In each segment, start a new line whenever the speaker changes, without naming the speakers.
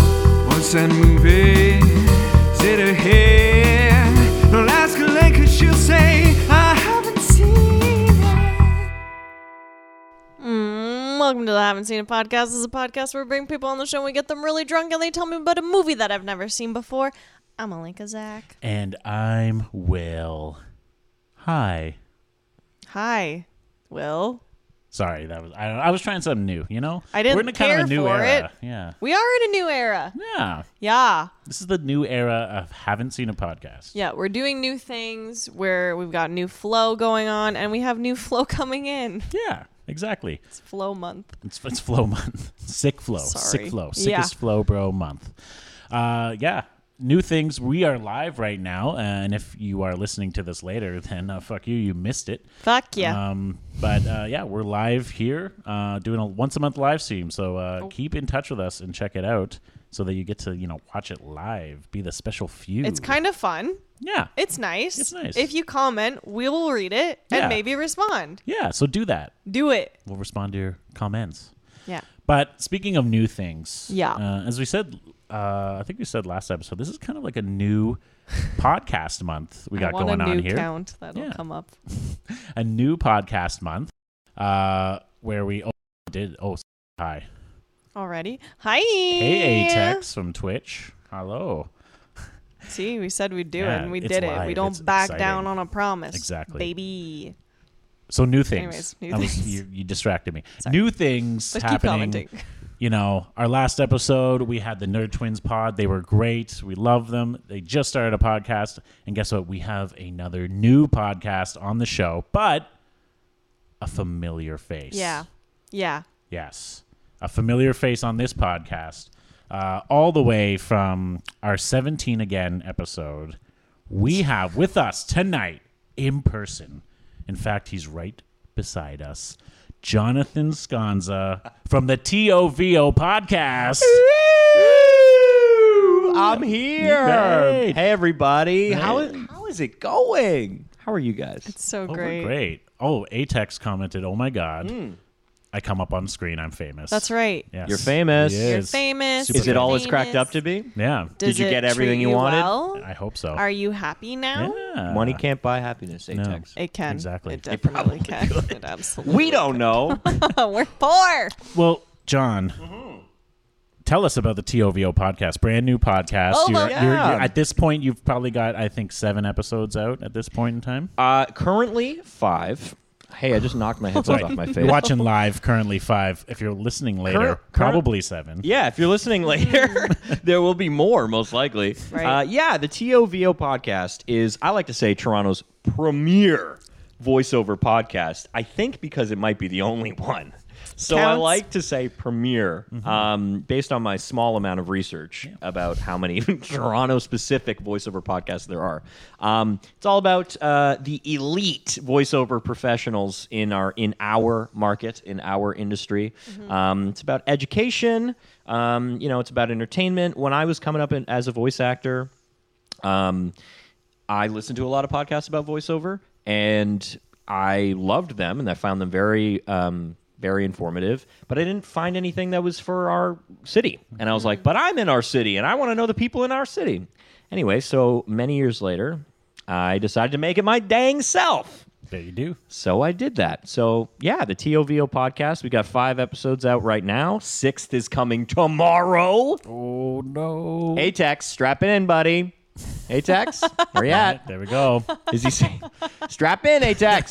books and movies. Sit here, Alaska Lake, she'll say, I haven't seen it.
Mm, welcome to the Haven't Seen It podcast. This is a podcast where we bring people on the show and we get them really drunk and they tell me about a movie that I've never seen before. I'm Alinka Zach.
And I'm Will. Hi.
Hi, Will.
Sorry, that was I, don't, I was trying something new. You know,
I didn't
We're in a kind of
care
a new
for
era.
it.
Yeah,
We are in a new era.
yeah.
Yeah.
This is the new era of haven't seen a podcast.
Yeah, we're doing new things where we've got new flow going on and we have new flow coming in.
Yeah, exactly.
It's flow month.
It's, it's flow month. Sick flow.
Sorry.
Sick flow.
Yeah.
Sickest flow, bro. Month. Uh, yeah. New things. We are live right now, and if you are listening to this later, then uh, fuck you. You missed it.
Fuck yeah.
Um, but uh, yeah, we're live here, uh, doing a once a month live stream. So uh,
Oh.
keep in touch with us and check it out, so that you get to you know watch it live, be the special few.
it's kind of fun.
yeah,
It's nice.
It's nice.
If you comment, we will read it
Yeah.
and maybe respond.
yeah. So do that.
Do it.
We'll respond to your comments.
Yeah.
But speaking of new things,
Yeah.
uh, as we said, uh, I think we said last episode, this is kind of like a new podcast month we
I
got
want
going
a new
on here.
count that'll
Yeah.
come up.
A new podcast month uh, where we oh, did oh s- hi
Already. Hi.
hey Atex from Twitch. Hello.
See, we said we'd do it
Yeah,
and we
it's
did it.
live.
We don't
It's
back
exciting.
down on a promise.
Exactly.
Baby.
So new things.
Anyways, new
I was-
things.
You, you distracted me.
Sorry.
New things
But keep
happening.
commenting.
you know, our last episode, we had the Nerd Twins pod. They were great. We love them. They just started a podcast. And guess what? We have another new podcast on the show, but a familiar face.
Yeah. Yeah.
Yes. A familiar face on this podcast. Uh, all the way from our 17 again episode, we have with us tonight in person. In fact, he's right beside us. Jonathan Sconza from the TOVO podcast.
I'm here.
Hey.
Hey, everybody. How is, how is it going? How are you guys?
It's so
Oh,
great. Hmm.
great. great. Oh, Atex commented, "Oh my god. I come up on screen, I'm famous."
That's right.
Yes.
You're famous.
He
You're
is.
famous.
Super
Is it all it's
famous.
cracked up to be?
Yeah.
Does
Did you
it
get everything you
treat
wanted?
well?
I hope so.
Are you happy now?
Yeah.
Money can't buy happiness, Atex.
It can.
Exactly.
It
It
definitely can. It absolutely.
We don't know.
We're
Uh,
poor.
Well, John, tell us about the TOVO podcast, brand new podcast.
Oh,
you're,
my-
you're- you're-
Yeah.
at this point, you've probably got, I think, seven episodes out at this point in time.
uh, currently, five. Hey, I just knocked my headphones off my face.
You're watching live currently five. If you're listening later,
Current- current-
probably seven.
Yeah, if you're listening later, there will be more, most likely.
Right.
Uh, yeah, the TOVO podcast is, I like to say, Toronto's premier voiceover podcast. I think because it might be the only one. So I
Counts.
like to say premier um, based on my small amount of research about how many Toronto specific voiceover podcasts there are. Um, it's all about uh, the elite voiceover professionals in our in our market, in our industry. Um, it's about education. Um, you know, it's about entertainment. When I was coming up in, as a voice actor, um, I listened to a lot of podcasts about voiceover, and I loved them, and I found them very, um, very informative. But I didn't find anything that was for our city, and I was like, "But I'm in our city, and I want to know the people in our city." Anyway, so many years later, I decided to make it my dang self.
There you do.
So I did that. So yeah, the TOVO podcast. We got five episodes out right now. Sixth is coming tomorrow.
Oh, no.
Hey Tex, strap in, buddy. Hey Tex, where you at?
There we go.
Is he saying, strap in, Atex?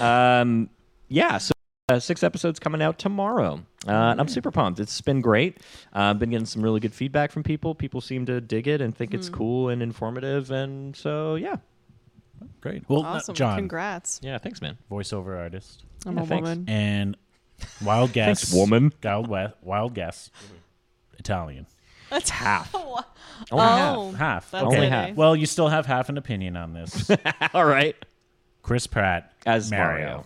um, yeah, so uh, six episodes coming out tomorrow. Uh, and I'm super pumped. It's been great. Uh, I've been getting some really good feedback from people. People seem to dig it and think it's cool and informative. And so, yeah.
Great. Well, uh,
Awesome.
John,
Congrats.
Yeah, thanks, man.
voiceover artist.
I'm
Yeah,
a
thanks.
woman.
And wild guess.
Thanks, woman.
Wild, we- wild guess. Italian.
That's
Half.
Oh,
Only
Half.
That's
okay.
it, eh?
Well,
Well, you still have half an opinion on this.
All right.
Chris Pratt
As Mario.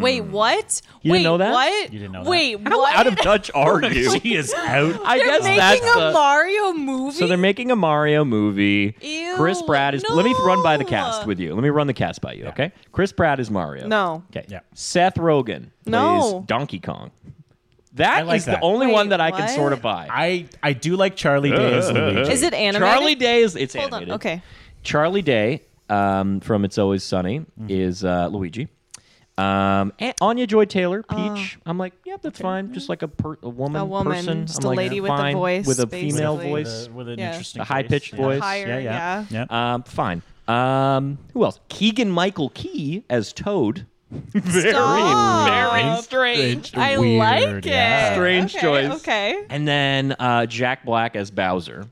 wait, what?
You
wait,
didn't know that?
What?
You didn't Hmm. know that?
Wait,
How
what?
out of touch are you?
Mario. She is out.
I
they're
guess
making
that's
a
the-
Mario movie.
So they're making a Mario movie.
Ew,
Chris Pratt is. Let me
no.
run by the cast with you. Let me run the cast by you, okay? Chris Pratt is Mario.
No.
Okay.
Yeah.
Seth Rogen
No.
plays Donkey Kong. That
I like
is the
that.
only
Wait,
one that I can
what?
sort of buy.
I I do like Charlie Day as Luigi.
Is it animated?
Charlie Day is it's
Hold on.
animated.
Okay.
Charlie Day um, from It's Always Sunny
Mm-hmm.
is uh, Luigi. Um, and Anya Joy Taylor, Peach. I'm like, yep, that's fine. Just like a, per- a woman,
Oh. A woman,
person.
just
I'm
a
like,
lady with a
fine,
voice,
with a female
basically.
voice.
with, a, with an
Yeah.
interesting
A high-pitched
voice.
voice.
Higher,
Yeah, yeah,
yeah.
yeah.
Um, fine. Um, who else? Keegan Michael Key as Toad. very,
Stop.
very
Strange.
strange.
I
Weird,
like it.
yeah.
Strange
okay,
choice.
Okay.
And then uh, Jack Black as Bowser.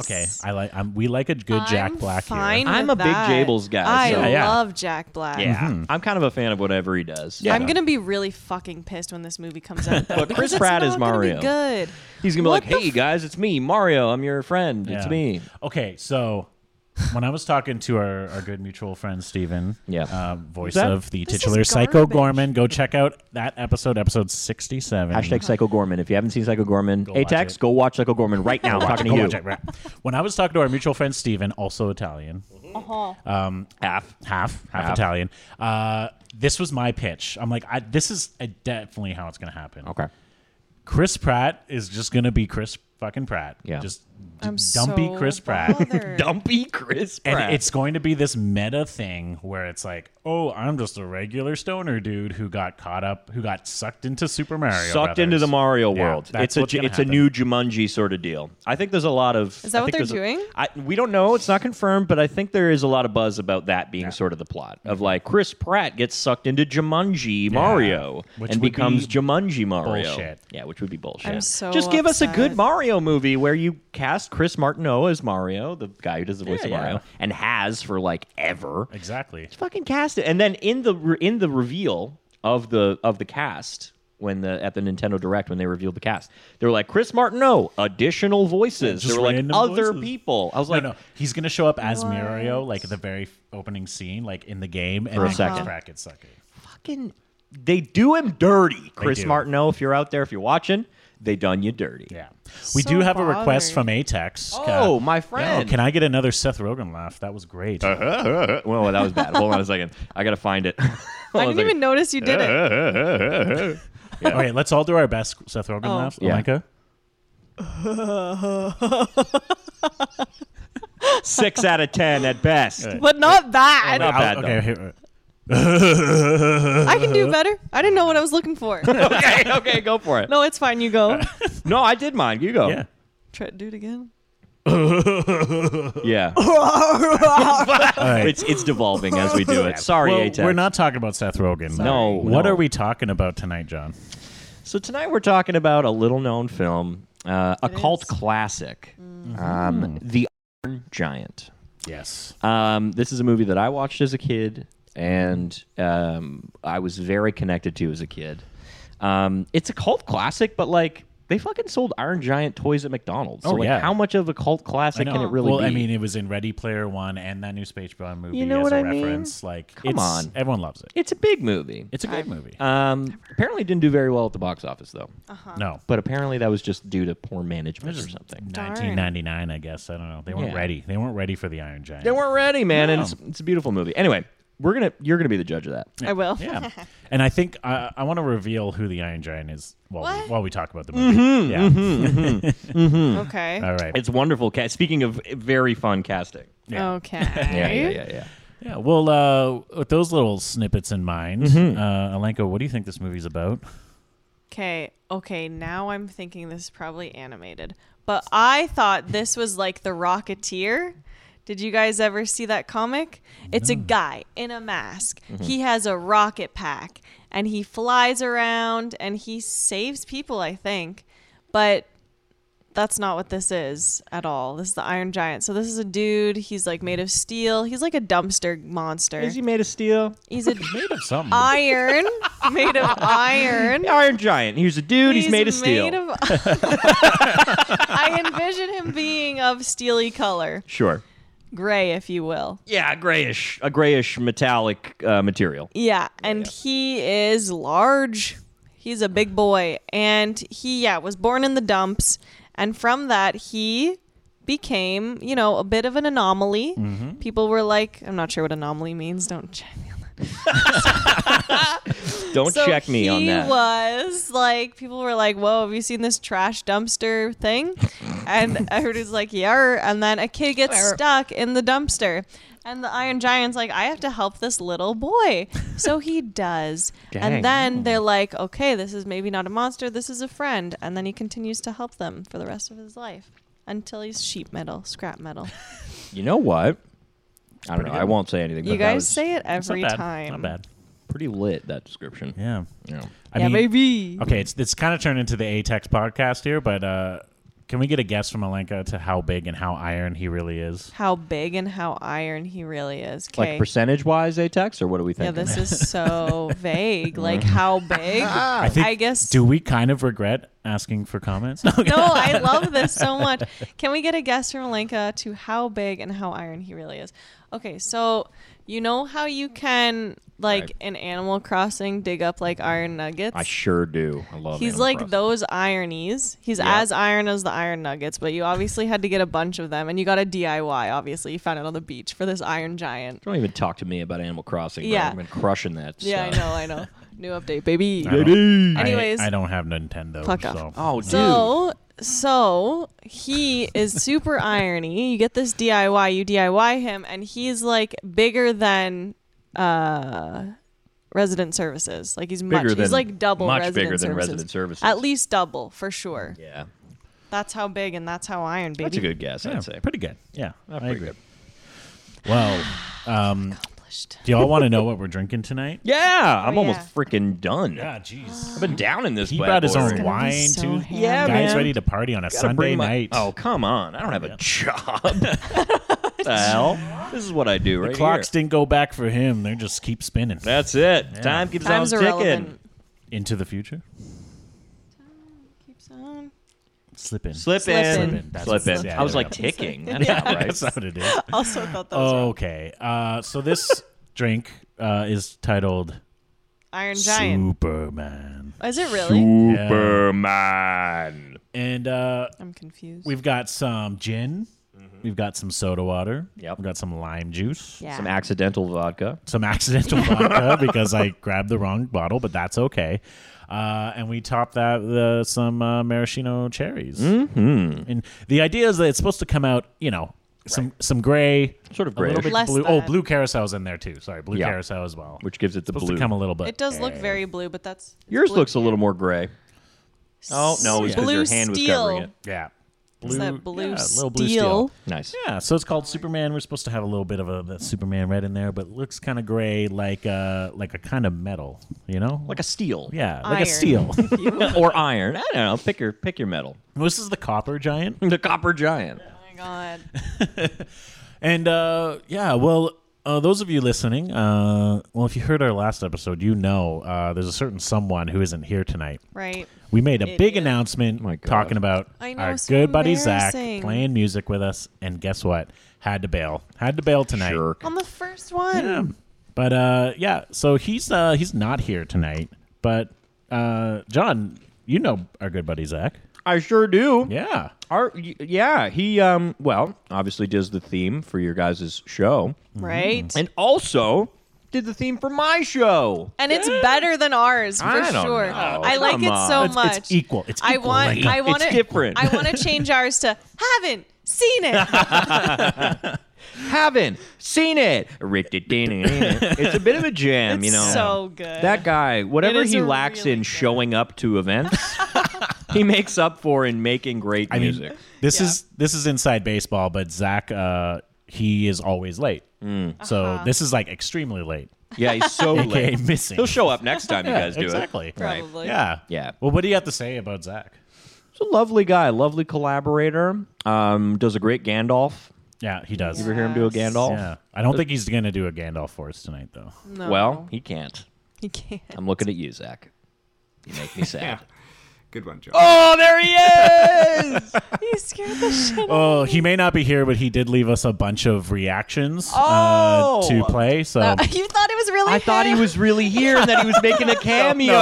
Okay, I like. i we like a good Jack
I'm
Black
fine
here.
I'm
with
a big
that.
Jables guy,
I
so-
Yeah, yeah.
love Jack Black.
Yeah, I'm kind of a fan of whatever he does.
Yeah.
I'm gonna be really fucking pissed when this movie comes out. Though,
But
because
Chris
it's
Pratt
not
is
gonna be
Mario.
Good.
He's gonna be
What
like, "Hey guys, it's me, Mario. I'm your friend. It's
Yeah.
me."
Okay, so when I was talking to our, our good mutual friend Steven,
Yeah.
uh, voice
that-
of the
This is
titular Psycho
garbage.
Gorman, go check out that episode, episode sixty-seven.
Hashtag Psycho Gorman. If you haven't seen Psycho Gorman, hey
mm-hmm. watch
Tex,
it.
go watch Psycho Gorman right now. I'm talking
Go
to you.
watch it, right? When I was talking to our mutual friend Steven, also Italian,
Uh-huh.
Um, Half.
half half,
Half.
Italian. Uh, this was my pitch. I'm like, I, this is uh, definitely how it's gonna happen.
Okay.
Chris Pratt is just gonna be Chris fucking Pratt.
Yeah.
just
I'm
dumpy
so
Chris Pratt.
bothered.
Dumpy Chris
And
Pratt.
it's going to be this meta thing where it's like, oh, I'm just a regular stoner dude who got caught up, who got sucked into Super Mario,
sucked
Brothers.
into the Mario
Yeah,
world.
that's
It's a
what's
ju-
gonna
it's a
happen.
new Jumanji sort of deal. I think there's a lot of.
Is that
I
what
think
they're
there's a-
doing?
I, we don't know. It's not confirmed, but I think there is a lot of buzz about that being sort of the plot of
Mm-hmm.
like Chris Pratt gets sucked into Jumanji Mario
Which
and
would
becomes
be
Jumanji Mario.
bullshit.
Yeah, which would be bullshit.
I'm so
Just give us a good
upset.
Mario movie where you cast Chris Martineau as Mario, the guy who does the voice
Yeah,
of
yeah.
Mario, and has for like ever
Exactly.
fucking cast it. And then in the re- in the reveal of the of the cast when the at the Nintendo Direct when they revealed the cast, they were like Chris Martineau, additional voices.
Just
they were like
random
other
voices.
people. I was like,
no, no, he's gonna show up as
What?
Mario, like at the very f- opening scene, like in the game, and
a
then
second.
Chris Pratt gets sucked. in.
fucking, they do him dirty, Chris
do.
Martineau. If you're out there, if you're watching, they done you dirty.
Yeah, we
So
do have a request
bothered.
from Atex.
Oh,
Uh,
my
Oh,
friend.
can I get another Seth Rogen laugh? That was great.
Uh-huh. well, that was bad. Hold on a second. I gotta find it.
I didn't even notice you did it.
All right, let's all do our best Seth Rogen
Oh.
laughs.
Yeah.
Olenka?
Six out of ten at best.
But not that.
Not bad,
Okay,
though.
here- uh,
I can do better. I didn't know what I was looking for.
okay, okay, go for it. No,
no, it's fine. You go.
I did mine. You go.
yeah.
Try to do it again.
Yeah.
All right.
it's it's devolving as we do it. Sorry,
Well,
A-Tex.
we're not talking about Seth Rogen.
No.
What
no.
are we talking about tonight, John?
So tonight we're talking about a little known film, uh, a cult
is.
classic,
Mm-hmm.
um, The Iron Giant.
Yes.
Um, this is a movie that I watched as a kid, and um, I was very connected to as a kid. Um, it's a cult classic, but like they fucking sold Iron Giant toys at McDonald's. So
Oh,
like,
yeah.
how much of a cult classic can it really
well,
be?
I mean, it was in Ready Player One and that new Space Bond movie
You know
as
what
a
I mean?
reference. Like,
Come
it's-
on.
everyone loves it.
it's a big movie.
It's a good movie.
Um, apparently, it didn't do very well at the box office though.
no,
But apparently, that was just due to poor management
There's
or something.
1999, I guess. I don't know. They weren't
Yeah.
ready. They weren't ready for the Iron Giant.
They weren't ready, man. And
No.
it's, it's a beautiful movie. Anyway, we're gonna you're gonna be the judge of that.
I will.
Yeah. and I think I, I want to reveal who the Iron Giant is while we,
What?
while we talk about the movie.
Mm-hmm,
yeah.
Okay.
All right.
It's wonderful. Ca- Speaking of very fun casting.
yeah.
Okay.
Yeah, yeah, yeah, yeah.
Yeah. Well, uh, with those little snippets in mind,
Mm-hmm.
uh, Alenko, what do you think this movie's about?
Okay, okay, now I'm thinking this is probably animated. But I thought this was like The Rocketeer. Did you guys ever see that comic? It's a guy in a mask.
Mm-hmm.
He has a rocket pack and he flies around and he saves people, I think. But that's not what this is at all. This is the Iron Giant. So this is a dude. He's like made of steel. He's like a dumpster monster.
Is he made of steel?
He's a
Made of something.
iron made of iron.
The Iron Giant. Here's a dude. He's, made of steel.
made of- I envision him being of steely color,
sure.
gray, if you will.
Yeah, grayish, a grayish metallic uh, material.
Yeah, and he is large. He's a big boy, and he yeah was born in the dumps, and from that he became you know a bit of an anomaly.
Mm-hmm.
People were like, I'm not sure what anomaly means. Don't check me on that.
Don't
So
check me on
he
that.
was like, people were like, "Whoa, have you seen this trash dumpster thing?" And everybody's like, "Yeah." And then a kid gets stuck in the dumpster, and the Iron Giant's like, "I have to help this little boy," so he does.
Dang.
And then they're like, "Okay, this is maybe not a monster. This is a friend." And then he continues to help them for the rest of his life until he's sheet metal, scrap metal.
You know what? I don't know.
pretty
I
good.
won't say anything.
You
but that
guys
was
say it
It's not
every
bad.
time.
Not bad.
pretty lit that description.
Yeah.
Yeah.
I
yeah,
mean,
maybe.
Okay, it's it's kind of turned into the Atex podcast here, but uh, can we get a guess from Alenka to how big and how iron he really is?
How big and how iron he really is.
Like
Okay.
percentage wise, Atex, or what do we think?
yeah, this is so vague. Like how big?
I think.
I guess.
Do we kind of regret asking for comments? No,
no, I love this so much. Can we get a guess from Lenka to how big and how iron he really is? Okay, so you know how you can like
Right.
in Animal Crossing dig up like iron nuggets.
I sure do. I love.
He's
Animal
like
Crossing.
those ironies. He's
Yeah.
as iron as the iron nuggets, but you obviously had to get a bunch of them, and you got a DIY. Obviously, you found it on the beach for this iron giant.
Don't even talk to me about Animal Crossing. Yeah,
Yeah.
I've been crushing that.
Yeah,
stuff.
I know, I know. New update, baby.
I don't-
Baby.
I-
Anyways.
I, don't have Nintendo.
Fuck off.
so.
Oh, dude.
So, so he is super irony. You get this DIY, you DIY him, and he's like bigger than uh resident services. Like he's much
Bigger
he's
than-
like double
much
resident
bigger than
services.
resident services.
At least double for sure.
yeah,
That's how big and that's how iron baby.
that's a good guess.
Yeah,
I'd say.
pretty good. Yeah, I
pretty
agree.
good.
Well,
Accomplished.
do y'all want to know what we're drinking tonight?
Yeah, I'm
Oh,
almost
yeah.
freaking done.
Yeah, jeez.
I've been down in this.
He
bad
brought his
Ah, boy.
own
be
wine
so
too.
handy.
Yeah,
Guys,
man.
ready to party on a
Gotta
Sunday
bring my-
night.
Oh come on! I don't have a job. the hell? This is what I do right
Clocks
here.
didn't go back for him. They just keep spinning
That's it. Time keeps
Time's
on ticking.
irrelevant.
into the future.
Keeps on.
Slip in.
Slip
Slippin'.
in,
Slippin'. That's
slip
what-
in.
yeah,
I was
there
like
we go.
ticking. That's not right.
That's not what it is.
Also thought that
Oh,
was
Okay. Uh, so this drink uh, is titled
Iron Giant.
Superman,
Is it really?
Superman.
and uh,
I'm confused.
we've got some gin, we've got some soda water,
Mm-hmm. Yep.
we've got some lime juice,
yeah.
Some accidental vodka.
some accidental vodka because I grabbed the wrong bottle, but that's okay. Uh, and we top that with uh, some uh, maraschino cherries. Mm-hmm. And the idea is that it's supposed to come out, you know, some some gray,
Sort of
a little
grayish.
bit
Less
blue. Oh,
than.
blue carousels in there too. Sorry, blue
Yeah.
carousel as well.
Which gives it the
supposed
blue.
to come a little bit.
it does look very blue, but that's it's
Yours
blue.
looks a little more gray. Oh no, it's because
Blue
your hand was
steel.
covering it.
Yeah.
It's that blue
yeah, a
steel. Oh
little blue steel.
Nice.
Yeah, so it's called Superman. We're supposed to have a little bit of a that Superman red in there, but it looks kind of gray, like a like a kind of metal, you know,
Like a steel.
yeah,
Iron.
like a steel.
or iron. I don't know. Pick your pick your metal.
this is the Copper Giant,
The copper giant.
Oh my god.
and uh, yeah, well, uh, those of you listening, uh, well, if you heard our last episode, you know uh, there's a certain someone who isn't here tonight.
Right.
We made a big
Idiot.
announcement
My God.
talking about
I know,
our
so
good buddy Zach
embarrassing.
playing music with us, and guess what? Had to bail. Had to bail tonight.
Jerk.
On the first one.
Mm-hmm.
Yeah. But uh, yeah, so he's uh, he's not here tonight. But uh, John, you know our good buddy Zach.
I sure do.
Yeah.
Our, y- yeah, he um well, obviously does the theme for your guys' show.
Right?
And also did the theme for my show.
And it's better than ours for
I don't
sure.
know.
I like
Come
it
on.
so
It's-
much.
it's equal. It's
I
equal,
want
like, uh,
I want
it's
to
different.
I want to change ours to haven't seen it.
Haven't seen it. It's a bit of a jam, you know.
so good.
That guy, whatever
is
he
a
lacks
really
in
good-
showing up to events, he makes up for in making great
I
music.
mean, this
Yeah.
is this is inside baseball, but Zach, uh, he is always late. So this is like extremely late.
yeah, he's so
AKA
Mm. Uh-huh. late.
missing.
He'll show up next time you
Yeah,
guys do
exactly.
it. Right.
Probably.
Yeah.
Yeah.
Well, what do you have to say about Zach?
He's a lovely guy, lovely collaborator. Um, does a great Gandalf.
Yeah, he does.
You ever hear Uh, him do a
Yes.
Gandalf?
Yeah. I don't think he's gonna do a Gandalf for us tonight, though.
No,
Well, he can't.
you can't.
I'm looking at you, Zach. You make me sad.
Good one, John.
oh, there he is!
You scared the question.
Oh, he may not be here, but he did leave us a bunch of reactions uh, to
Oh.
play. So
you thought it was really
I thought he
him?
was really here and that he was making a cameo.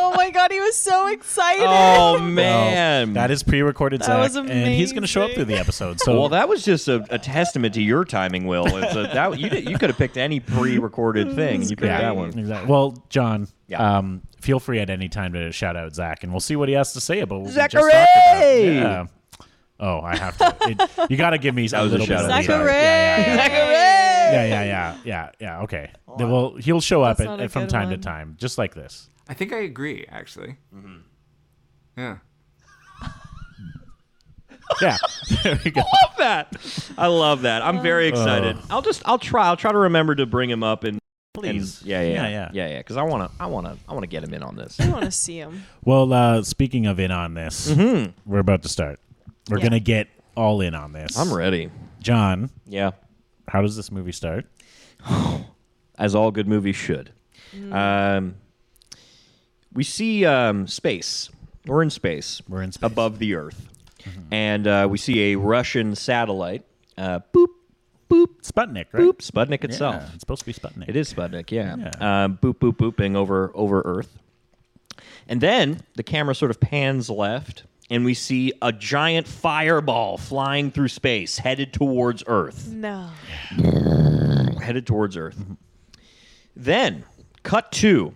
Oh my god, he was so excited.
Oh
Well,
man,
that is pre-recorded.
That was
Zach, and he's going to show up
amazing.
through the episode. So
Well, that was just a, a testament to your timing, Will. It's a, that you did, you could have picked any pre-recorded thing. You picked
yeah,
that one.
Exactly. Well, John,
Yeah.
um, feel free at any time to shout out Zach, and we'll see what he has to say about what we
Zachary!
just talked about. Yeah. Oh, I have to. It, you got to give me a
was a
little bit.
shout
of
out.
leeway.
Zachary.
Yeah, yeah, yeah.
Zachary.
Yeah, yeah, yeah, yeah, yeah. Okay.
Oh,
Then Well, he'll show up
That's
at,
not a
at- from
good
time to
one.
time, just like this.
I think I agree, actually. Yeah.
Yeah. there we go.
Love that. I love that. I'm very excited. I'll just I'll try I'll try to remember to bring him up and
Please.
yeah, yeah,
Yeah,
yeah,
yeah.
yeah, yeah, Because I wanna I wanna I wanna get him in on this.
I want to see him.
Well, uh, speaking of in on this,
Mm-hmm.
we're about to start. We're
Yeah.
gonna get all in on this.
I'm ready.
John,
Yeah.
how does this movie start?
as all good movies should. Um, we see um, space. We're in space.
We're in space. Mm-hmm.
above the Earth, and uh, we see a Russian satellite. Uh, boop, boop,
Sputnik, right?
boop. Sputnik
Yeah,
itself.
it's supposed to be Sputnik.
It is Sputnik. Yeah.
Yeah.
Um, boop, boop, booping over over Earth, and then the camera sort of pans left. And we see a giant fireball flying through space, headed towards Earth
No.
headed towards Earth. Then, cut to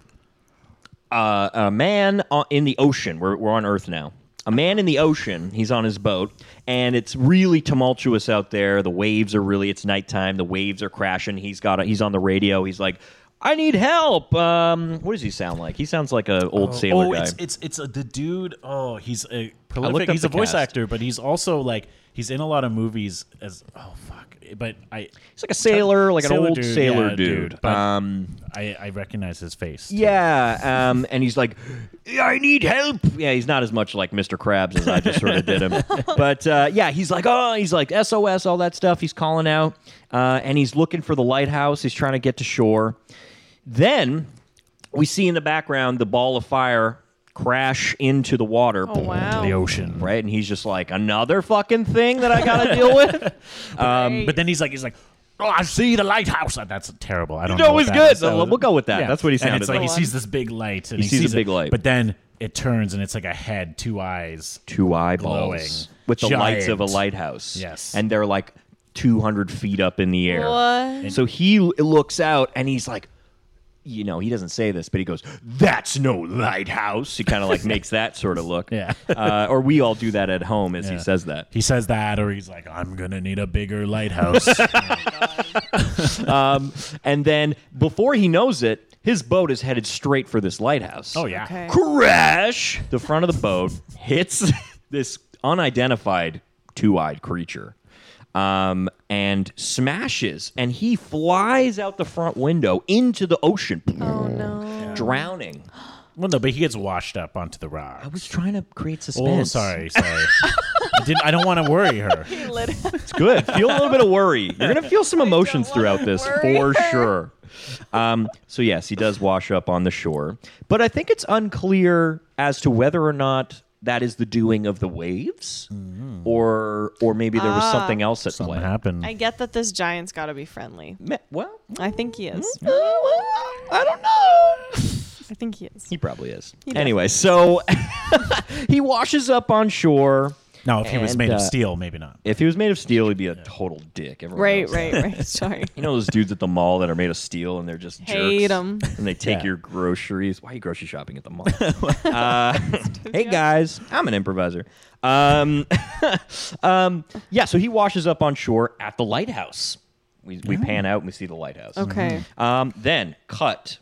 uh, a man o- in the ocean. We're, we're on Earth now. A man in the ocean. He's on his boat, and it's really tumultuous out there. The waves are really. It's nighttime. The waves are crashing. He's got. A, he's on the radio. He's like, "I need help." Um, what does he sound like? He sounds like an old sailor
oh,
guy.
it's it's it's uh the dude. Oh, he's a prolific.
looked up
He's a
the
voice
cast.
actor, but he's also like he's in a lot of movies as oh fuck. But I
He's like a sailor, like
Sailor
an old
dude,
sailor
yeah,
dude.
dude, but-
um,
I I recognize his face. too.
Yeah, um, and he's like, "I need help." Yeah, he's not as much like Mr. Krabs as I just sort of did him, but uh, yeah, he's like, "Oh," he's like SOS, all that stuff. He's calling out, uh, and he's looking for the lighthouse. He's trying to get to shore. Then we see in the background the ball of fire crash into the water.
Oh wow.
the ocean.
Right, and he's just like another fucking thing that I gotta deal with. Um,
Great.
But then he's like he's like. Oh, I see the lighthouse. Uh, That's terrible. I don't
No,
know.
it
what
was
that
good.
is. That
We'll
was-
go with that. That's what he
And
sounded
it's like he
like.
sees this big light, and
He
he,
sees a
it,
big light.
But then it turns, and it's like a head, two eyes.
two
Glowing.
eyeballs with the lights of a
Giant.
lighthouse.
Yes.
And they're like 200 feet up in the air.
What?
So he l- looks out and he's like, you know, he doesn't say this, but he goes, That's no lighthouse. He kind of like makes that sort of look.
Yeah.
uh, or we all do that at home as he
Yeah.
says that.
He says that, or he's like, "I'm gonna need a bigger lighthouse."
Um, and then before he knows it, his boat is headed straight for this lighthouse.
oh yeah,
Okay.
crash the front of the boat hits this unidentified two-eyed creature um, and smashes and he flies out the front window into the ocean
Oh no.
drowning
Well, no, but he gets washed up onto the rock.
i was trying to create suspense
Oh, sorry, sorry. I, didn't, I don't want to worry her.
He lit-
it's good feel a little bit of worry you're gonna feel some emotions
don't wanna
throughout this
worry
for
her.
sure um, so yes he does wash up on the shore but i think it's unclear as to whether or not that is the doing of the waves or or maybe there
Ah.
was something else at
What
play
happened?
I get that this giant's got to be friendly.
Me- well,
I think he is.
Mm-hmm.
I don't know.
I think he is.
He probably is.
does.
Anyway, so he washes up on shore.
no, if he was
And,
made
uh,
of steel, maybe not.
If he was made of steel, he'd be a total dick. Everyone
Right,
knows that.
right, right. Sorry.
You know those dudes at the mall that are made of steel and they're just
Hate
jerks,
'em.
and they take
Yeah.
your groceries. Why are you grocery shopping at the mall? uh, hey guys, I'm an improviser. Um, um, yeah, so he washes up on shore at the lighthouse. We, we pan out and we see the lighthouse.
Mm-hmm.
Okay.
Um, then cut.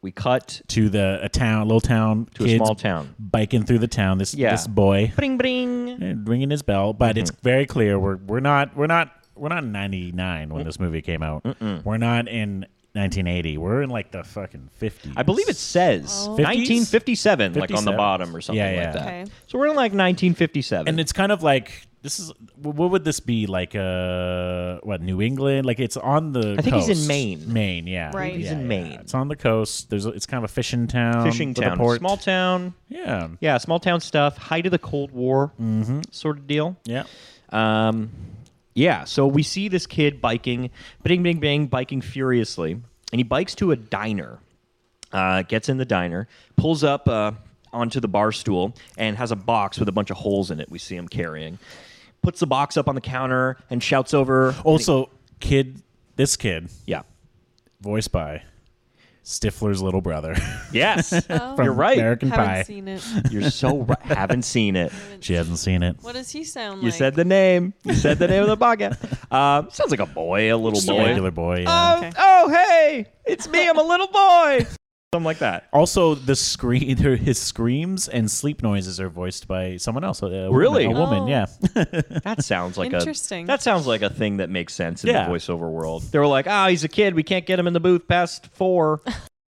We cut.
To the a town, little town,
To a
kids
small town.
biking through the town. This
Yeah. Mm-hmm.
this boy
Bring bring.
and ringing his bell, but it's very
Mm.
clear we're we're not we're not we're not in '99 when this movie came out. We're not in 1980. We're in like the fucking 50s.
I believe it says 1957, like on the
57.
bottom or something
Yeah, yeah.
like that.
Oh. Okay.
So we're in like 1957.
and it's kind of like this is what would this be like? Uh, what New England? Like it's on the.
I think he's in
coast.
Maine.
Maine, yeah.
Right. He's
Yeah,
in
yeah.
Maine.
It's on the coast. There's a, it's kind of a fishing town.
fishing
with a
town,
um, port.
small town.
Yeah.
Yeah, small town stuff. Height of the Cold War, sort of deal.
Yeah.
Mm-hmm. Um, yeah, so we see this kid biking, bing, bing, bing, biking furiously, and he bikes to a diner. Uh, gets in the diner, pulls up uh, onto the bar stool, and has a box with a bunch of holes in it. We see him carrying. Puts the box up on the counter and shouts over.
Also, kid, this kid,
yeah.
voiced by Stifler's little brother.
Yes.
from
You're right.
American
Oh. Haven't
Pie.
seen it.
You're so right. Haven't seen it.
She hasn't seen it.
What does he sound
You
like?
said the name. You said the name of the podcast. Um, sounds like a boy, a little
Just a
boy.
regular boy. Yeah.
Oh,
Okay.
oh, hey, it's me. I'm a little boy. Something like that.
Also, the scream, his screams and sleep noises are voiced by someone else. uh, A, a
Really?
Woman, a woman,
Oh.
yeah.
That sounds like
Interesting.
A, that sounds like a thing that makes sense in
Yeah.
the voiceover world. They were like, "Ah, he's a kid. We can't get him in the booth past four.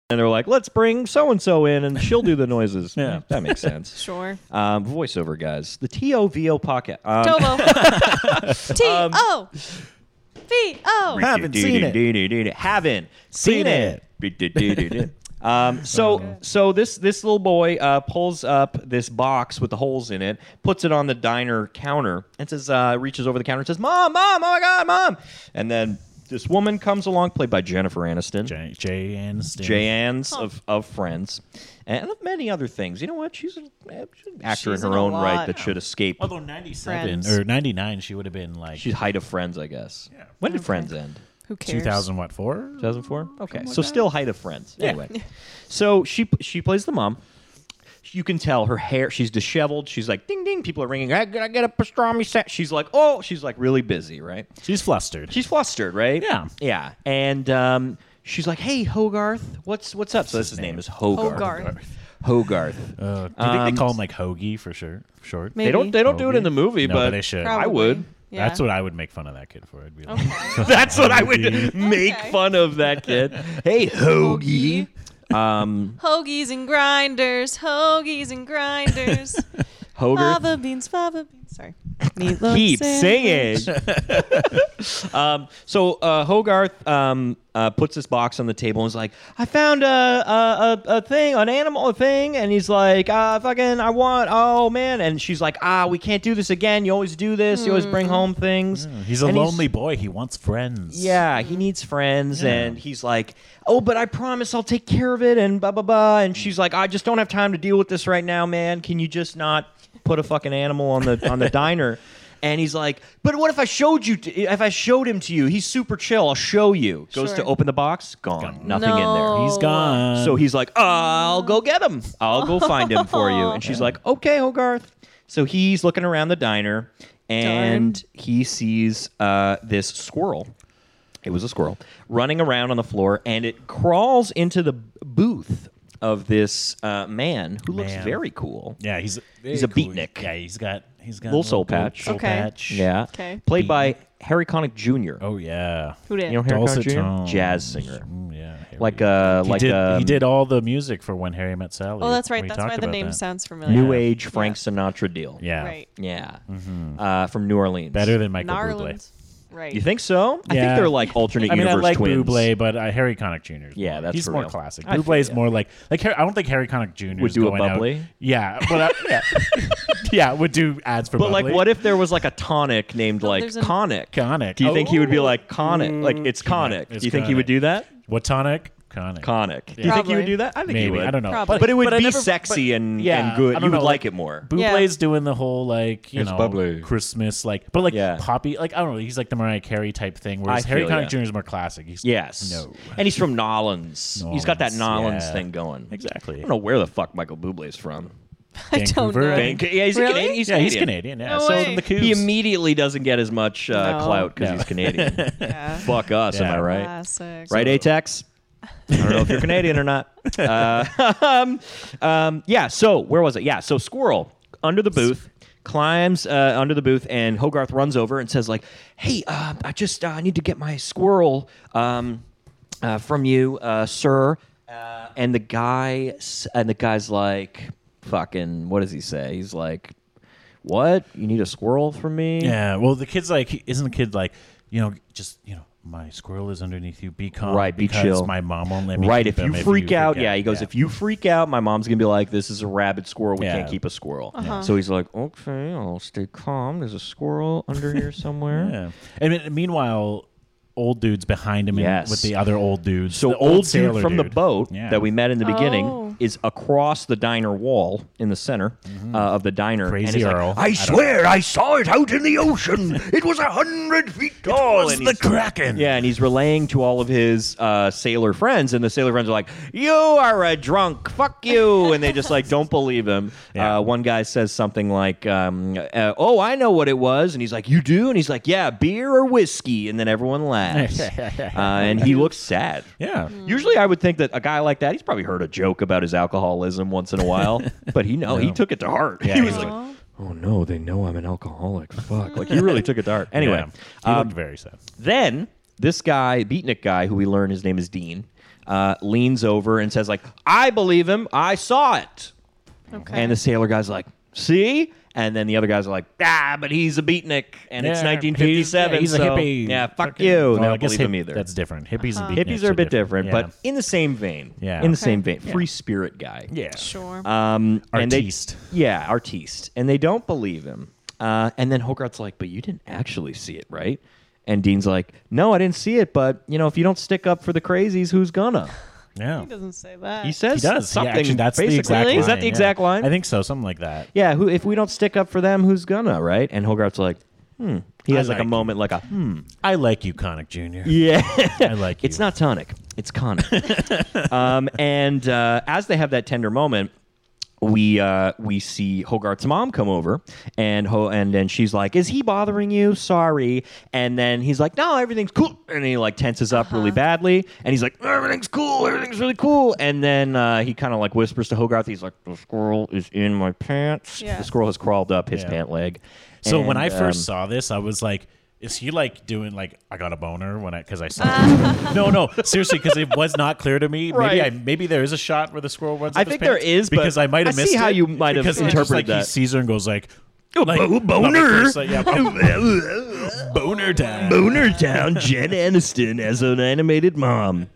and they're like, "Let's bring so and so in, and she'll do the noises."
Yeah.
that makes sense.
Sure.
Um, voiceover guys, the TOVO podcast. Um,
Tovo. T O V O.
Haven't seen it.
it. Haven't seen
Seen
it. Um,
Oh,
so so this this little boy uh, pulls up this box with the holes in it, puts it on the diner counter, and says uh, reaches over the counter and says, "Mom, mom, oh my god, mom!" And then this woman comes along, played by Jennifer Aniston,
Jay, Jay Aniston.
Jay Ann's of, of Friends, and of many other things. You know what? She's, a, eh, she's an actor
She's
in her
in a
own right
lot.
that should escape.
Although 97
Friends.
or 99, she would have been like
She's height of Friends, I guess. When did Friends end?
Who cares?
2000, what, four?
2004. Okay, so still height of friends.
Yeah.
Anyway, so she she plays the mom. You can tell her hair. She's disheveled. She's like ding ding. People are ringing. I gotta get a pastrami set. She's like oh. She's like really busy, right?
She's flustered.
She's flustered, right?
Yeah.
yeah. And um, she's like, hey Hogarth, what's what's up? So this, his name is
Oh,
Hogarth.
Hogarth.
Hogarth.
Uh, do you think they call him like Hoagie for sure? For short.
Um, Maybe.
they don't they don't do it in the movie,
No,
but,
but they should.
I would.
Yeah.
That's what I would make fun of that kid for. I'd be like,
That's what I would
Hoagie.
make
Okay.
fun of that kid. Hey Hoagie. Um,
Hoagies and grinders, hoagies and grinders.
Hogarth.
fava beans, fava beans. Sorry. Meatloaf
keep singing.
sandwich.
um, so uh, Hogarth um, uh, puts this box on the table and is like, "I found a a, a, a thing, an animal thing," and he's like, uh, "Fucking, I want." Oh man! And she's like, "Ah, we can't do this again. You always do this. You always bring home things."
Mm. he's a
And
lonely boy. He wants friends.
yeah, he needs friends, and he's like, "Oh, but I promise I'll take care of it," and blah blah blah. And she's like, "I just don't have time to deal with this right now, man. Can you just not put a fucking animal on the on the diner?" And he's like, "But what if I showed you? To, if I showed him to you, he's super chill. I'll show you." Goes to
Sure.
open the box, gone, nothing in there.
No.
He's gone.
So he's like, "I'll go get him. I'll go find him for you." And she's like, "Okay, Hogarth." So he's looking around the diner, and
Darned.
he sees uh, this squirrel. It was a squirrel running around on the floor, and it crawls into the booth of this uh, man who looks
Man.
very cool.
yeah, he's
He's a
very
beatnik.
Yeah, he's got he's got
Little
a
soul
gold
patch.
soul
Okay.
patch.
Yeah,
Okay.
played by Harry Connick Jr.
Oh yeah.
Who did?
you know Harry
Dulcet
Connick
tones.
Jr. Jazz singer,
Mm, yeah. Harry.
like a
he
like
did,
um,
he did all the music for When Harry Met Sally.
oh, that's right.
We
That's
talked
why the
about
name
that.
sounds familiar.
New Age Frank Sinatra deal.
Yeah. Mm-hmm.
Right.
Yeah, uh, from New Orleans.
Better than Michael
Narland.
Bublé.
Right.
You think so? I think
Yeah.
they're like alternate
I mean, I
universe
like
twins.
Bublé, but uh, Harry Connick Jr. 's
Yeah,
more-
that's
he's
for
more
real.
classic.
I feel
Bublé's
ya.
more like like Harry, I don't think Harry Connick Jr.
Would
is
do a
going out-
bubbly?
Yeah, but I, yeah, yeah, would do ads for.
But
bubbly.
like, what if there was like a tonic named like
Oh, there's an-
Conic?
Connic?
Do you think he would be
Oh.
like Conic? Like it's Conic.
It's
do you think he would
Connic.
do that?
What tonic? Connic.
Conic. Do you think he would
Probably.
do that? I think he
Maybe
would.
I don't know.
Probably.
But it would
I
be
never-
sexy
but-
and,
yeah,
and
I
good.
don't
You would
know,
like it more.
Bublé's doing the whole like you
It's
know
bubbly.
Christmas like, but like
Yeah.
poppy like I don't know. He's like the Mariah Carey type thing. Whereas
I
Harry
feel
Connick
ya.
Jr. is more classic. He's
Yes.
no.
And he's from Nolans. He's got that Nolans
Nolans, yeah.
thing going.
Exactly.
I don't know where the fuck Michael Bublé's from.
I don't
Vancouver,
know.
I
Van- Yeah, he's
Really?
Canadian. He's
yeah,
Canadian.
he's Canadian. Yeah,
No
so
way.
in the
He
Cougs.
immediately doesn't get as much uh,
No.
clout because
No.
he's Canadian.
Yeah.
fuck us, am
Yeah.
I right?
Classic.
Right, ATEX? I don't know if you're Canadian or not. Uh, um, um, yeah, so where was it? Yeah, so Squirrel under the booth climbs uh, under the booth and Hogarth runs over and says like, "Hey, uh, I just uh, I need to get my squirrel um, uh, from you, uh, sir. Uh, and the guy, s- and the guy's like, fucking, what does he say? He's like, what? You need a squirrel from me?
Yeah. Well, the kid's like, isn't the kid like, you know, just you know, my squirrel is underneath you. Be calm.
Right, be
because
chill.
My mom won't let me.
Right.
keep
If you
him
freak out, yeah. He goes,
Yeah.
if you freak out, my mom's gonna be like, "This is a rabid squirrel. We
Yeah.
can't keep a squirrel." So he's like, "Okay, I'll stay calm. There's a squirrel under here somewhere."
Yeah. And me- meanwhile, old dude's behind him in-
Yes.
with the other old dudes.
So
the
old, dude
sailor
from the
dude.
boat
Yeah.
that we met in the beginning
Oh.
is across the diner wall in the center uh, of the diner. and
Mm-hmm. Crazy
he's like,
Earl.
I
I
swear I saw it out in the ocean. It was a hundred feet tall.
was
and
the
he's-
Kraken.
Yeah, and he's relaying to all of his uh, sailor friends, and the sailor friends are like, "You are a drunk. Fuck you!" And they just like don't believe him.
Yeah.
Uh, one guy says something like, um, uh, "Oh, I know what it was," and he's like, "You do?" And he's like, "Yeah, beer or whiskey." And then everyone laughs, uh, and he looks sad.
Yeah.
Usually, I would think that a guy like that, he's probably heard a joke about his alcoholism once in a while, but he no, he took it to heart. he was like,
Aw.
"Oh no, they know I'm an alcoholic. Fuck!" Like he really took it to heart. Anyway, uh, um,
Yeah. he looked very sad.
then this guy, beatnik guy, who we learn his name is Dean, uh, leans over and says, "Like I believe him. I saw it."
Okay.
And the sailor guy's like, "See?" And then the other guys are like, "Ah, but he's a beatnik, and it's 1957.
Yeah, He's, yeah,
so-
he's a hippie.
Yeah, fuck
Fucking-
you.
Well,
they
I
don't
guess
believe
hip-
him either.
That's different. Hippies and
Hippies are a bit different, but in the same vein.
Yeah.
in the same
Okay.
vein. Free spirit guy.
but yeah,
sure.
Um, and they-
Artiste.
yeah, artiste. And they don't believe him. Uh, and then Hogarth's like, but you didn't actually see it, right? And Dean's like, no, I didn't see it, but, you know, if you don't stick up for the crazies, who's gonna?
yeah.
he doesn't say that.
He says
He does. Yeah,
something.
actually, that's
basically.
the exact
Really?
line.
Is that the
yeah.
exact line?
I think so. Something like that.
yeah, who, if we don't stick up for them, who's gonna, right? And Hogarth's like, hmm. He
I
has like, a
like
moment, like a, hmm.
I like you, Connick Jr.
Yeah.
I like you.
It's not tonic. It's conic. um, and uh, as they have that tender moment, we uh, we see Hogarth's mom come over, and Ho- and then she's like, "Is he bothering you? Sorry." And then he's like, "No, everything's cool." And he like tenses up really badly, and he's like, "Everything's cool. Everything's really cool." And then uh, he kind of like whispers to Hogarth, "He's like, the squirrel is in my pants.
Yeah.
The squirrel has crawled up his
Yeah.
pant leg."
So
And,
when I first
um,
saw this, I was like, "Is he like doing like I got a boner when I because I saw?" it. no, no, seriously, because it was not clear to me.
Right.
Maybe I maybe there is a shot where the squirrel runs.
I
up his
think there
pants,
is, but
because I might have
I see
missed
how
it,
you might have
because it's just,
interpreted
like,
that.
He sees her and goes like.
bo- boner.
first, like, yeah, bo- boner time.
Boner Town, Jen Aniston as an animated mom.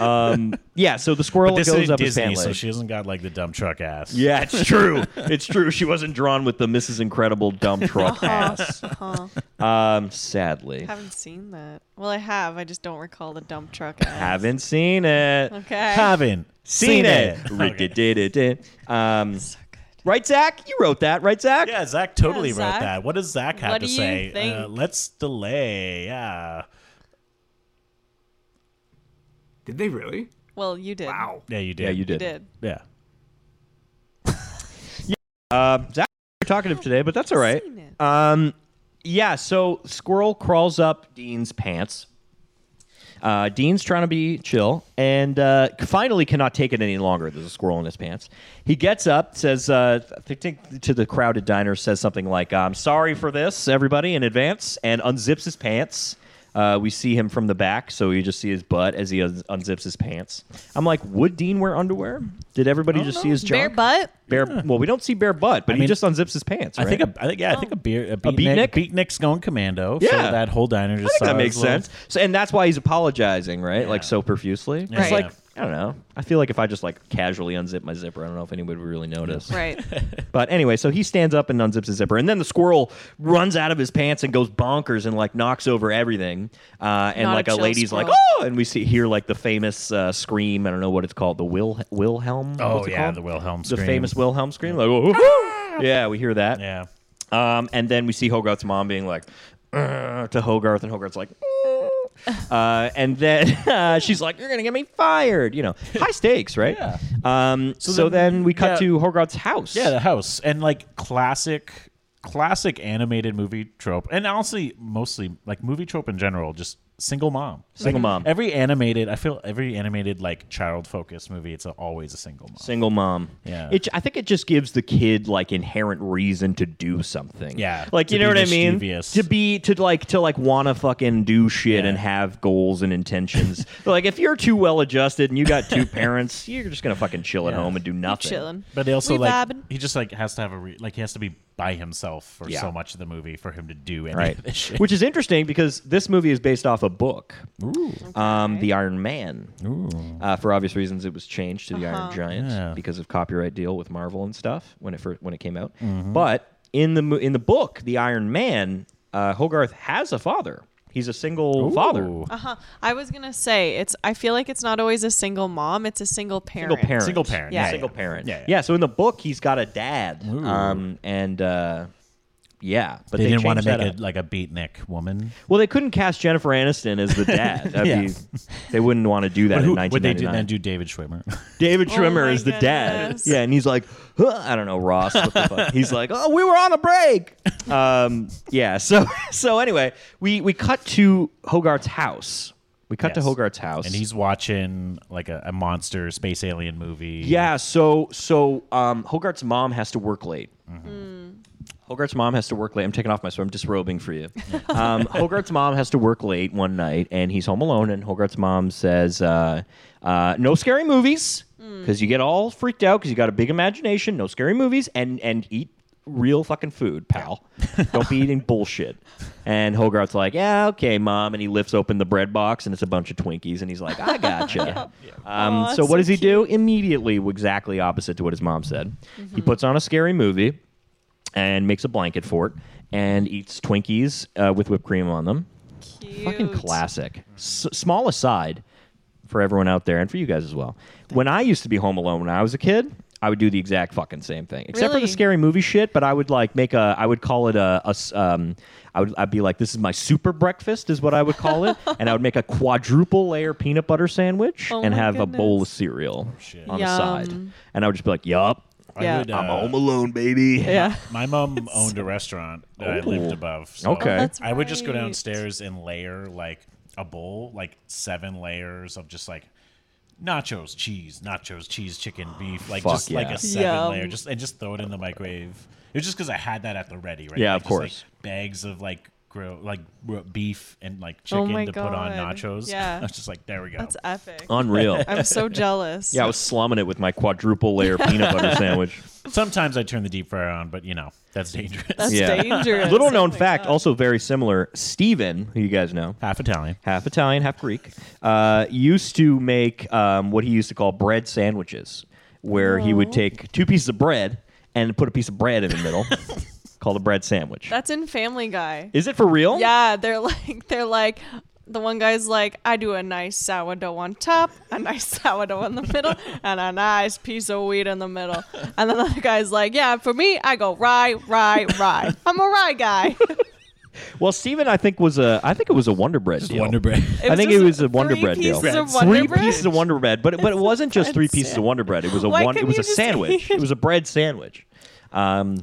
Um, yeah, so the squirrel
But this
goes
is
up
Disney,
his pant
so
leg.
she hasn't got like the dump truck ass.
yeah, it's true. it's true. She wasn't drawn with the Mrs. Incredible dump truck
Uh-huh.
ass.
Huh.
Um, sadly,
haven't seen that. Well, I have. I just don't recall the dump truck. ads.
haven't seen it.
Okay.
haven't
Seen it.
Okay.
Rid-di-di-di-di. Um,
So good.
right, Zach? You wrote that, right, Zach?
Yeah, Zach totally
Yeah,
wrote
Zach.
that. What does Zach have
What
to
do you
say? Uh,
think?
let's delay. Yeah,
Did they really?
Well, you did.
Wow.
yeah, you did.
Yeah, you
You
did.
did.
Yeah.
Uh, Zach, you're talkative today, but that's all right.
Seen it.
Um, yeah, so Squirrel crawls up Dean's pants. Uh, Dean's trying to be chill and uh, finally cannot take it any longer. There's a squirrel in his pants. He gets up, says uh, I think to the crowded diner, says something like, I'm sorry for this, everybody, in advance, and unzips his pants. Uh, we see him from the back, so you just see his butt as he un- unzips his pants. I'm like, would Dean wear underwear? Did everybody just see his junk?
Bare butt.
Bare, well, we don't see bare butt, but he
mean,
just unzips his pants.
I think
right?
a, I think yeah, I think a
Oh.
beer a
beatnik?
beatnik, beatnik's going commando.
Yeah.
so that whole diner just
I think
saw
that makes
his little-
sense. So, and that's why he's apologizing, right? Like
Yeah.
so profusely. It's
Right.
like I don't know. I feel like if I just like casually unzip my zipper, I don't know if anybody would really notice.
Right.
But anyway, so he stands up and unzips his zipper, and then the squirrel runs out of his pants and goes bonkers and like knocks over everything. Uh, and
Not a
like a,
chill
lady's like,
squirrel.
oh, and we see hear like the famous uh, scream. I don't know what it's called. The Wil Wilhelm.
Oh,
What's it
yeah,
called?
the Wilhelm
The
scream.
famous Wilhelm scream. Like, "Woo-hoo!" yeah, we hear that.
Yeah,
Um, and then we see Hogarth's mom being like "Uh," to Hogarth, and Hogarth's like, "Uh," uh, and then uh, she's like, "You're gonna get me fired," you know, high stakes, right?
Yeah.
Um, so, then,
then-
we cut
yeah.
to Hogarth's house.
yeah, the house and like classic, classic animated movie trope, and honestly, mostly like movie trope in general. Just single mom.
Single
Like,
mom.
Every animated, I feel every animated like child focused movie, it's a, always a single mom.
Single mom.
Yeah.
It, I think it just gives the kid like inherent reason to do something.
Yeah,
Like
to
you know
be
what I mean?
mischievous.
To be to like to like wanna fucking do shit
Yeah.
and have goals and intentions. like if you're too well adjusted and you got two parents, you're just gonna fucking chill at
Yeah.
home and do nothing.
Chilling.
But they also
we
like
vibing.
he just like has to have a re- like he has to be by himself for
Yeah.
so much of the movie for him to do any
Right.
of this shit.
Which is interesting because this movie is based off a book. Um, the Iron Man. Uh, for obvious reasons, it was changed to the Iron Giant
Uh-huh. Yeah.
because of copyright deal with Marvel and stuff when it first, when it came out.
Mm-hmm.
But in the mo- in the book, the Iron Man, uh, Hogarth has a father. He's a single father,
Ooh.
Uh-huh. I was gonna say it's. I feel like it's not always a single mom. It's a single parent.
single parent,
Single parent,
yeah,
single
yeah.
parent.
Yeah, yeah.
So in the book, he's got a dad. Um, and uh, yeah, but
they,
they,
didn't want to
changed
make
that up.
it like a beatnik woman.
Well, they couldn't cast Jennifer Aniston as the dad. That'd
Yeah.
be, they wouldn't want to do that
But who
in
would they do, then
1999.
do David Schwimmer?
David
Oh
Trimmer
my
is the dad.
goodness.
Yeah, and he's like, huh, I don't know, Ross. What the fuck? He's like, oh, we were on a break. Um, yeah. So so anyway, we we cut to Hogarth's house. We cut to
Yes.
Hogarth's house,
and he's watching like a, a monster space alien movie.
yeah. So so um, Hogarth's mom has to work late. Hogarth's mom has to work late. I'm taking off my sweater. I'm disrobing for you. Um, Hogarth's mom has to work late one night, and he's home alone. And Hogarth's mom says, uh, uh, "No scary movies,
Hmm.
because you get all freaked out because you got a big imagination. No scary movies, and and eat real fucking food, pal. Don't be eating bullshit." And Hogarth's like, "Yeah, okay, mom." And he lifts open the bread box, and it's a bunch of Twinkies, and he's like, "I gotcha." Um,
Aw,
so
so
what does he do? Immediately, exactly opposite to what his mom said.
Mm-hmm.
He puts on a scary movie and makes a blanket fort and eats Twinkies uh, with whipped cream on them.
Cute.
Fucking classic. S- small aside for everyone out there and for you guys as well. When I used to be home alone when I was a kid, I would do the exact fucking same thing, except for
Really?
the scary movie shit. But I would like make a, I would call it a, a s- um, I would, I'd be like, this is my super breakfast, is what I would call it, and I would make a quadruple layer peanut butter sandwich
Oh
and
my
have a bowl of
goodness. Oh,
cereal
shit.
on the side,
Yum.
and I would just be like, yup,
I
Yeah.
would,
I'm
uh,
home alone, baby.
Yeah.
My mom owned a restaurant that I lived
Ooh.
above. So
Okay. Oh,
that's
I would just go
right.
downstairs and layer like a bowl, like seven layers of just like nachos, cheese, nachos, cheese, chicken, beef, like
Fuck
just like
yeah.
a seven
Yum.
layer, just and just throw it in the microwave. It was just because I had that at the ready, right?
Yeah, of
Like, just, like,
course.
bags of like grill, like r- beef and like
Oh
chicken
my
to put on
God.
nachos.
Yeah.
I was just like, there we go.
That's epic.
Unreal.
I'm so jealous.
Yeah, I was slumming it with my quadruple layer peanut butter sandwich.
Sometimes I turn the deep fryer on, but you know that's dangerous.
That's
Yeah.
dangerous.
Little
Oh
known
my
fact,
God.
also very similar. Steven, who you guys know,
Half Italian.
half Italian, half Greek, uh, used to make um, what he used to call bread sandwiches, where he
Oh.
would take two pieces of bread and put a piece of bread in the middle, called a bread sandwich.
That's in Family Guy.
Is it for real?
Yeah, they're like they're like the one guy's like, I do a nice sourdough on top, a nice sourdough in the middle, and a nice piece of wheat in the middle. And then the other guy's like, Yeah, for me, I go rye, rye, rye. I'm a rye guy.
Well, Steven, I think was a I think it was a Wonder Bread deal.
Wonder bread.
I think
just
it was a Wonder
three
Bread deal.
pieces of
Bread.
Wonder
three
Bread?
pieces of Wonder Bread, but but it wasn't just
bread
three pieces of
sandwich.
Wonder Bread. It was a
Why
one. It
couldn't
was
you
a
just
sandwich.
eat it?
It was a bread sandwich. Um,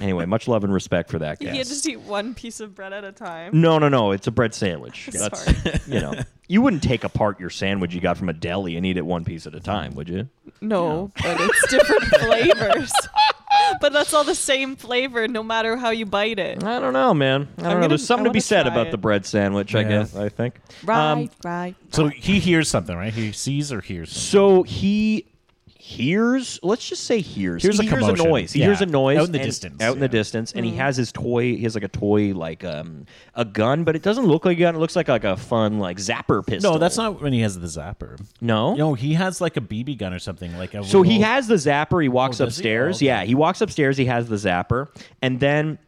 anyway, much love and respect for that
You
guy.
can't just eat one piece of bread at a time.
no, no, no. It's a bread sandwich.
Sorry.
That's you know. You wouldn't take apart your sandwich you got from a deli and eat it one piece at a time, would you?
No, but it's different flavors. But that's all the same flavor no matter how you bite it.
I don't know, man. I don't know.
gonna-
There's something
I
to be
wanna
said
try
about
it.
the bread sandwich. I
Yeah.
guess. I think.
Rye,
Um,
rye.
So he hears something, right? He sees or hears something.
So he hears, let's just say hears.
Hears
he
a
hears
commotion.
a noise. He
Yeah.
hears a noise
Out in the
and-
distance,
Out in the
yeah.
distance, and he has his toy. He has like a toy, like um, a gun, but it doesn't look like a gun. It looks like like a fun like zapper pistol.
No, that's not when he has the zapper.
No?
no, he has like a BB gun or something. Like a
So he
little-
has the zapper. He walks
Oh, does he?
upstairs.
Oh, okay.
Yeah, he walks upstairs. He has the zapper, and then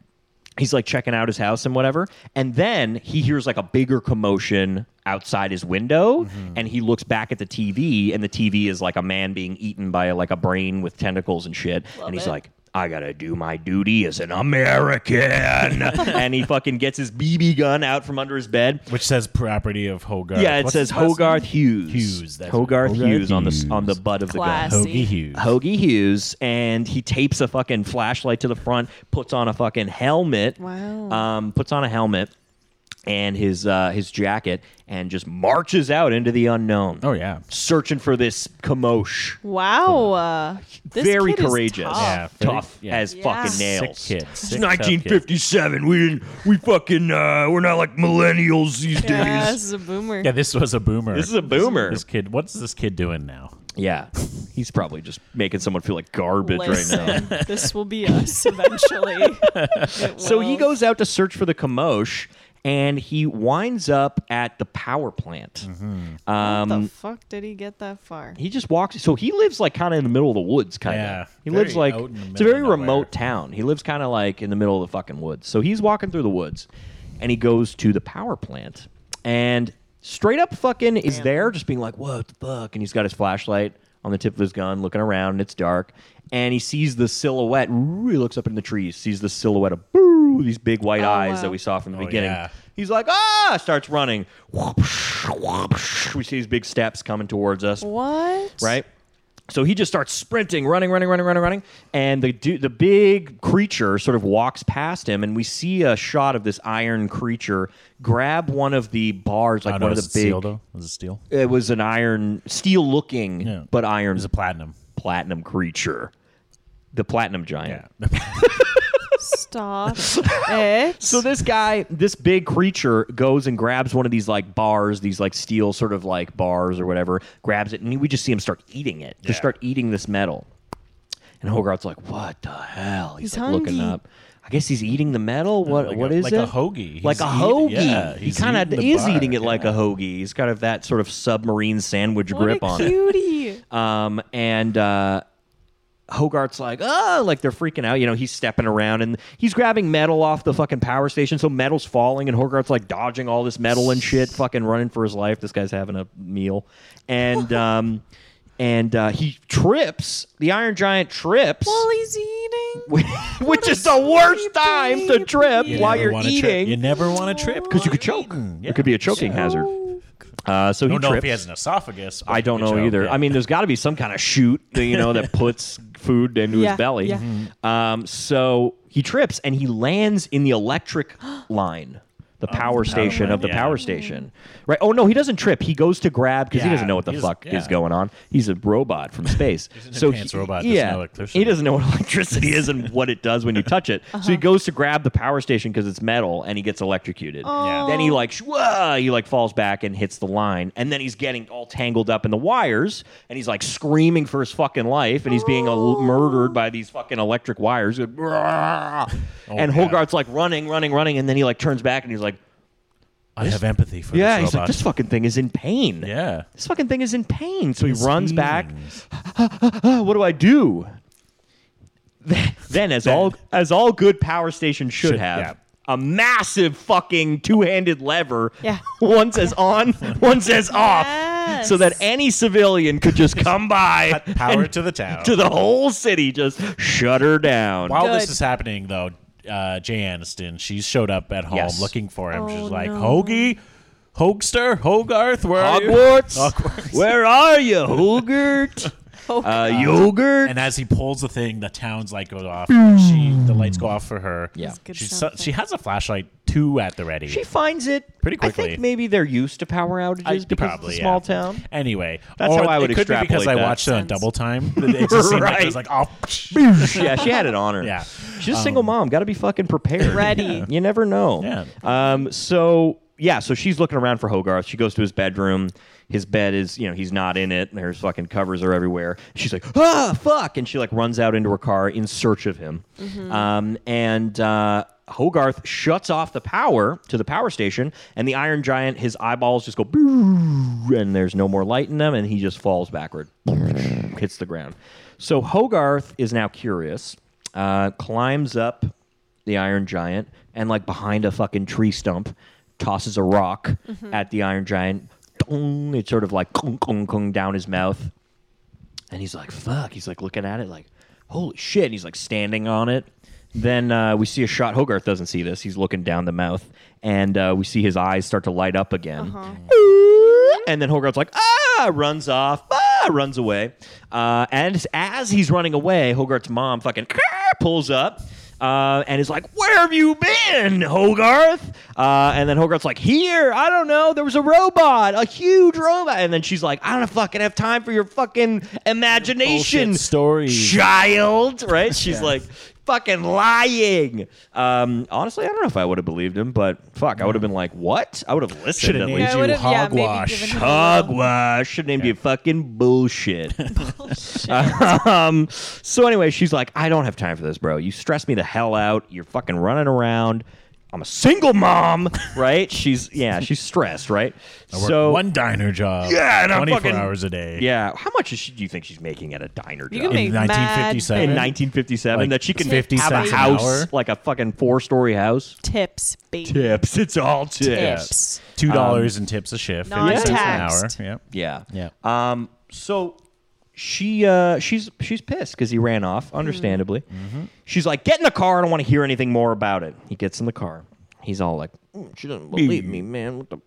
he's like checking out his house and whatever. And then he hears like a bigger commotion outside his window,
Mm-hmm.
and he looks back at the TV, and the TV is like a man being eaten by like a brain with tentacles and shit. and he's
it.
like. I gotta do my duty as an American, and he fucking gets his BB gun out from under his bed,
which says property of Hogarth.
yeah, it
What's
says
his last
Hogarth Hughes.
Hughes, that's
Hogarth,
right.
Hughes,
Hogarth
on the
Hughes.
on the butt of
Class. Hughes.
name? Hoagie Hughes.
the gun. Hoagie Hughes, and he tapes a fucking flashlight to the front, puts on a fucking helmet.
Wow.
Um, puts on a helmet. and his uh, his jacket and just marches out into the unknown.
Oh yeah.
Searching for this commotion.
Wow. Uh, this
very
kid is
courageous,
tough.
Yeah. very-
tough
yeah.
as
Yeah.
fucking
Sick
nails.
kid.
It's
Sick, tough
1957. We didn't. We fucking. Uh, we're not like millennials these
Yeah,
days.
this is a boomer.
Yeah, this was a boomer.
This is a boomer.
This kid, what's this kid doing now?
Yeah, he's probably just making someone feel like garbage right now.
Listen, this will be us eventually. It
So he
will.
goes out to search for the Kamosh, and he winds up at the power plant.
What
Um,
the fuck did he get that far?
he just walks. So he lives like kind of in the middle of the woods, kind of.
Yeah,
he
very
lives like
out in the
it's a
middle
very
of nowhere.
remote town. He lives kind of like in the middle of the fucking woods. So he's walking through the woods, and he goes to the power plant, and straight up fucking is there, just being like, "What the fuck?" And he's got his flashlight on the tip of his gun, looking around, and it's dark. And he sees the silhouette. Ooh, He looks up in the trees, sees the silhouette of boo, these big white eyes
wow.
that we saw from the
Oh,
beginning.
yeah.
He's like, ah, starts running. We see these big steps coming towards us
What?
right? So he just starts sprinting, running, running, running, running, running, and the du- the big creature sort of walks past him, and we see a shot of this iron creature grab one of the bars, like
Oh,
one
no,
of
is
the
it
big.
steel though? Is it steel?
It was an iron, steel-looking,
Yeah.
but iron
Is it platinum?
platinum creature, the platinum giant.
Yeah.
Stop it.
So this guy, this big creature, goes and grabs one of these like bars, these like steel sort of like bars or whatever, grabs it, and we just see him start eating it. Just
Yeah.
start eating this metal. And Hogarth's like, "What the hell?" He's,
He's
like looking
hungry.
up. I guess he's eating the metal. What
like
what
a-
is
like
it?
a hoagie.
Like a
He's eat-
hoagie.
yeah,
he
he's
kind of
eating the
is
bar,
eating it like a
yeah.
hoagie. He's kind of that sort of submarine sandwich
What
grip
a
on it.
cutie.
Um, and uh, Hogarth's like, oh, like they're freaking out. You know, he's stepping around and he's grabbing metal off the fucking power station. So metal's falling, and Hogarth's like dodging all this metal and shit, fucking running for his life. This guy's having a meal. And, um,. And uh, he trips. The Iron Giant trips,
While he's eating.
which is the worst time to trip
baby. You
while
never
you're
wanna trip. You
eating
never want to trip
because you
while
could
you're
choke.
eating. Yeah.
It could be a choking hazard. Uh, so
I
he
don't know if
trips.
he has an esophagus. but
I
he
don't
could
know
choke,
either.
yeah.
I mean, there's got to be some kind of chute, that, you know, that puts food into
Yeah,
his belly.
yeah.
Mm-hmm.
Um, so he trips and he lands in the electric line, the power station
line,
of the
yeah.
power station. Right? Oh no, he doesn't trip. He goes to grab because he
Yeah,
doesn't know what the
he doesn't-
fuck is
yeah.
going on. He's a robot from space.
an
so
advanced
he,
robot, doesn't
yeah,
know electricity.
he doesn't know what electricity is and what it does when you touch it. So he goes to grab the power station because it's metal and he gets electrocuted.
Yeah.
Then he like shwa, he like falls back and hits the line, and then he's getting all tangled up in the wires, and he's like screaming for his fucking life, and he's being al- murdered by these fucking electric wires. Like, "Rah!" and
God.
Hogarth's like running, running, running, and then he like turns back and he's like,
I have empathy for
yeah,
this
he's like,
robot.
this fucking thing is in pain.
yeah.
This fucking thing is in pain. So he
His
runs back.
feelings.
"Ah, what do I do? then, as all as all good power stations should,
Should-
have,
yeah.
a massive fucking two-handed lever.
Yeah.
One says on, one says off, so that
Yes.
any civilian could just come by
Power
and
to the town.
to the whole city, just shut her down.
While this
Good.
is happening, though, uh, Jay Aniston, she's showed up at home
Yes.
looking for him.
Oh,
she's like,
no.
Hoagie, Hoagster, Hogarth, where are you?
Hogwarts,
Hogwarts.
where are you, Hogart? uh, yogurt.
And as he pulls the thing, the town's light goes off. She, the lights go off for her.
Yeah. That's
good
She's
stuff,
so- she has a flashlight too at the ready.
she finds it
Pretty
I
quickly.
think maybe they're used to power outages
I-
because
probably,
it's a
yeah.
small town.
Anyway,
That's
or
how I would
it could be because
extrapolate
I
that.
watched it on
Sense.
double time. It just seemed like it was like,
Right.
oh,
yeah, she had it on her.
Yeah. Um,
She's a single mom. Got to be fucking prepared.
Ready.
You never know.
Yeah.
Um, so, yeah, so she's looking around for Hogarth. She goes to his bedroom. His bed is, you know, he's not in it. and There's fucking covers are everywhere. She's like, ah, fuck. And she, like, runs out into her car in search of him. Um, and, uh, Hogarth shuts off the power to the power station, and the Iron Giant, his eyeballs just go, "Boo," and there's no more light in them, and he just falls backward hits the ground. So Hogarth is now curious, uh, climbs up the Iron Giant, and like behind a fucking tree stump, tosses a rock at the Iron Giant. Dong! It sort of like kung kung kung down his mouth, and he's like, "Fuck!" He's like looking at it, like, "Holy shit!" And he's like standing on it. Then uh, we see a shot. Hogarth doesn't see this. He's looking down the mouth, and uh, we see his eyes start to light up again. And then Hogarth's like, "Ah!" runs off, ah, runs away. Uh, and as he's running away, Hogarth's mom fucking "Ah!" pulls up. uh, and is like, "Where have you been, Hogarth?" Uh, and then Hogarth's like, "Here, I don't know. There was a robot, a huge robot." And then she's like, "I don't fucking have time for your fucking imagination
Bullshit stories.
child." Right? She's
Yeah.
like. Fucking lying. Um, honestly, I don't know if I would have believed him, but fuck, I would have been like, "What?" I would have listened.
Shoulda
at
named
least.
Yeah, I
you
would've- yeah, maybe
hogwash.
given him a little-
Hogwash. Should name you fucking bullshit. um, so anyway, she's like, I don't have time for this, bro. You stress me the hell out. You're fucking running around. I'm a single mom, right? She's yeah, she's stressed, right?
I work
so
one diner job.
Yeah, and I'm
24
fucking-
hours a day.
yeah, how much is she, do you think she's making at a diner
You
job?
can make
In 1957.
in
it.
1957,
Like
that she can
50
have a
cents an
house
hour?
like a fucking four-story house.
tips, baby.
Tips, it's all tips. Um,
Tips.
Two dollars and tips a shift. fifty cents
Non-taxed.
An hour. Yep.
Yeah,
Yeah.
Um, so she uh, she's she's pissed because he ran off, understandably. She's like, "Get in the car. I don't want to hear anything more about it." He gets in the car. He's all like, "Mm, "She doesn't believe me, man." What the?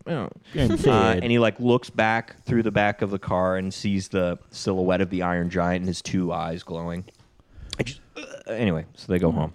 yeah." Uh, and he like looks back through the back of the car and sees the silhouette of the Iron Giant and his two eyes glowing. I just, uh, anyway, so they go home.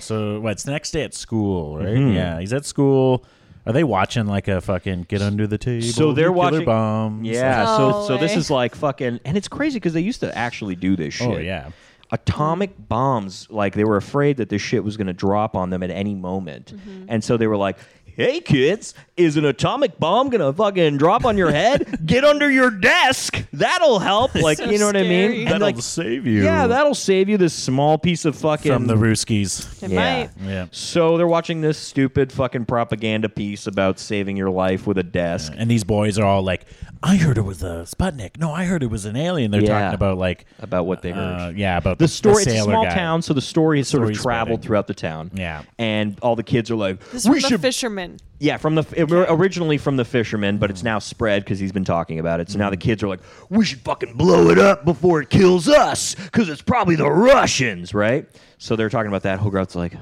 So what's next day at school, right?
Mm-hmm.
Yeah, he's at school. Are they watching like a fucking get under the table?
So they're
you killer
watching.
bombs?
Yeah. so
No
so this
way.
is like fucking, and it's crazy because they used to actually do this shit.
Oh, yeah.
Atomic bombs, like they were afraid that this shit was going to drop on them at any moment,
Mm-hmm.
and so they were like, "Hey kids, is an atomic bomb going to fucking drop on your head? Get under your desk. That'll help." Like
So
you know what I
scary.
mean? And,
that'll
like,
save you.
yeah, that'll save you this small piece of fucking
from the Ruskies.
It
Yeah.
might.
Yeah.
So they're watching this stupid fucking propaganda piece about saving your life with a desk.
And these boys are all like, "I heard it was a Sputnik. No, I heard it was an alien." They're
Yeah.
talking about like,
About what they heard.
uh, yeah, about
the story it's a
sailor
small
guy.
town so the story has sort of
story's
traveled
spreading.
throughout the town
Yeah.
and all the kids are like
This
we
is from the
should
fisherman.
yeah from the it were originally from the fisherman but it's
Mm.
now spread because he's been talking about it so now the kids are like we should fucking blow it up before it kills us because it's probably the russians right so they're talking about that hogarth's like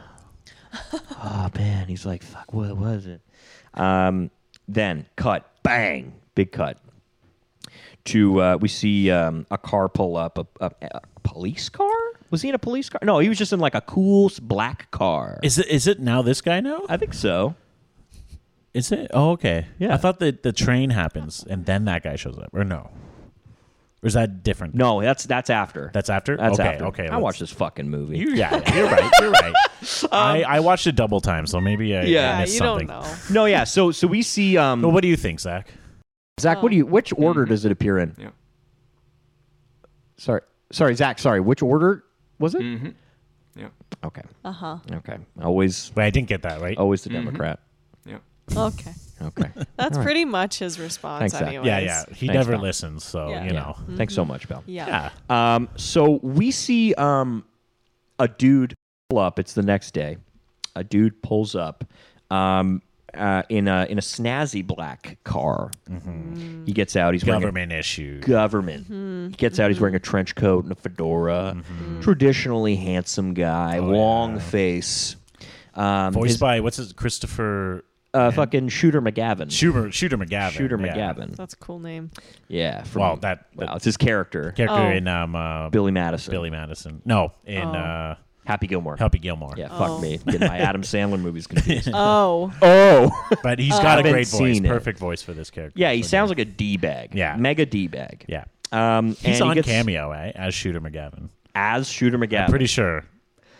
oh man he's like fuck what was it um, then cut bang big cut to uh, we see um, a car pull up a, a, a police car was he in a police car no he was just in like a cool s- black car
Is it is it now this guy now?
i think so
Is it? Oh, okay.
Yeah.
I thought that the train happens and then that guy shows up, or no? Or is that different?
no that's that's after
That's after?
that's
Okay,
after
okay,
i
let's-
watched this fucking movie Um,
You, yeah, yeah, you're right. You're right. I, I watched it double time, so maybe I, I
Yeah,
Yeah,
missed
Uh, you
something.
don't
no
know.
yeah so so we see um
Well, what do you think, Zach?
zach what do you which order does it appear in
Yeah.
sorry sorry zach sorry which order was it
Yeah.
okay
Uh huh.
okay always
Wait, I didn't get that right.
always the democrat
Yeah.
Okay.
okay
That's pretty much his response,
Thanks, Zach.
anyways.
yeah, yeah. He
Thanks,
never
Tom.
listens, so
Yeah.
you
Yeah.
know.
thanks so much bill
Yeah.
Yeah.
Um, so we see um, a dude pull up. It's the next day. A dude pulls up um, uh, in a in a snazzy black car. He gets out. He's wearing a
Government issue.
government.
Mm-hmm.
He gets out. He's wearing a trench coat and a fedora. Traditionally handsome guy, long face. Um,
Oh, Voiced
his-
by what's his Christopher
uh, fucking Shooter McGavin.
Shooter Shooter McGavin.
Shooter
yeah.
McGavin.
That's a cool name.
Yeah. From,
Well, that-
wow, it's his character.
Character
Oh.
in um uh,
Billy
Billy.
Madison.
Madison. No, in uh
Happy Gilmore.
Happy Gilmore.
Oh. Yeah,
Oh.
fuck me. Getting my Adam Sandler movies confused.
Oh.
oh.
But he's got a
Haven't
great voice.
seen it.
Perfect voice for this character.
Yeah, he
So,
sounds like a d bag.
Yeah.
mega d bag.
Yeah.
Um,
He's
and
on
he gets
cameo, eh? As Shooter McGavin.
as Shooter McGavin.
Pretty sure.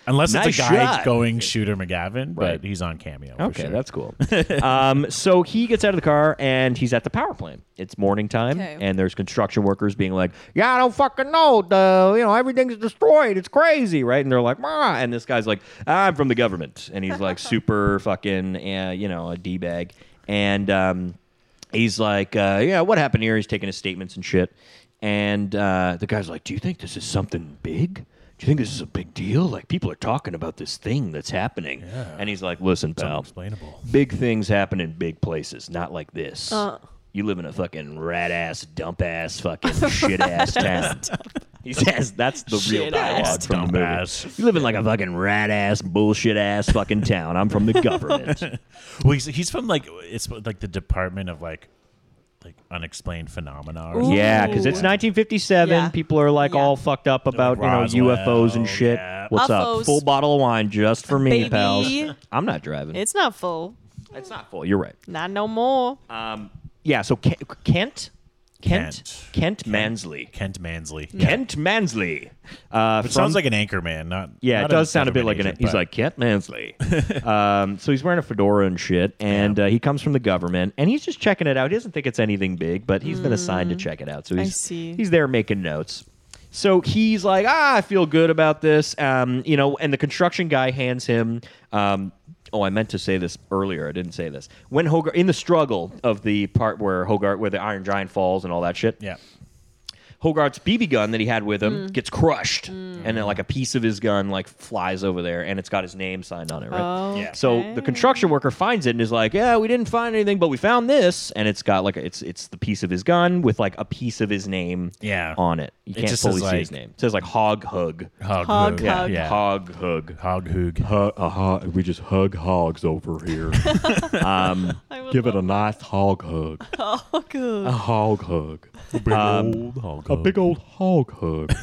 Unless
Nice
it's a guy
shot.
going Shooter McGavin,
Right.
but he's on cameo. for
okay,
sure.
that's cool. um, so he gets out of the car and he's at the power plant. It's morning time,
Okay.
and there's construction workers being like, "Yeah, I don't fucking know. The you know everything's destroyed. It's crazy, right?" And they're like, "Ah," and this guy's like, "I'm from the government," and he's like, super fucking, uh, you know, a d bag, and. Um, he's like, uh, yeah, what happened here? He's taking his statements and shit. And uh, the guy's like, do you think this is something big? Do you think this is a big deal? Like people are talking about this thing that's happening. And he's like, listen, pal,
Explainable.
big things happen in big places, not like this.
Uh.
You live in a fucking rat ass, dump ass, fucking shit ass town. He says that's the real dialogue
Shit-ass,
from the movie.
dumbass.
You live in like a fucking rat ass, bullshit ass fucking town. I'm from the government.
Well, he's, he's from like it's like the Department of like like unexplained phenomena. Or
Ooh.
something.
Yeah, because it's
Ooh.
1957.
Yeah.
People are like
Yeah.
all fucked up about you know
Roswell,
UFOs and shit.
yeah.
What's up?
Uffos.
Full bottle of wine just for me,
Baby.
pals. I'm not driving. It's,
It's not full.
not full. You're right.
Not no more.
Um, yeah. So Ke- Kent, Kent,
Kent.
Kent Mansley,
Kent Mansley.
Kent Mansley. Uh,
It sounds like an anchor man, not
Yeah,
not
it does sound a bit like an.
government
He's
agent,
like Kent Mansley. um, so he's wearing a fedora and shit, and uh, he comes from the government, and he's just checking it out. He doesn't think it's anything big, but he's been assigned
Mm,
to check it out. So he's
see.
he's there making notes. So he's like, ah, I feel good about this. Um, you know, and the construction guy hands him. Um, oh, I meant to say this earlier. I didn't say this. When Hogarth in the struggle of the part where Hogarth, where the Iron Giant falls and all that shit.
but- yeah.
Hogarth's BB gun that he had with him
Mm.
gets crushed, and then like a piece of his gun like flies over there, and it's got his name signed on it, right?
Oh,
Yeah.
So the construction worker finds it and is like, "Yeah, we didn't find anything, but we found this." And it's got like a, it's it's the piece of his gun with like a piece of his name
Yeah.
on it. You
It
can't
just
fully
says,
see his
like-
name. It says like Hog Hug.
Hog,
Hog,
hoog.
hug.
Yeah.
Hog Hug.
Hog hoog.
Hu- a hog, we just hug hogs over here.
I would
Give it
love-
a nice hog hug.
Oh, good.
A
Uh,
hog hug. Um,
A big old hog.
A big old hog hug.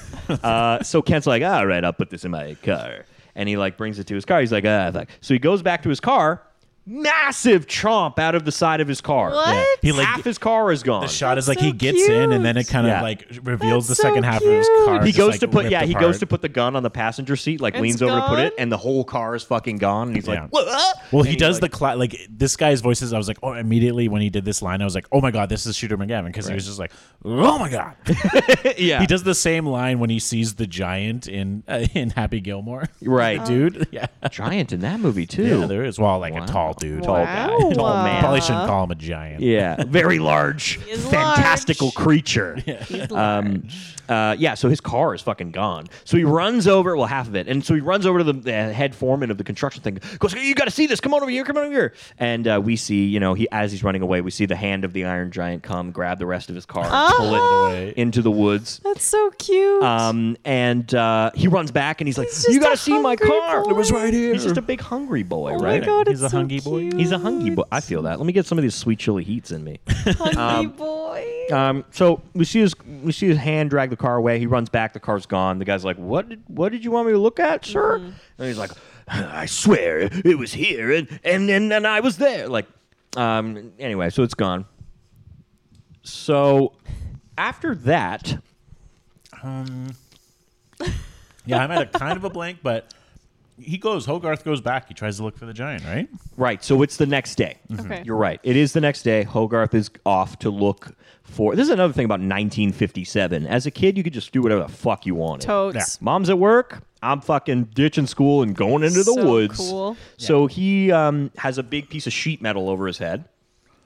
Uh, so Kent's like, all right, I'll put this in my car. And he like brings it to his car. He's like, ah, fuck. So he goes back to his car. Massive chomp out of the side of his car.
What? Yeah.
He like
Half his car is gone.
the shot is
That's
like he
so
gets in and then it
cute.
kind of
Yeah.
like reveals
That's
the second
so
half of his car.
he
just,
goes
like,
to put yeah
ripped
he goes
apart.
to put the gun on the passenger seat like
It's
leans over to put it
gone?
and the whole car is fucking gone and he's
Yeah.
like what
Well,
And
he
he's
does
like-
the cla- like this guy's voices. I was like, oh, immediately when he did this line, I was like, oh my god, this is Shooter McGavin because he was just like, oh my god.
yeah
he does the same line when he sees the giant in uh, in Happy Gilmore,
Right.
dude? Yeah,
giant in that movie too
yeah, there is. Well, like
Wow.
a tall dude,
Tall
wow.
guy. Tall man.
Probably shouldn't call him a giant.
yeah very large
is
fantastical
large.
creature
He's
um, uh, yeah, so his car is fucking gone. So he runs over, well, half of it, and so he runs over to the, the head foreman of the construction thing. Goes, "Hey, you got to see this. Come on over here. Come on over here. And uh, we see, you know, he as he's running away, we see the hand of the Iron Giant come grab the rest of his car,
Oh.
and pull it into the woods.
That's so cute.
Um, and uh, he runs back and he's like,
just
"You got
a
to see my
hungry
car.
boy. It was
right here." He's just a big hungry boy,
oh
right?
my god,
He's
it's
a
so
hungy boy.
cute.
He's a hungry boy. I feel that. Let me get some of these sweet chili heats in me.
Hungry boy.
Um, so we see his we see his hand drag the car away. He runs back. The car's gone. The guy's like, "What? Did, what did you want me to look at, sir?" And he's like, "I swear it was here, and and and, and I was there." Like, um, anyway, so it's gone. So after that,
yeah. I'm at a kind of a blank, but he goes. Hogarth goes back. He tries to look for the giant, right?
right? So it's the next day.
Mm-hmm.
Okay.
You're right. It is the next day. Hogarth is off to look for. This is another thing about 1957. As a kid, you could just do whatever the fuck you wanted.
Totes.
Mom's at work. I'm fucking ditching school and going into the
So
woods.
cool.
So he um, has a big piece of sheet metal over his head.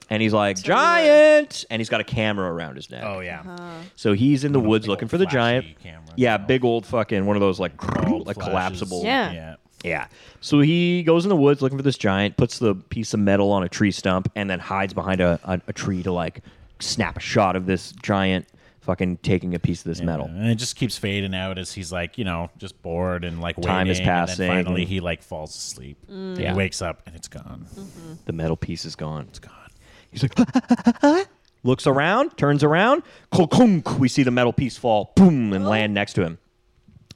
And he's like, Giant! And he's got a camera around his neck.
Oh, yeah.
Uh-huh.
So he's in the woods
big
looking
old
for the
flashy
giant.
cameras,
Yeah,
you know.
big old fucking one of those like,
Old
like
flashes.
collapsible.
Yeah.
yeah.
Yeah. So he goes in the woods looking for this giant, puts the piece of metal on a tree stump, and then hides behind a, a, a tree to like snap a shot of this giant fucking taking a piece of this metal.
And it just keeps fading out as he's like, you know, just bored and like
Time is
waiting, and then
passing.
finally, he like falls asleep.
Mm.
And
Yeah.
He wakes up and it's gone.
The metal piece is gone.
It's gone.
He's like, looks around, turns around, clunk, we see the metal piece fall, boom, and land next to him.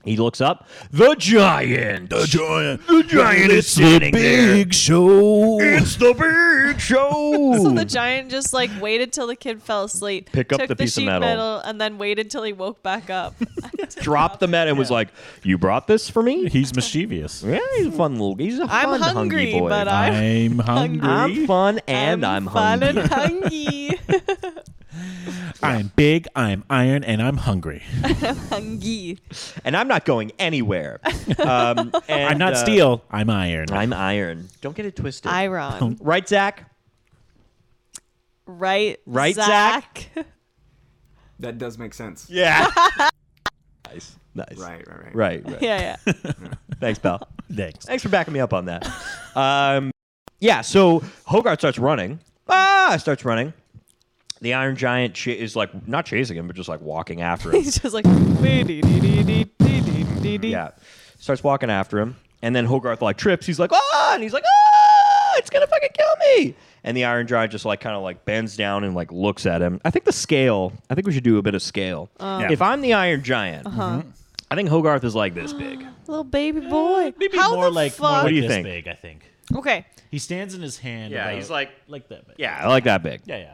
He looks up, the giant. The
giant.
The giant is standing there.
show.
It's the big show.
So the giant just like waited till the kid fell asleep,
Pick up
took
the piece of
sheet
metal.
and then waited till he woke back up.
dropped the metal and was like, "You brought this for me."
He's mischievous.
Yeah, he's a fun little. He's a
I'm
fun,
hungry,
hungry boy.
but I-
I'm hungry.
I'm fun and I'm,
fun
hungry.
and hungry.
I'm big. I'm iron, and I'm hungry.
hungry.
and I'm not going anywhere. Um, and,
I'm not
uh,
steel. I'm iron.
I'm iron. Don't get it twisted.
Iron.
right, Zach?
Right.
Right,
Zach.
That does make sense.
Yeah. nice. Nice.
Right, right, right.
Right. right.
yeah, yeah.
Thanks, pal.
Thanks.
Thanks for backing me up on that. Um, yeah. So Hogarth starts running. Ah, starts running. The Iron Giant ch- is like not chasing him, but just like walking after him.
He's just like. yeah.
Yeah. Starts walking after him. And then Hogarth like trips. He's like, ah, and he's like, ah, it's gonna fucking kill me. and the Iron Giant just like kind of like bends down and like looks at him. I think the scale. I think we should do a bit of scale.
Yeah.
If I'm the Iron Giant, I think Hogarth is like this big.
Little baby boy.
Maybe
How
more
the
like more
What
fuck?
like
do you
this
think?
big. I think
okay.
he stands in his hand.
Yeah,
about-
he's like-
like that. Big.
Yeah, I like that big.
yeah,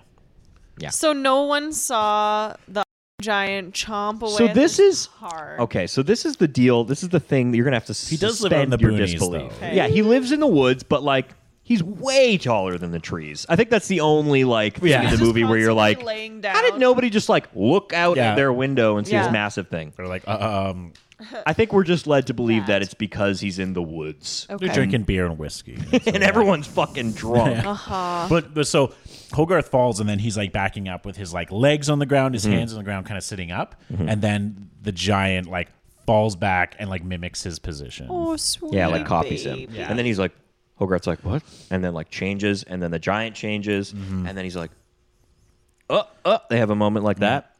yeah.
So no one saw the giant chomp away.
So
at
this is
hard.
okay. So this is the deal. This is the thing that you're gonna have to. He
does live out in the
your
boonies,
disbelief.
though.
Okay.
Yeah, he lives in the woods, but like he's way taller than the trees. I think that's the only like thing
Yeah.
in
He's
the
just
movie where you're
constantly
like,
laying
how did
down.
nobody just like look out
Yeah.
at their window and see
Yeah.
this massive thing?
Or like uh, um,
I think we're just led to believe
That.
that it's because he's in the woods
Okay.
they're drinking beer and whiskey,
and everyone's fucking drunk.
Uh-huh.
But, but so Hogarth falls, and then he's like backing up with his like legs on the ground,
Mm-hmm.
his hands on the ground, kind of sitting up, and then the giant like falls back and like mimics his position.
Oh, sweet.
Yeah, like copies him.
baby.
And then he's like, Hogarth's like, what? And then like changes, and then the giant changes, and then he's like, oh, oh. They have a moment like that.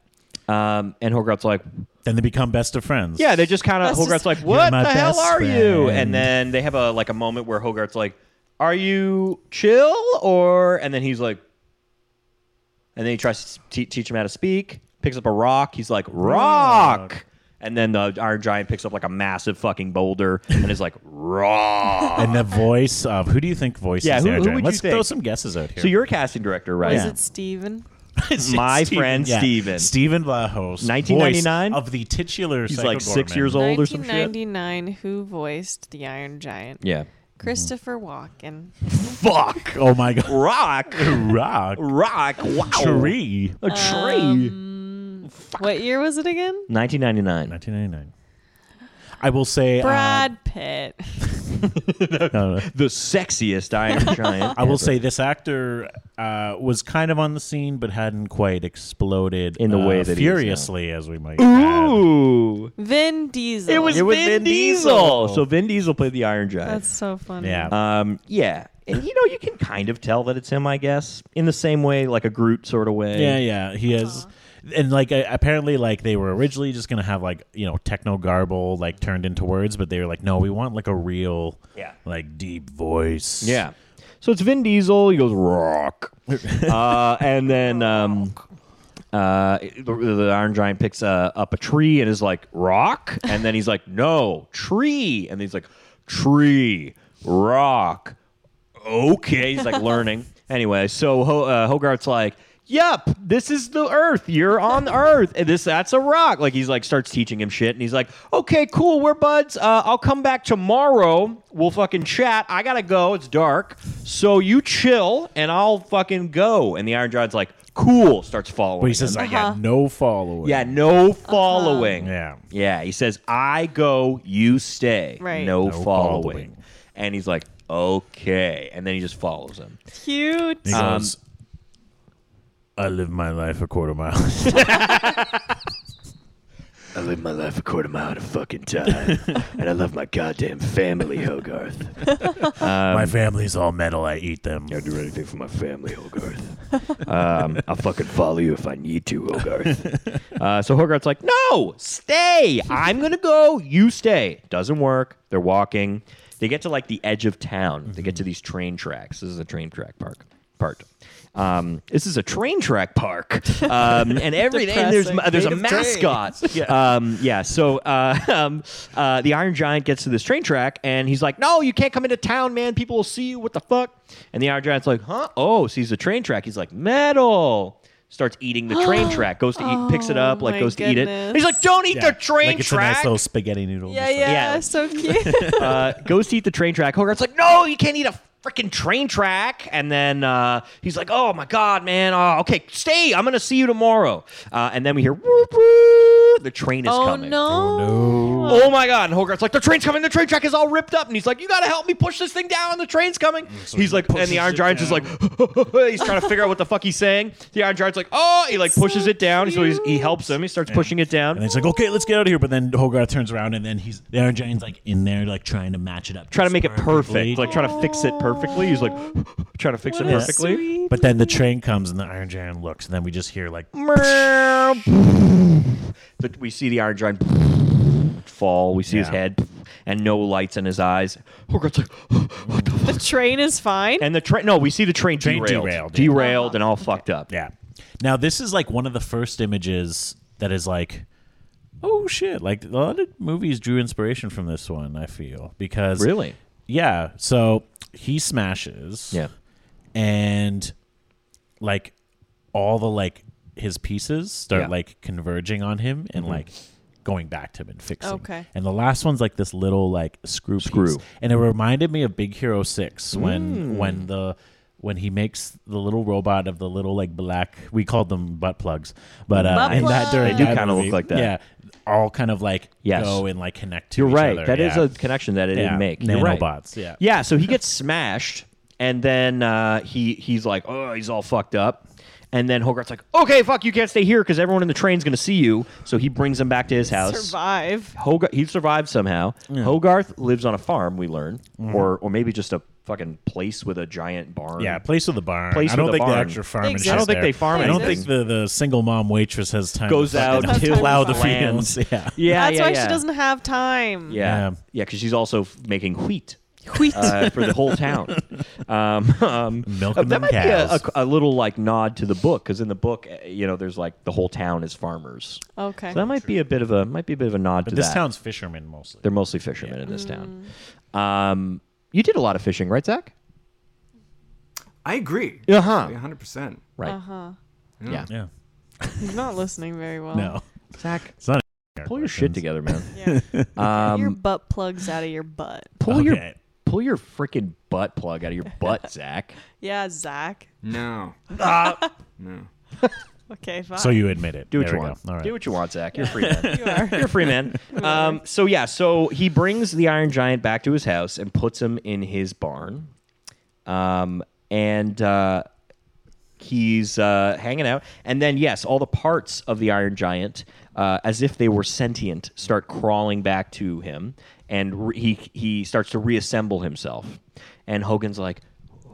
Um, and Hogarth's like,
Then they become best of friends.
yeah, they just kind of,
That's just-
Hogarth's like, what
my
the hell
best
are you?
friend.
And then they have a like a moment where Hogarth's like, are you chill or, and then he's like, and then he tries to te- teach him how to speak, picks up a rock. He's like, rock. And then the Iron Giant picks up like a massive fucking boulder and is like, rock.
And the voice of who do you think voices
Yeah, who-
there?
who
Jordan?
would you
Let's throw
think?
some guesses out here.
So you're a casting director, right?
Is it Steven?
my friend Steven.
Steven Vlahos,
1999?
voice of the titular.
He's
Psycho
like six
Gorman.
years old or some shit.
1999. Who voiced the Iron Giant?
Yeah. Mm-hmm.
Christopher Walken.
Fuck.
Oh my god!
Rock.
Rock
Rock. Wow.
tree.
Uh,
A tree.
What year was it again?
1999.
1999. I will say, uh,
Brad Pitt.
no, no.
The sexiest Iron Giant.
I will say this actor uh, was kind of on the scene, but hadn't quite exploded
In the
uh,
way that he is now.
furiously as we might. add.
Ooh.
Vin Diesel.
It was,
was
Vin,
Vin
Diesel.
Diesel.
So Vin Diesel played the Iron Giant.
That's so funny.
Yeah.
um, yeah. And you know, you can kind of tell that it's him, I guess, in the same way, like a Groot sort of way.
Yeah, yeah, he has. And like uh, apparently, like they were originally just gonna have like you know techno garble like turned into words, but they were like, no, we want like a real,
Yeah.
like deep voice.
Yeah. So it's Vin Diesel. He goes rock, uh, and then um, uh, the, the Iron Giant picks uh, up a tree and is like rock, and then he's like no tree, and he's like tree rock. Okay, he's like learning anyway. So Ho- uh, Hogarth's like. Yep, this is the Earth. You're on Earth. And this that's a rock. Like he's like starts teaching him shit, and he's like, "Okay, cool, we're buds. Uh, I'll come back tomorrow. We'll fucking chat. I gotta go. It's dark, so you chill, and I'll fucking go." And the Iron Giant's like, "Cool." Starts following.
but he says
him.
I got no following.
"Yeah, no following."
yeah.
Yeah, he says, I go, you stay.
Right.
No,
No
following.
following.
And he's like, okay. And then he just follows him.
Cute.
He
um,
goes, I live my life a quarter mile.
I live my life a quarter mile at a fucking time. and I love my goddamn family, Hogarth.
Um,
my family's all metal. I eat them.
I'd do anything for my family, Hogarth. Um, I'll fucking follow you if I need to, Hogarth.
Uh, so Hogarth's like, no, stay. I'm going to go, you stay. Doesn't work. They're walking. They get to like the edge of town. They get to these train tracks. This is a train track park. Part. Um, this is a train track park, um, and every and there's
Depressing.
there's a
Native trains.
mascot. yeah. Um, yeah. So uh, um, uh, the Iron Giant gets to this train track, and he's like, "No, you can't come into town, man. People will see you. What the fuck?" And the Iron Giant's like, "Huh? Oh, sees the train track. He's like, metal." Starts eating the train track. Goes to eat, picks it up,
Oh,
like
my
goes to eat it.
goodness.
And he's like, "Don't eat
Yeah,
the train
like it's a
track."
nice little spaghetti noodle.
yeah,
It's
yeah,
Yeah.
So cute.
uh, goes to eat the train track. Hogarth's like, no, you can't eat a freaking train track. And then uh, he's like, oh my God, man. Oh, okay, stay. I'm going to see you tomorrow. Uh, and then we hear, whoop, whoop, the train is
oh,
coming.
no.
Oh my God. And Hogarth's like, the train's coming. The train track is all ripped up. And he's like, you got to help me push this thing down. The train's coming. he's like, and the Iron
it
Giant's is like, he's trying to figure out what the fuck he's saying. The Iron Giant's like, oh, he like
It's so
pushes it down. So he's, he
cute.
helps him. He starts pushing it down.
And then he's like, okay, let's get out of here. But then Hogarth turns around, and then he's the Iron Giant's like in there, like trying to match it up,
Trying to make it
perfectly.
perfect, like trying to fix it perfectly. He's like trying to fix it
What a
perfectly.
sweet
But then the train comes and the Iron Giant looks, and then we just hear like
but we see the Iron Giant fall. We see his
Yeah.
head and no lights in his eyes. Oh, God's like, what the fuck?
The train is fine.
And the train, no, we see the train,
Train
derailed,
derailed,
derailed,
yeah.
and all fucked up.
Yeah. Now this is like one of the first images that is like, oh shit! Like a lot of movies drew inspiration from this one. I feel because
Really?
yeah. So he smashes.
Yeah.
and like all the like his pieces start
Yeah. Mm-hmm.
like converging on him and like going back to him and fixing.
Okay.
And the last one's like this little like screw piece.
Screw. Mm.
And it reminded me of Big Hero 6 when when the when he makes the little robot of the little like black we called them butt plugs. But uh
Butt
in that during
They do
that
kinda look
movie,
like that.
Yeah. All kind of like
Yes.
go and like connect to
You're
each
right.
other.
That is
yeah.
a connection that I
yeah.
didn't make. You're right.
Nanobots. Yeah.
Yeah, so he gets smashed, and then uh, he he's like, oh, he's all fucked up. And then Hogarth's like, okay, fuck, you can't stay here because everyone in the train's going to see you. So he brings him back to his house.
Survive.
Hogarth, he survived somehow. Hogarth lives on a farm, we learn,
Mm-hmm.
or or maybe just a fucking place with a giant barn.
Yeah, place with the barn.
Place
I don't
with the
think they
barn.
actually farm.
They
and
exist.
shit
I don't
think
there.
they farm
I don't
anything.
think the, the single mom waitress has time.
goes
to fucking
out to
plow the
lands.
fields. Yeah.
yeah,
That's
yeah,
why
yeah.
she doesn't have time.
Yeah,
Yeah.
yeah, because she's also f- making wheat.
Wheat.
uh, for the whole town. Um, um,
Milking
that
them
might be a-
cows.
A, a little like nod to the book because in the book, uh, you know, there's like the whole town is farmers.
Okay.
So that might be a bit of a might be a bit of a nod to
But this
that.
town's fishermen mostly.
They're mostly fishermen in this town. Um, you did a lot of fishing, right, Zach?
I agree.
Uh-huh.
100%.
Right.
Uh huh.
Yeah.
yeah.
He's not listening very well.
No.
Zach,
It's not.
pull your shit together, man.
Yeah. Get your
Um,
butt plugs out of your butt.
pull your
Okay.
pull your freaking butt plug out of your butt, Zach.
Yeah, Zach.
No. no.
Okay, fine.
So you admit it.
Do what
There
you
we
want.
Go. All right.
Do what you want, Zach. You're a free man.
You are.
You're a free man. Um, so yeah, so he brings the Iron Giant back to his house and puts him in his barn, um, and uh, he's uh, hanging out. And then yes, all the parts of the Iron Giant, uh, as if they were sentient, start crawling back to him, and re- he he starts to reassemble himself. And Hogan's like.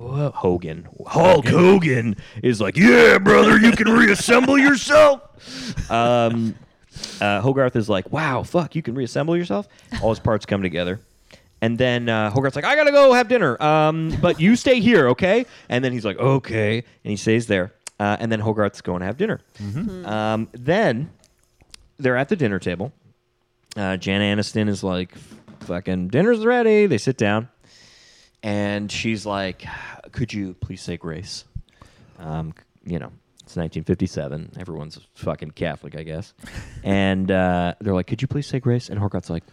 "Whoa," Hogan, Hulk Hogan is like, yeah, brother, you can reassemble yourself. Um, uh, Hogarth is like, "Wow, fuck, you can reassemble yourself." All his parts come together, and then uh, Hogarth's like, "I gotta go have dinner, um, but you stay here, okay?" And then he's like, "Okay," and he stays there. Uh, and then Hogarth's going to have dinner. Um, then they're at the dinner table. Uh, Jan Aniston is like, "Fucking dinner's ready." They sit down, and she's like, "Could you please say grace?" um, you know, it's 1957. Everyone's fucking Catholic, I guess. And uh, they're like, could you please say grace? And Horcott's like,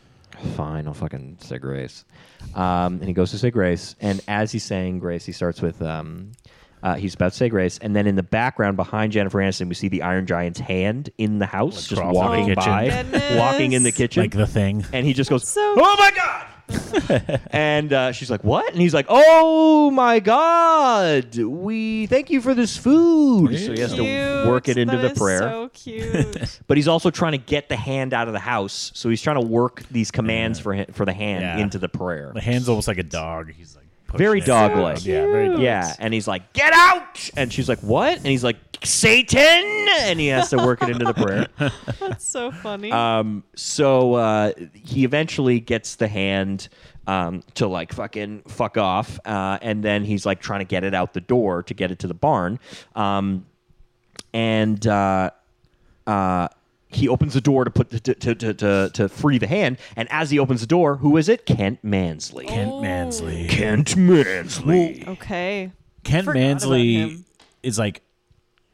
fine, I'll fucking say grace. Um, and he goes to say grace. And as he's saying grace, he starts with, um, uh, he's about to say grace. And then in the background behind Jennifer Aniston, we see the Iron Giant's hand in the house, just
crawl through the
walking
kitchen.
by,
Goodness.
walking in the kitchen.
Like the thing.
and he just goes,
So-
oh my God! and uh, she's like, "What?" And he's like, "Oh my God, we thank you for this food." So he has to
Cute.
work it into
That
the
is
prayer,
So cute.
but he's also trying to get the hand out of the house. So he's trying to work these commands for hi- for the hand
Yeah.
into the prayer.
The hand's almost like a dog. He's like pushing
Very
it
dog
around.
like.
Yeah. Very dog.
Yeah, and he's like, "Get out!" And she's like, "What?" And he's like, "Satan!" And he has to work it into the prayer.
That's so funny.
Um, so uh, he eventually gets the hand um, to like fucking fuck off, uh, and then he's like trying to get it out the door to get it to the barn, um, and uh, uh, he opens the door to put to, to, to, to, to free the hand, and as he opens the door, who is it? Kent Mansley.
Kent
Oh.
Mansley.
Kent Mansley.
okay.
Kent
Forgot about
Mansley
him.
is like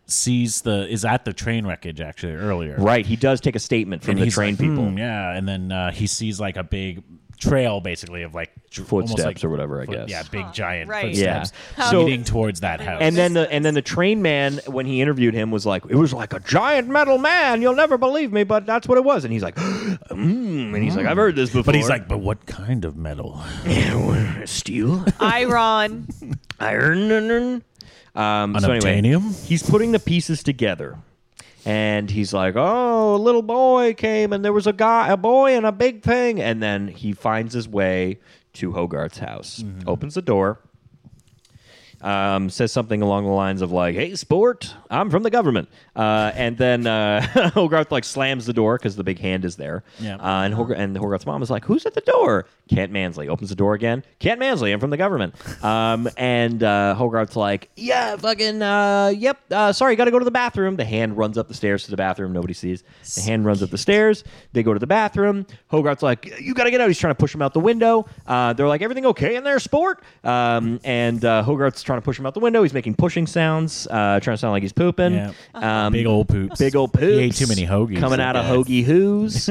sees the is at the train wreckage actually earlier.
Right, he does take a statement from
And
the
he's
train
like,
people.
"Hmm, yeah, and then uh, he sees like a big trail, basically of like dr- almost
Footsteps or whatever, I guess.
Yeah, big giant
right.
footsteps
Yeah. So-
leading towards that house.
And then the and then the train man, when he interviewed him, was like, "It was like a giant metal man. You'll never believe me, but that's what it was." And he's like, mm, and he's like, "I've heard this before."
but he's like, but what kind of metal?
"Steel,
Iron.
iron, iron." Um, so anyway,
Unobtainium?
he's putting the pieces together, and he's like, "Oh, a little boy came, and there was a guy, a boy, and a big thing." And then he finds his way to Hogarth's house, opens the door. um, says something along the lines of like, "Hey, sport, I'm from the government," uh, and then uh, Hogarth like slams the door because the big hand is there.
Yeah.
Uh, and Hog- and Hogarth's mom is like, "Who's at the door?" Kent Mansley opens the door again. Kent Mansley, I'm from the government. Um, and uh, Hogarth's like, "Yeah, fucking, uh, yep. Uh, sorry, got to go to the bathroom." The hand runs up the stairs to the bathroom. Nobody sees. The hand runs up the stairs. They go to the bathroom. Hogarth's like, "You got to get out." He's trying to push him out the window. Uh, they're like, "Everything okay in there, sport?" Um, and uh, Hogarth's trying to push him out the window. He's making pushing sounds, uh, trying to sound like he's pooping.
Yeah.
Um,
Big old poops.
Big old poops.
He ate too many hoagies.
Coming
I
out of
guess.
hoagie whoos.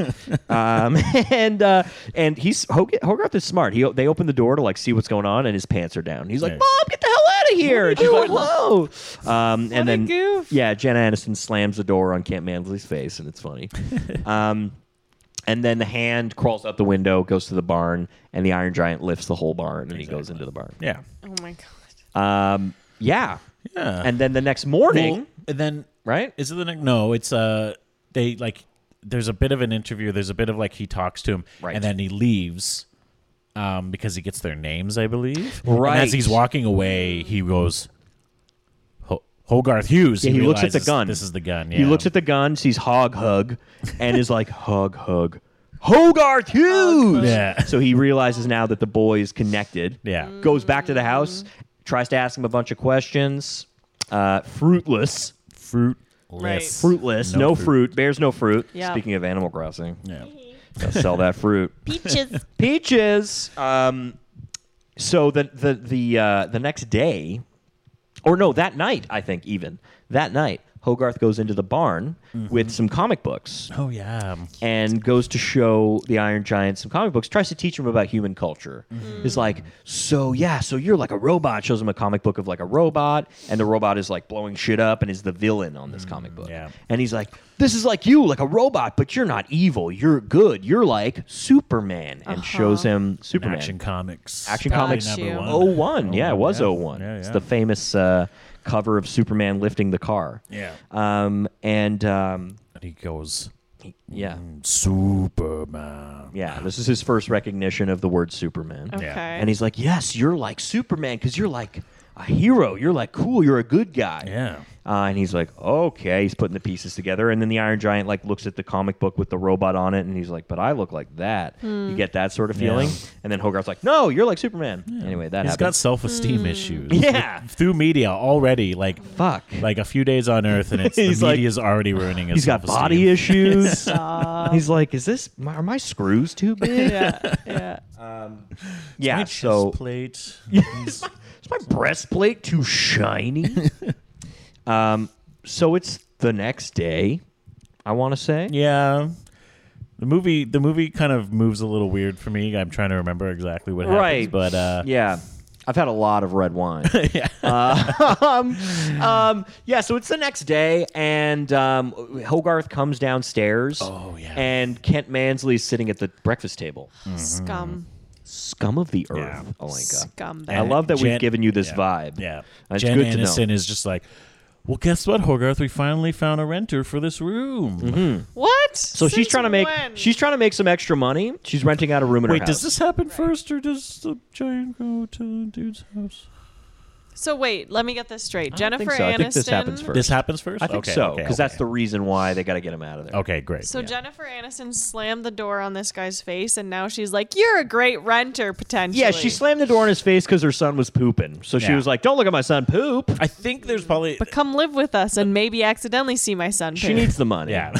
um, and uh, and he's Hog- Hogarth is smart. He o- they open the door to like see what's going on, and his pants are down. He's like,
Yeah.
"Mom, get the hell out of here!" And she's like, "Whoa!" Um,
a
and then
goof.
yeah, Jenna Aniston slams the door on Camp Mansley's face, and it's funny. um, and then the hand crawls out the window, goes to the barn, and the Iron Giant lifts the whole barn, and he goes into the barn.
Yeah.
Oh my god.
Um, yeah.
Yeah.
And then the next morning,
Well, and then
right?
Is it the next? No, it's uh they like there's a bit of an interview. There's a bit of like he talks to him,
Right.
and then he leaves. Um, because he gets their names, I believe. And
Right.
as he's walking away, he goes, Ho- Hogarth Hughes.
Yeah, he looks at the
realizes
gun.
This is the gun. Yeah.
He looks at the gun, sees Hog Hug, and is like, Hog Hug. Hogarth Hughes!
Yeah.
So he realizes now that the boy is connected.
Yeah.
Goes back to the house, tries to ask him a bunch of questions. Uh, fruitless.
fruit.
Right.
Fruitless. No,
No
fruit.
fruit.
Bears no fruit.
Yeah.
Speaking of Animal Crossing,
Yeah.
gotta sell that fruit.
Peaches.
Peaches. Um, so the the the uh, the next day, or no, that night I think even that night, Hogarth goes into the barn
Mm-hmm.
with some comic books
Oh yeah.
and goes to show the Iron Giant some comic books. Tries to teach him about human culture. Is like, so yeah, so you're like a robot. Shows him a comic book of like a robot, and the robot is like blowing shit up and is the villain on this comic book.
Mm, yeah.
And he's like, this is like you, like a robot, but you're not evil. You're good. You're like Superman, and shows him Superman.
Action Comics.
Action
Probably
Comics
number
you.
one.
01. Yeah, it was
yeah.
01.
Yeah,
It's
yeah.
the famous uh, cover of Superman lifting the car.
Yeah.
Um, and um,
And he goes,
yeah.
Superman.
Yeah, this is his first recognition of the word Superman.
Okay.
And he's like, Yes, you're like Superman because you're like a hero. You're like cool. You're a good guy.
Yeah.
Uh, and he's like, Okay. He's putting the pieces together. And then the Iron Giant like looks at the comic book with the robot on it and he's like, But I look like that. You get that sort of feeling. And then Hogarth's like, No, you're like Superman. Anyway, that
He's got
happens.
self-esteem issues.
Yeah.
Through media already, like
Fuck.
like a few days on Earth, and it's
He's
the
like-
media's already ruining his.
He's got
self-esteem.
body issues. he's like, Is this, my, are my screws too big?
Uh, yeah. Yeah.
yeah.
My chest
so.
plate.
is, my, is my breastplate too shiny? um, so it's the next day. I want to say.
yeah. The movie, the movie kind of moves a little weird for me. I'm trying to remember exactly what happens,
Right.
but uh,
Yeah. I've had a lot of red wine. yeah. Uh, um, um, yeah. So it's the next day, and um, Hogarth comes downstairs.
Oh, yeah.
And Kent Mansley's sitting at the breakfast table.
Scum.
Scum of the earth,
Yeah.
Olenka.
Scumbag.
I love that we've
Jen-
given you this
yeah,
vibe. Uh,
Yeah,
It's
Jen
good to know.
Aniston is just like, well, guess what, Hogarth? We finally found a renter for this room.
Mm-hmm.
What?
Hmm. So she's trying to make she's trying to make some extra money. She's renting out a room in her
Wait,
house.
does this happen first, or does the giant go to the dude's house?
So wait, let me get this straight.
I don't
Jennifer
think so. I
Aniston.
think this happens first.
This happens first.
I think
okay,
so
okay,
because
okay.
that's the reason why they got to get him out of there.
okay. Great.
So
yeah.
Jennifer Aniston slammed the door on this guy's face, and now she's like, "You're a great renter, potentially."
Yeah, she slammed the door in his face because her son was pooping. So she
Yeah.
was like, "Don't look at my son poop.
I think there's probably
But come live with us, and maybe accidentally see my son.
She
poop.
needs the money.
yeah.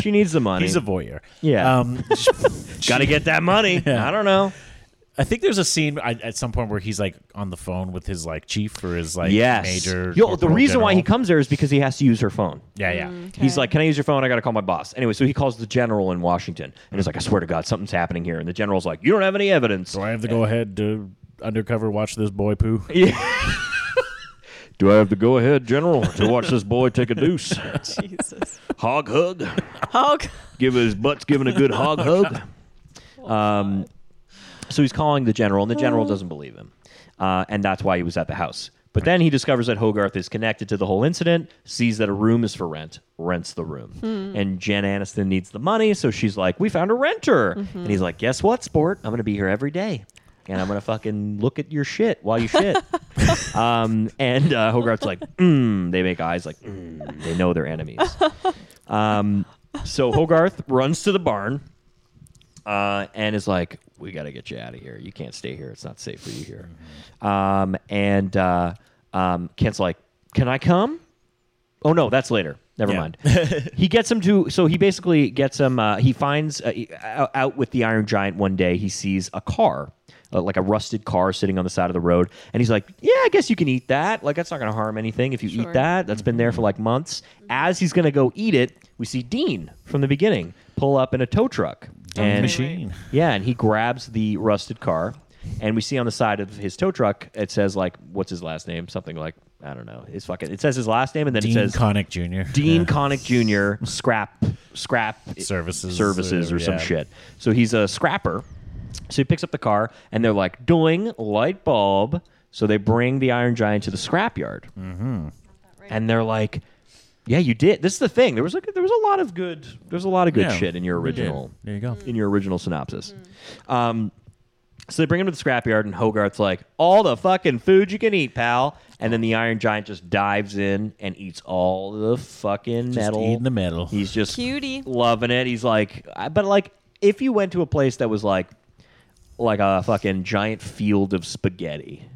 she needs the money.
He's a voyeur.
Yeah.
Um,
got to get that money. I don't know.
I think there's a scene I, at some point where he's like on the phone with his like chief or his like
yes. Yo,
major.
the
corporal
reason why he
general.
comes there is because he has to use her phone.
Yeah, yeah.
He's
Mm, Okay.
like, "Can I use your phone? I got to call my boss." Anyway, so he calls the general in Washington and is like, "I swear to God, something's happening here." And the general's like, "You don't have any evidence.
Do I have to go ahead to undercover watch this boy poo?
Do I have to go ahead, general, to watch this boy take a deuce?
Jesus.
Hog hug,
Oh, God.
give his butts given a good hog hug." Um, so he's calling the general, and the general doesn't believe him, uh, and that's why he was at the house. But then he discovers that Hogarth is connected to the whole incident, sees that a room is for rent, rents the room. And Jen Aniston needs the money, so she's like, We found a renter. And he's like, Guess what, sport? I'm going to be here every day. and I'm gonna fucking look at your shit while you shit. um, and uh, Hogarth's like, mm, they make eyes like mm, they know they're enemies. Um, so Hogarth runs to the barn uh, and is like, "We got to get you out of here. You can't stay here. It's not safe for you here." Um, and uh, um, Kent's like, "Can I come?" Oh no, that's later. Never
Yeah.
mind. he gets him to. So he basically gets him. Uh, he finds uh, he- out, out with the Iron Giant one day. He sees a car. uh, Like a rusted car sitting on the side of the road, and he's like, "Yeah, I guess you can eat that. Like, that's not going to harm anything if you
Sure.
eat that. That's been there for like months." As he's going to go eat it, we see Dean from the beginning pull up in a tow truck, and
machine.
yeah, and he grabs the rusted car, and we see on the side of his tow truck it says like what's his last name, something like I don't know. It's fucking. It says his last name, and then
Dean
it says
Connick Jr.
Dean
Yeah.
Connick Jr. Scrap Scrap
Services,
Services or some
yeah.
shit. So he's a scrapper. So he picks up the car, and they're like doing light bulb. So they bring the Iron Giant to the scrapyard, mm-hmm. and they're like. Yeah, you did. This is the thing. There was like there was a lot of good. There was a lot of good
Yeah,
shit in your
we did.
original
There you go.
Mm.
in your original synopsis.
Mm-hmm.
Um, so they bring him to the scrapyard, and Hogarth's like, "All the fucking food you can eat, pal." And then the Iron Giant just dives in and eats all the fucking metal.
eating the metal.
He's just
Cutie.
loving it. He's like, I- but like, if you went to a place that was like, like a fucking giant field of spaghetti,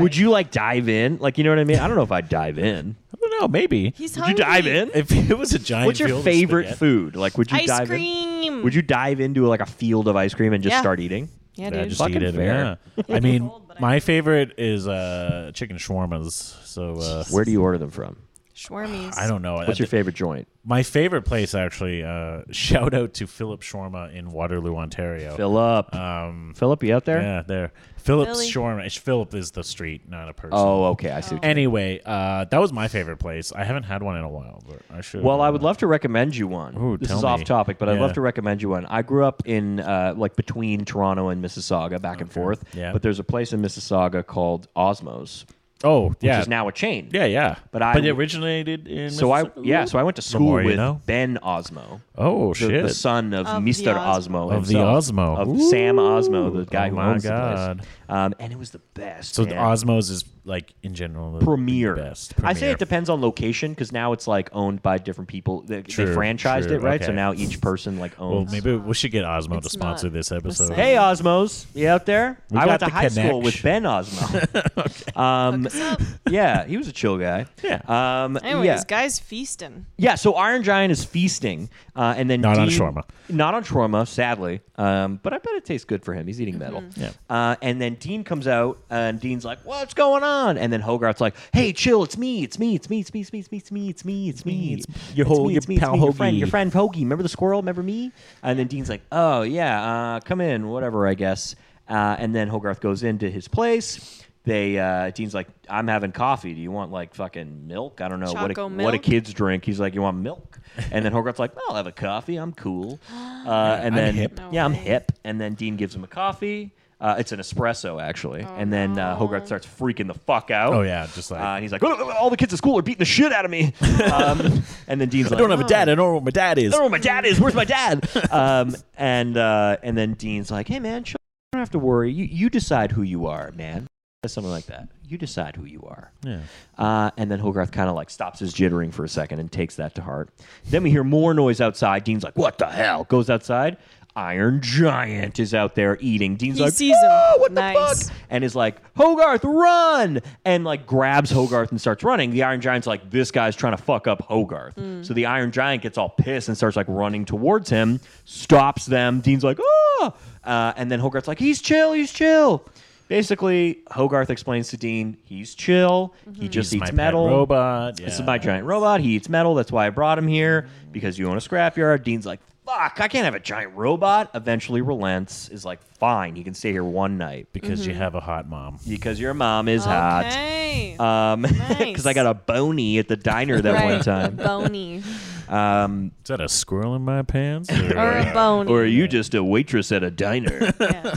would you like dive in? Like, you know what I mean? I don't know if I'd dive in.
I don't know. Maybe
He's
Would you dive
hungry.
in?
if it was a giant.
What's your
field of
favorite
spaghetti-
food? Like, would you
Ice
dive
cream.
in? Would you dive into like a field of ice cream and just
Yeah.
start eating?
Yeah,
Yeah,
dude.
just
Fucking
eat it.
fair.
yeah. I mean,
Cold, but I-
my favorite is uh, chicken shawarmas. So uh,
Where do you order them from?
Shwarmies.
I don't know. Uh,
What's your favorite joint?
My favorite place, actually. Uh, shout out to Philip Shawarma in Waterloo, Ontario.
Philip.
Um,
Uh, Philip, you out there?
yeah, there. Philip's
Philly.
Shawarma. It's- Philip is the street, not a person.
Oh, okay. I see. what you-
Anyway, uh, that was my favorite place. I haven't had one in a while, but I should.
Well, I
uh,
would love to recommend you one.
Ooh,
this
tell
is
me.
off topic, but I'd
Yeah.
love to recommend you one. I grew up in uh, like between Toronto and Mississauga, back and forth.
Yeah.
But there's a place in Mississauga called Osmos,
Oh,
which
yeah.
is now a chain.
yeah, yeah.
But I-
but it originated in.
So I
Mississauga?
yeah, so I went to
more
school
you
with
know.
Ben Osmo,
Oh
the,
shit!
the son of,
Of the
Mr.
Osmo.
Osmo
Of the
himself,
Osmo.
of Sam Osmo, the guy
Oh
who
my
owns
God.
the place. Um, and it was the best.
so the
man.
Osmos is like in general the
premier.
best.
I say
premier.
it depends on location because now it's like owned by different people. They, they
True,
franchised
true,
it, right? So
okay.
now each person like
Well,
owns.
maybe we should get Osmo to
It's
sponsor
not
this
the
episode.
same.
hey, Osmos, you out there?
We
I
got
went to
the
high school with Ben
connection.
Osmo. um, yeah, he was a chill guy.
Yeah.
Um,
Anyways,
yeah.
guys feasting.
Yeah, so Iron Giant is feasting, uh, and then
Not on
Dean-
shawarma.
not on shawarma, sadly. Um, but I bet it tastes good for him. He's eating metal.
Mm-hmm. Yeah.
Uh, and then Dean comes out, and Dean's like, "What's going on?" And then Hogarth's like, "Hey, chill, it's me, it's me, it's me, it's me, it's me, it's me, it's me, it's me, it's me,
It's me, it's your ho-
me,
your
it's me, it's
pal
me, your friend,
Hoagie."
your friend Hoagie. Remember the squirrel? Remember me?" And then Dean's like, "Oh yeah, uh, come in, whatever, I guess." Uh, and then Hogarth goes into his place. They uh, Dean's like, "I'm having coffee. Do you want like fucking milk? I don't know what a,
Choco
what a
milk?
kids drink. He's like, "You want milk?" And then Hogarth's like, "I'll have a coffee. I'm cool." Uh, and
I'm
then
hip.
No
yeah, I'm
way.
hip. And then Dean gives him a coffee. Uh, it's an espresso actually.
Oh,
and then uh, Hogarth starts freaking the fuck out.
Oh yeah, just like
Uh, and he's like, "Oh, "All the kids at school are beating the shit out of me." Um, and then Dean's
I
like,
Oh.
don't have a dad. I don't know where my dad is.
I don't know where my dad is. Where's my dad? um, and uh, and then Dean's like, hey man, chill. you don't have to worry. You you decide who you are, man. Something like that. You decide who you are.
Yeah.
Uh, and then Hogarth kind of like stops his jittering for a second and takes that to heart. Then we hear more noise outside. Dean's like, "What the hell?" Goes outside. Iron Giant is out there eating. Dean's
He
like,
sees him.
"Whoa, what the
Nice.
fuck?" And is like, "Hogarth, run!" And like grabs Hogarth and starts running. The Iron Giant's like, "This guy's trying to fuck up Hogarth."
Mm.
So the Iron Giant gets all pissed and starts like running towards him. Stops them. Dean's like, "Ah!" Uh, and then Hogarth's like, "He's chill. He's chill." Basically, Hogarth explains to Dean, he's chill. He just
Mm-hmm. He's my
eats
pet
metal.
robot.
This
yeah.
is my giant robot. He eats metal. That's why I brought him here because you own a scrapyard. Dean's like, fuck, I can't have a giant robot. Eventually relents, is like, fine, you can stay here one night
because
Mm-hmm.
you have a hot mom.
because your mom
Oh,
is hot.
Okay.
Um, because
Nice.
I got a bony at the diner that one
Right.
time.
Bony.
Um,
Is that a squirrel in my pants?
or
Or,
a bony.
or are you just a waitress at a diner?
yeah.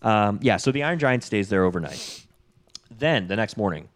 um, yeah, so the Iron Giant stays there overnight. Then the next morning,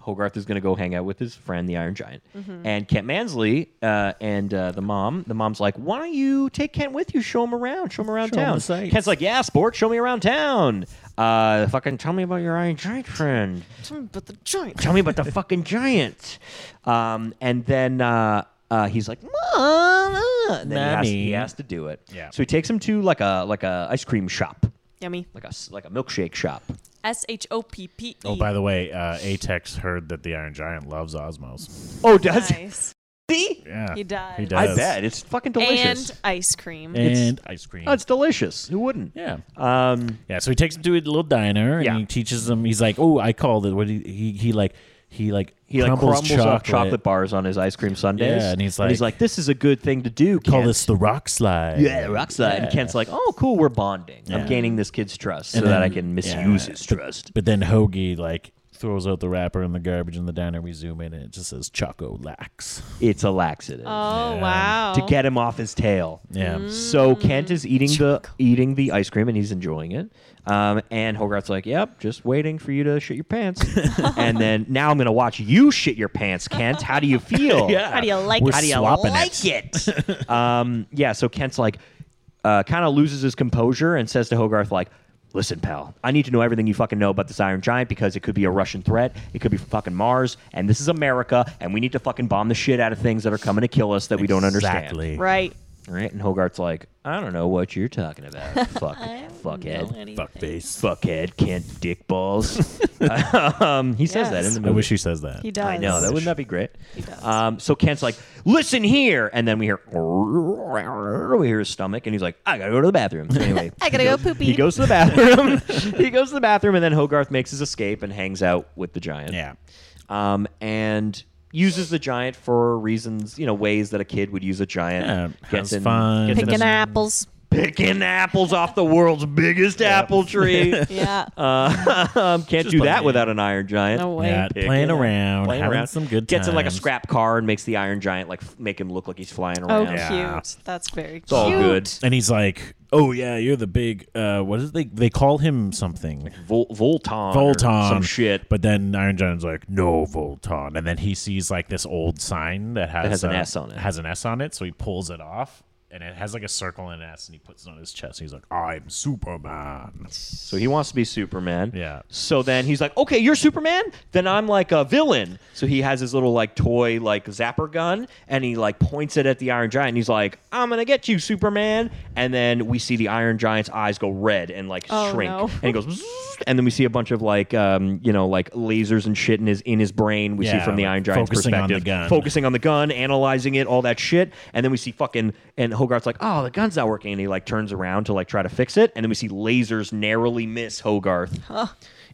Hogarth is going to go hang out with his friend, the Iron Giant,
Mm-hmm.
and Kent Mansley uh, and uh, the mom. The mom's like, "Why don't you take Kent with you? Show him around. Show him around
Show him
town."
the sights.
Kent's like, "Yeah, sport. Show me around town. Uh, fucking tell me about your Iron Giant friend.
But the giant.
Tell me about the fucking giant." Um, and then uh, uh, he's like, "Mom," uh," and then he has,
Mommy.
he has to do it.
Yeah.
So he takes him to like a like a ice cream shop,
Yummy.
like a s- like a milkshake shop.
S H O P P E.
Oh, by the way, uh, Atex heard that the Iron Giant loves Osmos.
Oh, does he?
Nice.
Yeah,
He does.
He
I
does.
bet it's fucking delicious.
And ice cream.
And ice cream.
Oh, it's delicious. Who wouldn't?
yeah.
Um,
Yeah, so he takes him to a little diner and
Yeah.
he teaches him. He's like, "Oh, I called it." What he he, he like he like
he like crumbles, up
chocolate.
chocolate bars on his ice cream sundaes.
Yeah, and he's
he's
like-
like, "This is a good thing to do."
Call
Kent."
this the rock slide.
yeah, rock slide. And Kent's like, "Oh, cool, we're bonding.
Yeah.
I'm gaining this kid's trust so
And
that I
then-
can
yeah.
misuse his trust."
But then Hoagie like throws out the wrapper in the garbage in the diner. We zoom in and it just says Choco Lax.
It's a laxative
oh,
Yeah.
wow.
to get him off his tail.
Yeah.
So Kent is eating the eating the ice cream and he's enjoying it. Um, and Hogarth's like, "Yep, just waiting for you to shit your pants." and then now I'm gonna watch you shit your pants, Kent. How do you feel?
How do you like
We're
it?
How do you
swapping
like it? um, yeah. So Kent's like, uh, kind of loses his composure and says to Hogarth like. Listen, pal. I need to know everything you fucking know about this Iron Giant because it could be a Russian threat. It could be from fucking Mars, and this is America, and we need to fucking bomb the shit out of things that are coming to kill us that we don't understand.
Exactly.
Right.
Right? And Hogarth's like, I don't know what you're talking about. Fuck, fuckhead,
Fuck face.
fuckhead, Kent dick balls. um, he says that in
Yes.
the movie.
I wish he says that.
He does.
I know that wouldn't that be great?
does.
Um, so Kent's like, listen here, and then we hear we hear his stomach, and he's like, I gotta go to the bathroom. Anyway,
I gotta go poopy.
he goes to the bathroom. he goes to the bathroom, and then Hogarth makes his escape and hangs out with the giant
Yeah.
um, and uses the giant for reasons, you know, ways that a kid would use a giant.
Yeah, has fun.
gets in
Picking
a-
apples.
Oh, picking apples off the world's biggest apple tree.
Yeah.
Uh, um, can't do that
playing.
without an iron giant.
No way.
Yeah,
Picking
playing
up,
around,
Playing
having
around.
some good
Gets in like a
times.
scrap car and makes the iron giant like f- make him look like he's flying
Oh,
around.
Yeah.
cute. That's very cute.
It's all good.
And he's like, "Oh yeah, you're the big. Uh, what is they? They call him something.
Vol- Volton. or
Volton.
Some shit.
But then Iron Giant's like, no, Volton. And then he sees like this old sign that has,
has an
uh,
S on it.
Has an S on it. So he pulls it off and it has like a circle and an S and he puts it on his chest. He's like, I'm Superman.
So he wants to be Superman.
Yeah.
So then he's like, okay, you're Superman? Then I'm like a villain. So he has his little like toy like zapper gun and he like points it at the Iron Giant and he's like, I'm going to get you, Superman. And then we see the Iron Giant's eyes go red and like
Oh,
shrink.
no.
And he goes, "Bzzz," and then we see a bunch of like, um, you know, like lasers and shit in his, in his brain. We see
Yeah,
from the
like
Iron Giant's
focusing on the
perspective.
gun.
Focusing on the gun, analyzing it, all that shit. And then we see fucking, and Hogarth's like, oh, the gun's not working. And he like turns around to like try to fix it. And then we see lasers narrowly miss Hogarth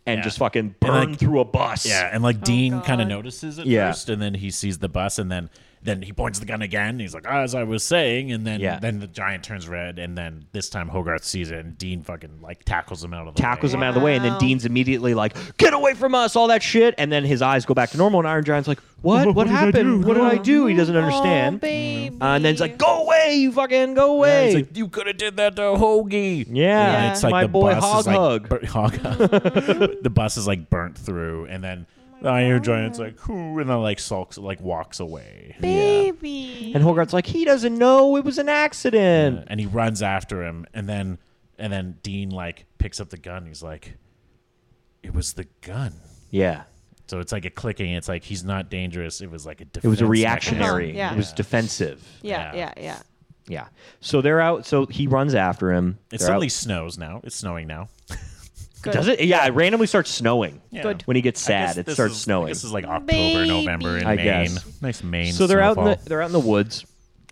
and just fucking burn
like-
through a bus.
Yeah. And like Dean kind of
God.
notices it
Yeah.
first and then he sees the bus and then. Then he points the gun again. and He's like, as I was saying, and then
Yeah.
then the giant turns red, and then this time Hogarth sees it, and Dean fucking like tackles him out of the
Tackles
way.
him out of the way, and then
Wow.
Dean's immediately like, "Get away from us!" All that shit, and then his eyes go back to normal. And Iron Giant's like, "What? What,
What did I
happened?
do?
What did I do?" He doesn't
Oh,
understand.
baby.
Uh, and then he's like, "Go away, you fucking go
Yeah,
away!"
he's like, you could have did that to Hoagie.
Yeah.
And it's
Yeah.
like
My
the
boy
bus
Hog
is like
Hug.
bur- Hog Hug. the bus is like burnt through, and then the Iron Giant's like, whoo, and then like sulks, like walks away,
baby.
and Hogarth's like, "He doesn't know it was an accident."
and he runs after him, and then and then Dean like picks up the gun. He's like, it was the gun.
Yeah,
So it's like a clicking. It's like he's not dangerous. It was like a defense.
it was a
mechanism.
reactionary.
mechanism. Uh-huh. Yeah.
It was defensive.
yeah,
yeah.
yeah, yeah.
Yeah. So they're out. So he runs after him.
It
They're out-
suddenly snows now. It's snowing now.
Good.
does it? Yeah, it randomly starts snowing.
Yeah.
Good.
When he gets
I guess
sad, it
this
starts
is-
snowing.
This is like October,
Baby.
November in
I
Maine.
guess.
Nice Maine.
so they're out in the
snowfall.
they're out in the woods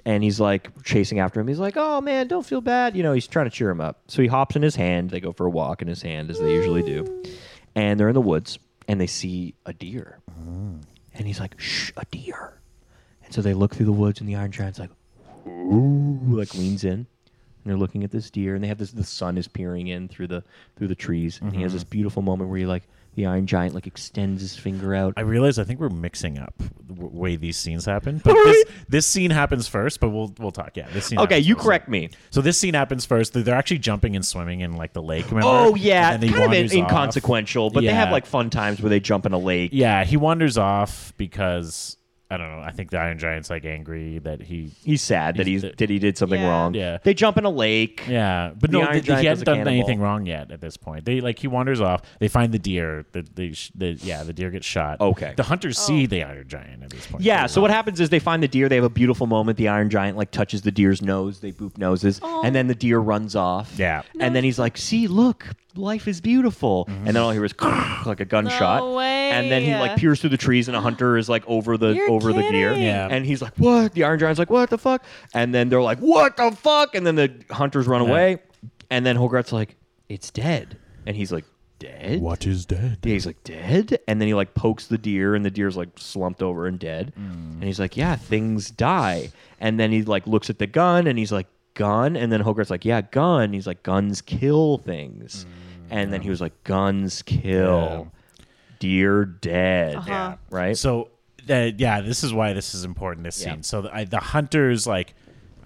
and he's like chasing after him he's like oh man don't feel bad you know he's trying to cheer him up so he hops in his hand they go for a walk in his hand as they usually do and they're in the woods and they see a deer and he's like shh a deer and so they look through the woods and the iron giant's like ooh like leans in and they're looking at this deer and they have this the sun is peering in through the through the trees and he has this beautiful moment where he like the iron giant like extends his finger out
I realize I think we're mixing up. w- way these scenes happen. But this, this scene happens first, but we'll we'll talk. Yeah, this scene.
Okay,
happens
you
first.
correct me.
So this scene happens first. They're- They're actually jumping and swimming in like the lake. Remember?
Oh yeah,
And then he
kind of in-
wanders off.
inconsequential, but they have
Yeah.
like fun times where they jump in a lake.
Yeah, he wanders off because I don't know. I think the Iron Giant's like angry that he.
He's sad that he's
He's-
that he did something
Yeah.
wrong.
Yeah.
They jump in a lake.
Yeah, but
The
no,
Iron
th-
Giant
he
was a
hasn't done
cannibal.
anything wrong yet at this point. They like he wanders off. They find the deer. The, they sh- the yeah, the deer gets shot.
Okay.
the hunters see the Iron Giant at this point.
Yeah,
too.
so what happens is they find the deer, they have a beautiful moment, the iron giant like touches the deer's nose, they boop noses,
Oh.
and then the deer runs off.
Yeah.
And then he's like, "See, look, life is beautiful."
Mm-hmm.
And then all he hears like a gunshot.
way.
And then he like peers through the trees and a hunter is like over the
You're
over the deer.
kidding.
Yeah.
And he's like, "What?" The iron giant's like, "What the fuck?" And then they're like, "What the fuck?" And then the hunters run away. And then Holgrat's like, "It's dead." And he's like, "Dead?"
What is dead?
Yeah, he's like dead, and then he like pokes the deer, and the deer's like slumped over and dead.
Hmm.
And he's like, "Yeah, things die." And then he like looks at the gun, and he's like, "Gun." And then Hogarth's like, "Yeah, gun." He's like, "Guns kill things."
Hmm,
and then he was like, "Guns kill, deer dead."
Yeah.
Right.
So that yeah, this is why this is important. This
Yeah.
scene. So the, I, the hunters like.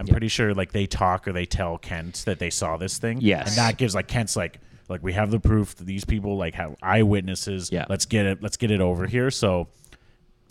I'm pretty sure like they talk or they tell Kent that they saw this thing.
Yes.
And that gives like Kent's like like we have the proof that these people like have eyewitnesses.
Yeah.
Let's get it let's get it over here. So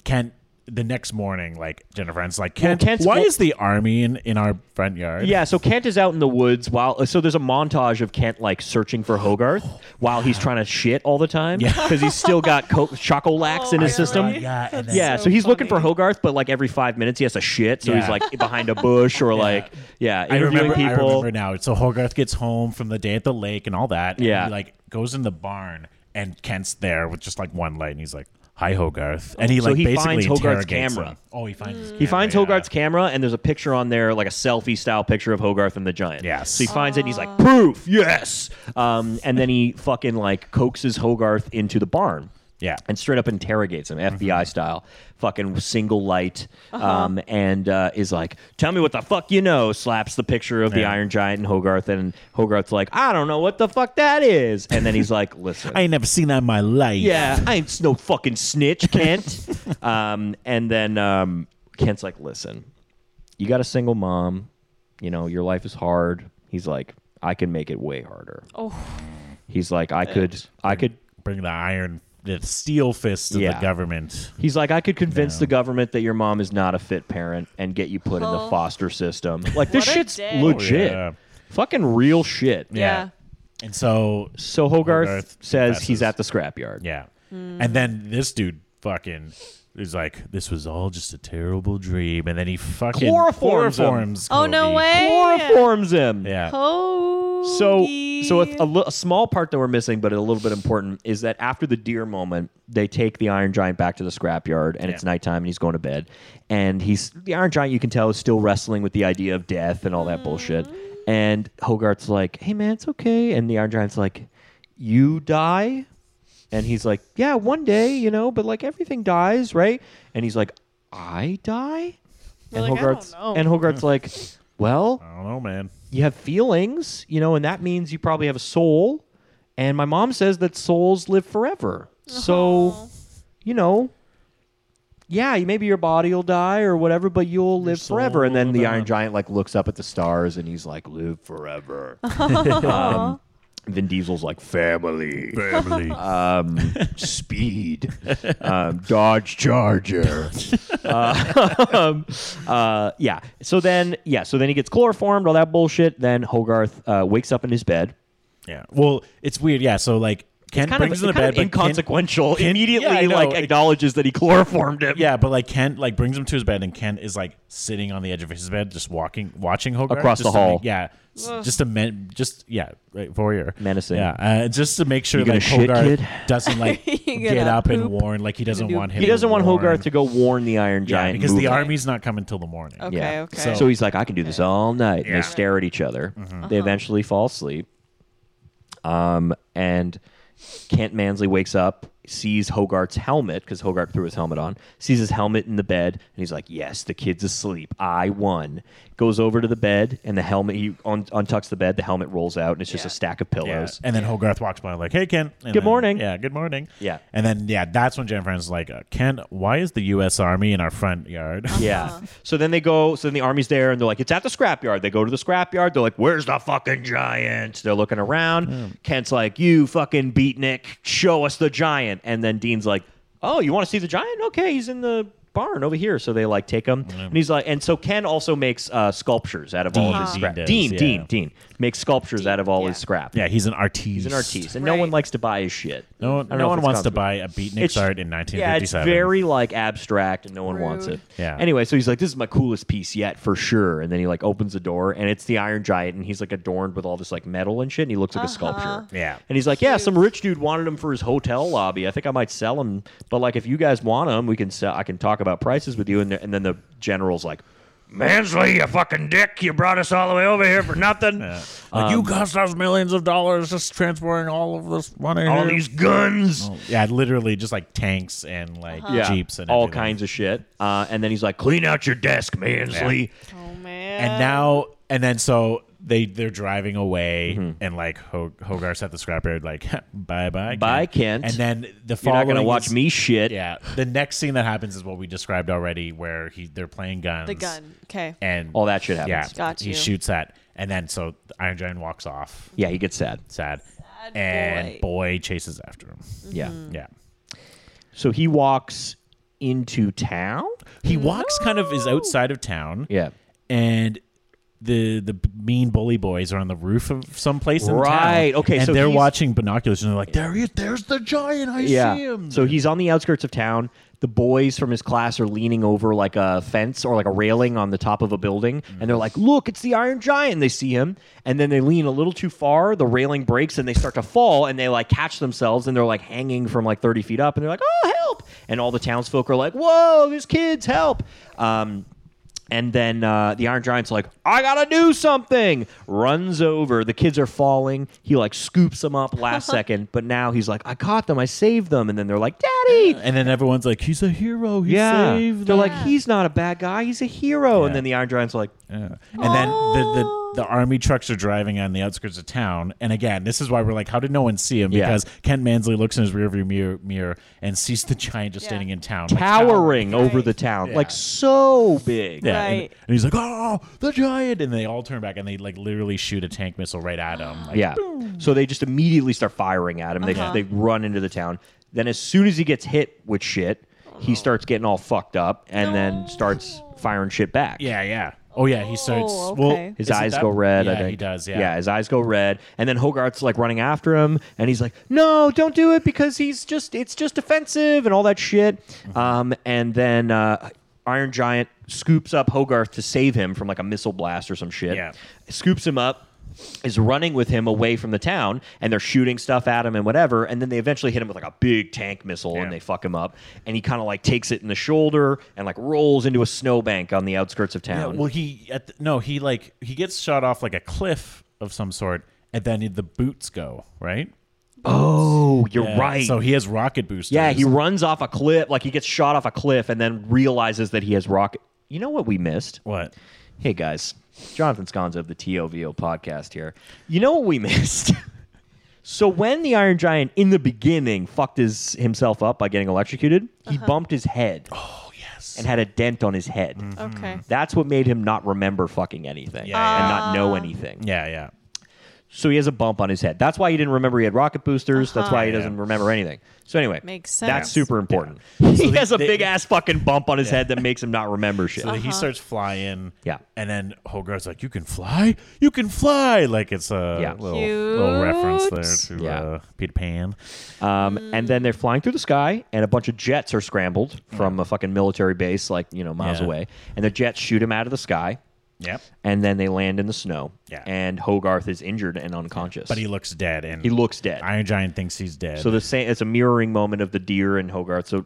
Kent the next morning, like Jennifer Aniston's like, Kent,
Kent's-
why
well-
is the army in, in our front yard?
Yeah, so Kent is out in the woods while so there's a montage of Kent like searching for Hogarth while he's trying to shit all the time because he's still got co- chocolax in his system.
Oh, really?
Yeah, and then-
Yeah, so,
so
he's looking for
funny.
Hogarth, but like every five minutes he has to shit, so he's
Yeah.
like behind a bush or like yeah,
I
interviewing
remember, I
people.
remember now. So Hogarth gets home from the day at the lake and all that. and
Yeah.
he, like goes in the barn and Kent's there with just like one light and he's like, Hi Hogarth. And he
Oh, So
like
he
basically
finds Hogarth's
interrogates him.
camera.
Oh he finds his
He finds
yeah.
Hogarth's camera, and there's a picture on there, like a selfie style picture of Hogarth and the giant.
Yes.
So he finds it, and he's like, "Proof, yes." Um, and then he fucking like coaxes Hogarth into the barn.
Yeah. Mm-hmm.
and straight up interrogates him, FBI style, fucking single light, um, and uh, is like, "Tell me what the fuck you know." Slaps the picture of the
Yeah.
Iron Giant and Hogarth, and Hogarth's like, "I don't know what the fuck that is," and then he's like, "Listen,
I ain't never seen that in my life.
yeah, I ain't no fucking snitch, Kent." um, and then um, Kent's like, "Listen, you got a single mom, you know, your life is hard." He's like, "I can make it way harder."
Oh.
He's like, "I could, I could."
Bring the iron the steel fist of
Yeah.
the government.
He's like, I could convince the government that your mom is not a fit parent and get you put in the
Oh.
foster system. Like this
What a
shit's
dick.
legit,
Oh, yeah.
fucking real shit.
Yeah.
And so
So Hogarth,
Hogarth
says he's
confesses.
at the scrapyard.
Yeah.
Hmm.
And then this dude fucking is like, this was all just a terrible dream. And then he fucking
Chloroforms him.
chloroforms
Oh no
Kobe.
way.
Chloroforms him.
Yeah.
Oh.
So, so a, a, li- a small part that we're missing, but a little bit important, is that after the deer moment, they take the Iron Giant back to the scrapyard, and it's
Yeah.
nighttime, and he's going to bed, and he's the Iron Giant. You can tell is still wrestling with the idea of death and all that bullshit. And Hogarth's like, "Hey man, it's okay," and the Iron Giant's like, "You die." And he's like, Yeah, one day, you know, but like everything dies, right? And he's like, I die?
We're
and
like, I don't
Hogarth's
know.
and Hogarth's like, Well,
I don't know, man.
you have feelings, you know, and that means you probably have a soul. And my mom says that souls live forever. So, you know, yeah, you- maybe your body will die or whatever, but you'll live forever. And then
soul
the
will
Iron
die.
Giant like looks up at the stars and he's like, "Live forever." um, Vin Diesel's like,
Family.
Family.
um,
Speed.
um,
Dodge Charger.
um, uh, yeah. So then, yeah. So then he gets chloroformed, all that bullshit. Then Hogarth uh, wakes up in his bed.
Yeah. Well, it's weird. Yeah. So, like, Kent
kind
brings
of,
him to
kind
bed.
of
but Kent-
inconsequential.
Kent-
Immediately,
Yeah, I know.
like acknowledges that he chloroformed him.
yeah, but like Kent like brings him to his bed, and Kent is like sitting on the edge of his bed, just walking, watching Hogarth
Across
just
the
to
hall.
make- yeah, s- just a men, just yeah, right, voyeur,
Menacing.
Yeah, uh, just to make sure
You gonna
that
shit,
Hogarth
kid?
doesn't like
You
get
gonna
up and
poop?
warn, like he doesn't
do-
want him.
he doesn't want
warn.
Hogarth to go warn the Iron
Yeah,
Giant
because the
movement.
army's not coming till the morning.
Okay.
Yeah.
Okay. Mm-hmm.
So-
So he's like, I can do this all night. And
Yeah.
they stare at each other.
Uh-huh.
They eventually fall asleep. Um, and Kent Mansley wakes up. sees Hogarth's helmet because Hogarth threw his helmet on, sees his helmet in the bed, and he's like, "Yes, the kid's asleep. I won." Goes over to the bed, and the helmet he un- untucks the bed. The helmet rolls out, and it's just
Yeah.
a stack of
Yeah.
pillows.
And then Hogarth walks by like, "Hey, Kent. And
Good
then-
morning.
Yeah, good morning.
Yeah.
And then yeah, that's when Jennifer is like, uh, "Kent, why is the U.S. Army in our front yard?"
Oh,
Yeah. So then they go. So then the army's there, and they're like, "It's at the scrapyard." They go to the scrapyard. They're like, "Where's the fucking giant?" They're looking around. Kent's like, "You fucking beatnik, show us the giant." And then Dean's like, "Oh, you want to see the giant? Okay, he's in the." barn over here so they like take him and he's like and so ken also makes uh sculptures out of all of his
Dean
scrap
does,
dean
yeah.
dean dean makes sculptures out of all
yeah.
his scrap
yeah, he's an artiste.
he's an artiste and no one
Right.
likes to buy his shit
No
I
one,
don't
no
know if
one
it's
wants to
consequent-
buy a beatnik's art in
yeah, it's
1957.
very like abstract, and no one wants
Rude.
it.
Yeah.
Anyway, so he's like, "This is my coolest piece yet, for sure." And then he like opens the door, and it's the Iron Giant, and he's like adorned with all this like metal and shit, and he looks like a sculpture.
Yeah.
And he's like, "Yeah, some rich dude wanted him for his hotel lobby. I think I might sell him, but like if you guys want him, we can sell. I can talk about prices with you." And, the- and then the general's like. Mansley, you fucking dick! You brought us all the way over here for nothing.
Like,
um,
you cost us millions of dollars just transporting all of this money.
All
here."
these guns.
yeah, literally just like tanks and like jeeps and
Uh-huh. all
everything.
kinds of shit. Uh, and then he's like, "Clean out your desk, Mansley."
Oh man.
And now and then so they they're driving away
Mm-hmm.
and like Ho- Hogarth's at the scrapyard like bye bye
Bye, Kent.
and then the
You're
following
not gonna watch
is-
me shit.
yeah the next scene that happens is what we described already where he they're playing guns
the gun. Okay.
and
All that shit happens.
yeah
Got
he
you.
shoots that and then so Iron Giant walks off
Yeah, he gets sad.
sad,
Sad
and
boy. Mm.
boy chases after him
Yeah.
yeah
So he walks into town.
he walks kind of is outside of town
Yeah.
and the the mean bully boys are on the roof of some place in
Right,
town,
okay,
and
so
they're
he's-
watching binoculars and they're like, "There he, there's the giant! I
Yeah.
see him!"
So he's on the outskirts of town. The boys from his class are leaning over like a fence or like a railing on the top of a building, and they're like, "Look, it's the Iron Giant!" And they see him, and then they lean a little too far. The railing breaks, and they start to fall, and they like catch themselves, and they're like hanging from like thirty feet up, and they're like, "Oh, help!" And all the townsfolk are like, "Whoa, there's kids! Help!" Um, And then uh, the Iron Giant's like, I gotta do something. Runs over. The kids are falling. He like scoops them up last second, but now he's like, I caught them. I saved them. And then they're like, Daddy.
and then everyone's like, "He's a hero! He
Yeah.
saved
They're
them."
like, He's not a bad guy. He's a hero.
Yeah.
And then the Iron Giant's like,
Yeah. And then
Oh.
the, the the army trucks are driving on the outskirts of town. And again, this is why we're like, how did no one see him?
Yeah.
Because Kent Mansley looks in his rearview mirror, mirror and sees the giant just
Yeah.
standing in town, like,
towering over the town. Like, so big.
Yeah, and,
Right.
and he's like, "Oh, the giant!" And they all turn back and they like literally shoot a tank missile right at him. Like,
Yeah. So they just immediately start firing at him. They,
Uh-huh.
they run into the town. Then as soon as he gets hit with shit,
Oh.
he starts getting all fucked up and then starts firing shit back.
Yeah, yeah. Oh yeah, he starts.
Oh,
Well,
okay.
His
isn't
eyes
that-
go red.
Yeah,
I think.
he does. Yeah.
yeah, his eyes go red, and then Hogarth's like running after him, and he's like, "No, don't do it because he's just it's just offensive and all that shit."
Mm-hmm.
Um, and then uh, Iron Giant scoops up Hogarth to save him from like a missile blast or some shit.
Yeah.
scoops him up. Is running with him away from the town, and they're shooting stuff at him and whatever. And then they eventually hit him with like a big tank missile,
Yeah.
and they fuck him up. And he kind of like takes it in the shoulder and like rolls into a snowbank on the outskirts of
Yeah,
town.
well, he at the, no, he like he gets shot off like a cliff of some sort, and then the boots go right.
oh, you're
Yeah,
right.
So he has rocket boosters.
Yeah, he runs off a cliff, like he gets shot off a cliff, and then realizes that he has rocket. You know what we missed?
what?
Hey guys, Jonathan Sconza of the TOVO podcast here. You know what we missed? so when the Iron Giant in the beginning fucked his himself up by getting electrocuted, he bumped his head. Oh yes. And had a dent on his head.
Okay.
That's what made him not remember fucking anything
Mm-hmm. Yeah, yeah.
and not know anything.
Yeah, yeah.
So he has a bump on his head. That's why he didn't remember he had rocket boosters. That's why he doesn't remember anything. So anyway,
Makes
That's
sense.
super important. he has a
they-
big ass fucking bump on his head that makes him not remember shit.
So he starts flying.
Yeah.
and then Hogarth's like, "You can fly, you can fly!" Like it's a
Yeah.
little, little reference there to
Yeah.
uh, Peter Pan.
Um, and then they're flying through the sky, and a bunch of jets are scrambled from a fucking military base, like you know miles
Yeah.
away. And the jets shoot him out of the sky,
Yep.
and then they land in the snow.
Yeah.
And Hogarth is injured and unconscious,
But he looks dead, and
he looks dead.
Iron Giant thinks he's dead.
So the same, it's a mirroring moment of the deer and Hogarth. So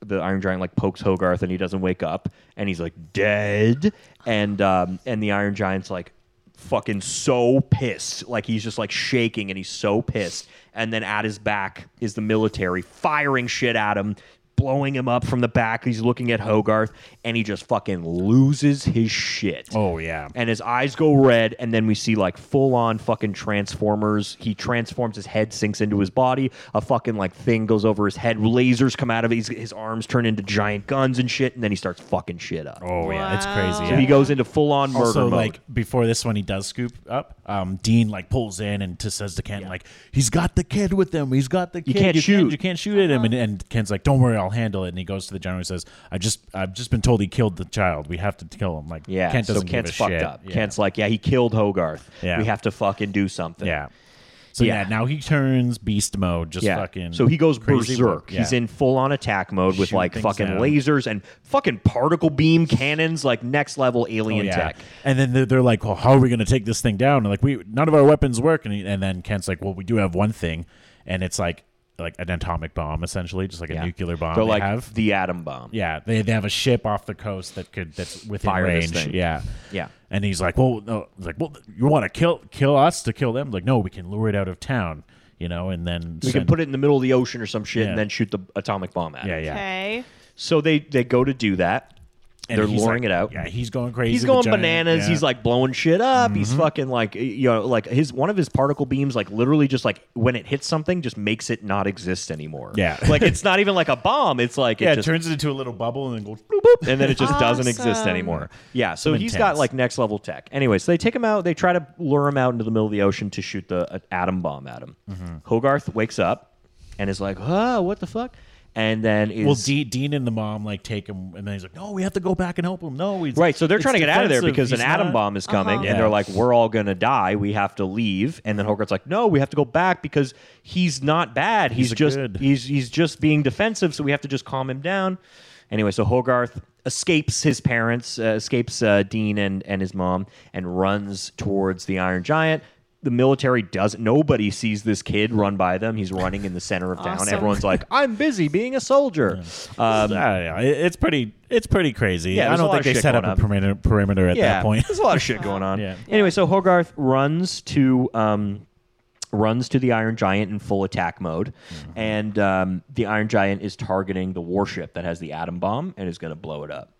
the Iron Giant like pokes Hogarth and he doesn't wake up, and he's like dead, and um, and the Iron Giant's like fucking so pissed. Like he's just like shaking and he's so pissed. And then at his back is the military firing shit at him, blowing him up from the back. He's looking at Hogarth and he just fucking loses his shit.
Oh yeah.
And his eyes go red, and then we see like full on fucking Transformers. He transforms, his head sinks into his body. A fucking like thing goes over his head. Lasers come out of his, his arms, turn into giant guns and shit. And then he starts fucking shit up.
Oh yeah. It's crazy.
Wow.
So he goes into full on murder
also,
mode.
like before this one, he does scoop up. Um, Dean like pulls in and just says to Ken, like, "He's got the kid with him. He's got the kid.
can't shoot.
you can't shoot at him." And, and Ken's like, "Don't worry, I'll handle it." And he goes to the general and says, "I just, I've just been told he killed the child. We have to kill him." Like,
yeah,
Kent
so
doesn't
Kent's
give a
fucked
shit.
up.
Yeah.
Kent's like, yeah, he killed Hogarth.
Yeah.
We have to fucking do something.
yeah. So
Yeah.
yeah. now he turns beast mode. Just
Yeah.
fucking.
so he goes
crazy work.
berserk. He's
Yeah.
in full on attack mode with
Shooting
like
things
fucking
down.
lasers and fucking particle beam cannons, like next level
Oh,
alien
yeah.
tech.
And then they're, they're like, well, how are we going to take this thing down? And like, we none of our weapons work. And, he, and then Kent's like, well, we do have one thing, and it's like like an atomic bomb, essentially, just like a
Yeah.
nuclear bomb.
They're
they
like
have.
the atom bomb.
yeah, they, they have a ship off the coast that could that's within
Fire this
range.
thing.
Yeah,
Yeah.
And he's like, well, no, he's like, well, you want to kill kill us to kill them? Like, no, we can lure it out of town, you know, and then
We can put it in the middle of the ocean or some shit
Yeah.
and then shoot the atomic bomb at
Yeah,
it.
yeah.
Okay.
So they, they go to do that.
And
They're
he's
luring
like-
it out.
Yeah, he's going crazy.
He's
the
going
giant-
bananas.
yeah. Mm-hmm.
He's like blowing shit up. He's fucking like you know, like his one of his particle beams, like literally just like when it hits something, just makes it not exist anymore.
Yeah.
like it's not even like a bomb. It's like
yeah,
it
it
just
turns it into a little bubble and then goes.
and then it just doesn't exist
Awesome.
anymore. Yeah, so
Some
he's got
intense.
like next level tech. Anyway, so they take him out. They try to lure him out into the middle of the ocean to shoot the uh, atom bomb at him.
Mm-hmm.
Hogarth wakes up and is like, "Huh, what the fuck?" And then is
Well, De- Dean and the mom like take him, and then he's like, "No, we have to go back and help him." No, he's
Right, so they're
it's
trying to get out of there
defensive.
because an
He's
atom
not- Uh-huh.
bomb is coming,
Yeah.
and they're like, "We're all gonna die. We have to leave." And then Hogarth's like, "No, we have to go back because he's not bad. He's,
He's a
just
good."
he's he's just being defensive. So we have to just calm him down." Anyway, so Hogarth escapes his parents, uh, escapes uh, Dean and and his mom, and runs towards the Iron Giant. The military doesn't. Nobody sees this kid run by them. He's running in the center of town.
Awesome.
Everyone's like, "I'm busy being a soldier." Um,
I don't know. It- It's pretty. It's pretty crazy.
Yeah,
I
there's a
don't
lot
think
of
they
shit
set up
going
a
on.
perimeter, perimeter at that point.
There's a lot of shit going on.
Yeah.
Anyway, so Hogarth runs to um, runs to the Iron Giant in full attack mode, and um, the Iron Giant is targeting the warship that has the atom bomb and is going to blow it up.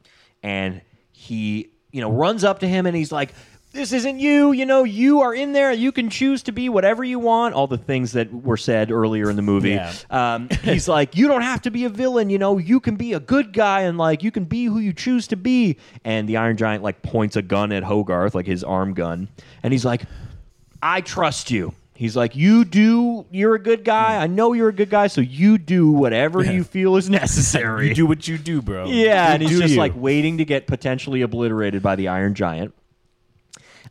And he, you know, runs up to him and he's like. This isn't you. You know, you are in there. You can choose to be whatever you want. All the things that were said earlier in the movie.
Yeah.
Um, he's like, you don't have to be a villain. You know, you can be a good guy and like you can be who you choose to be. And the Iron Giant like points a gun at Hogarth, like his arm gun, and he's like, I trust you. He's like, you do. You're a good guy. I know you're a good guy. So you do whatever you feel is necessary.
You do what you do, bro.
Yeah,
You
and he's
do
just
you.
like waiting to get potentially obliterated by the Iron Giant.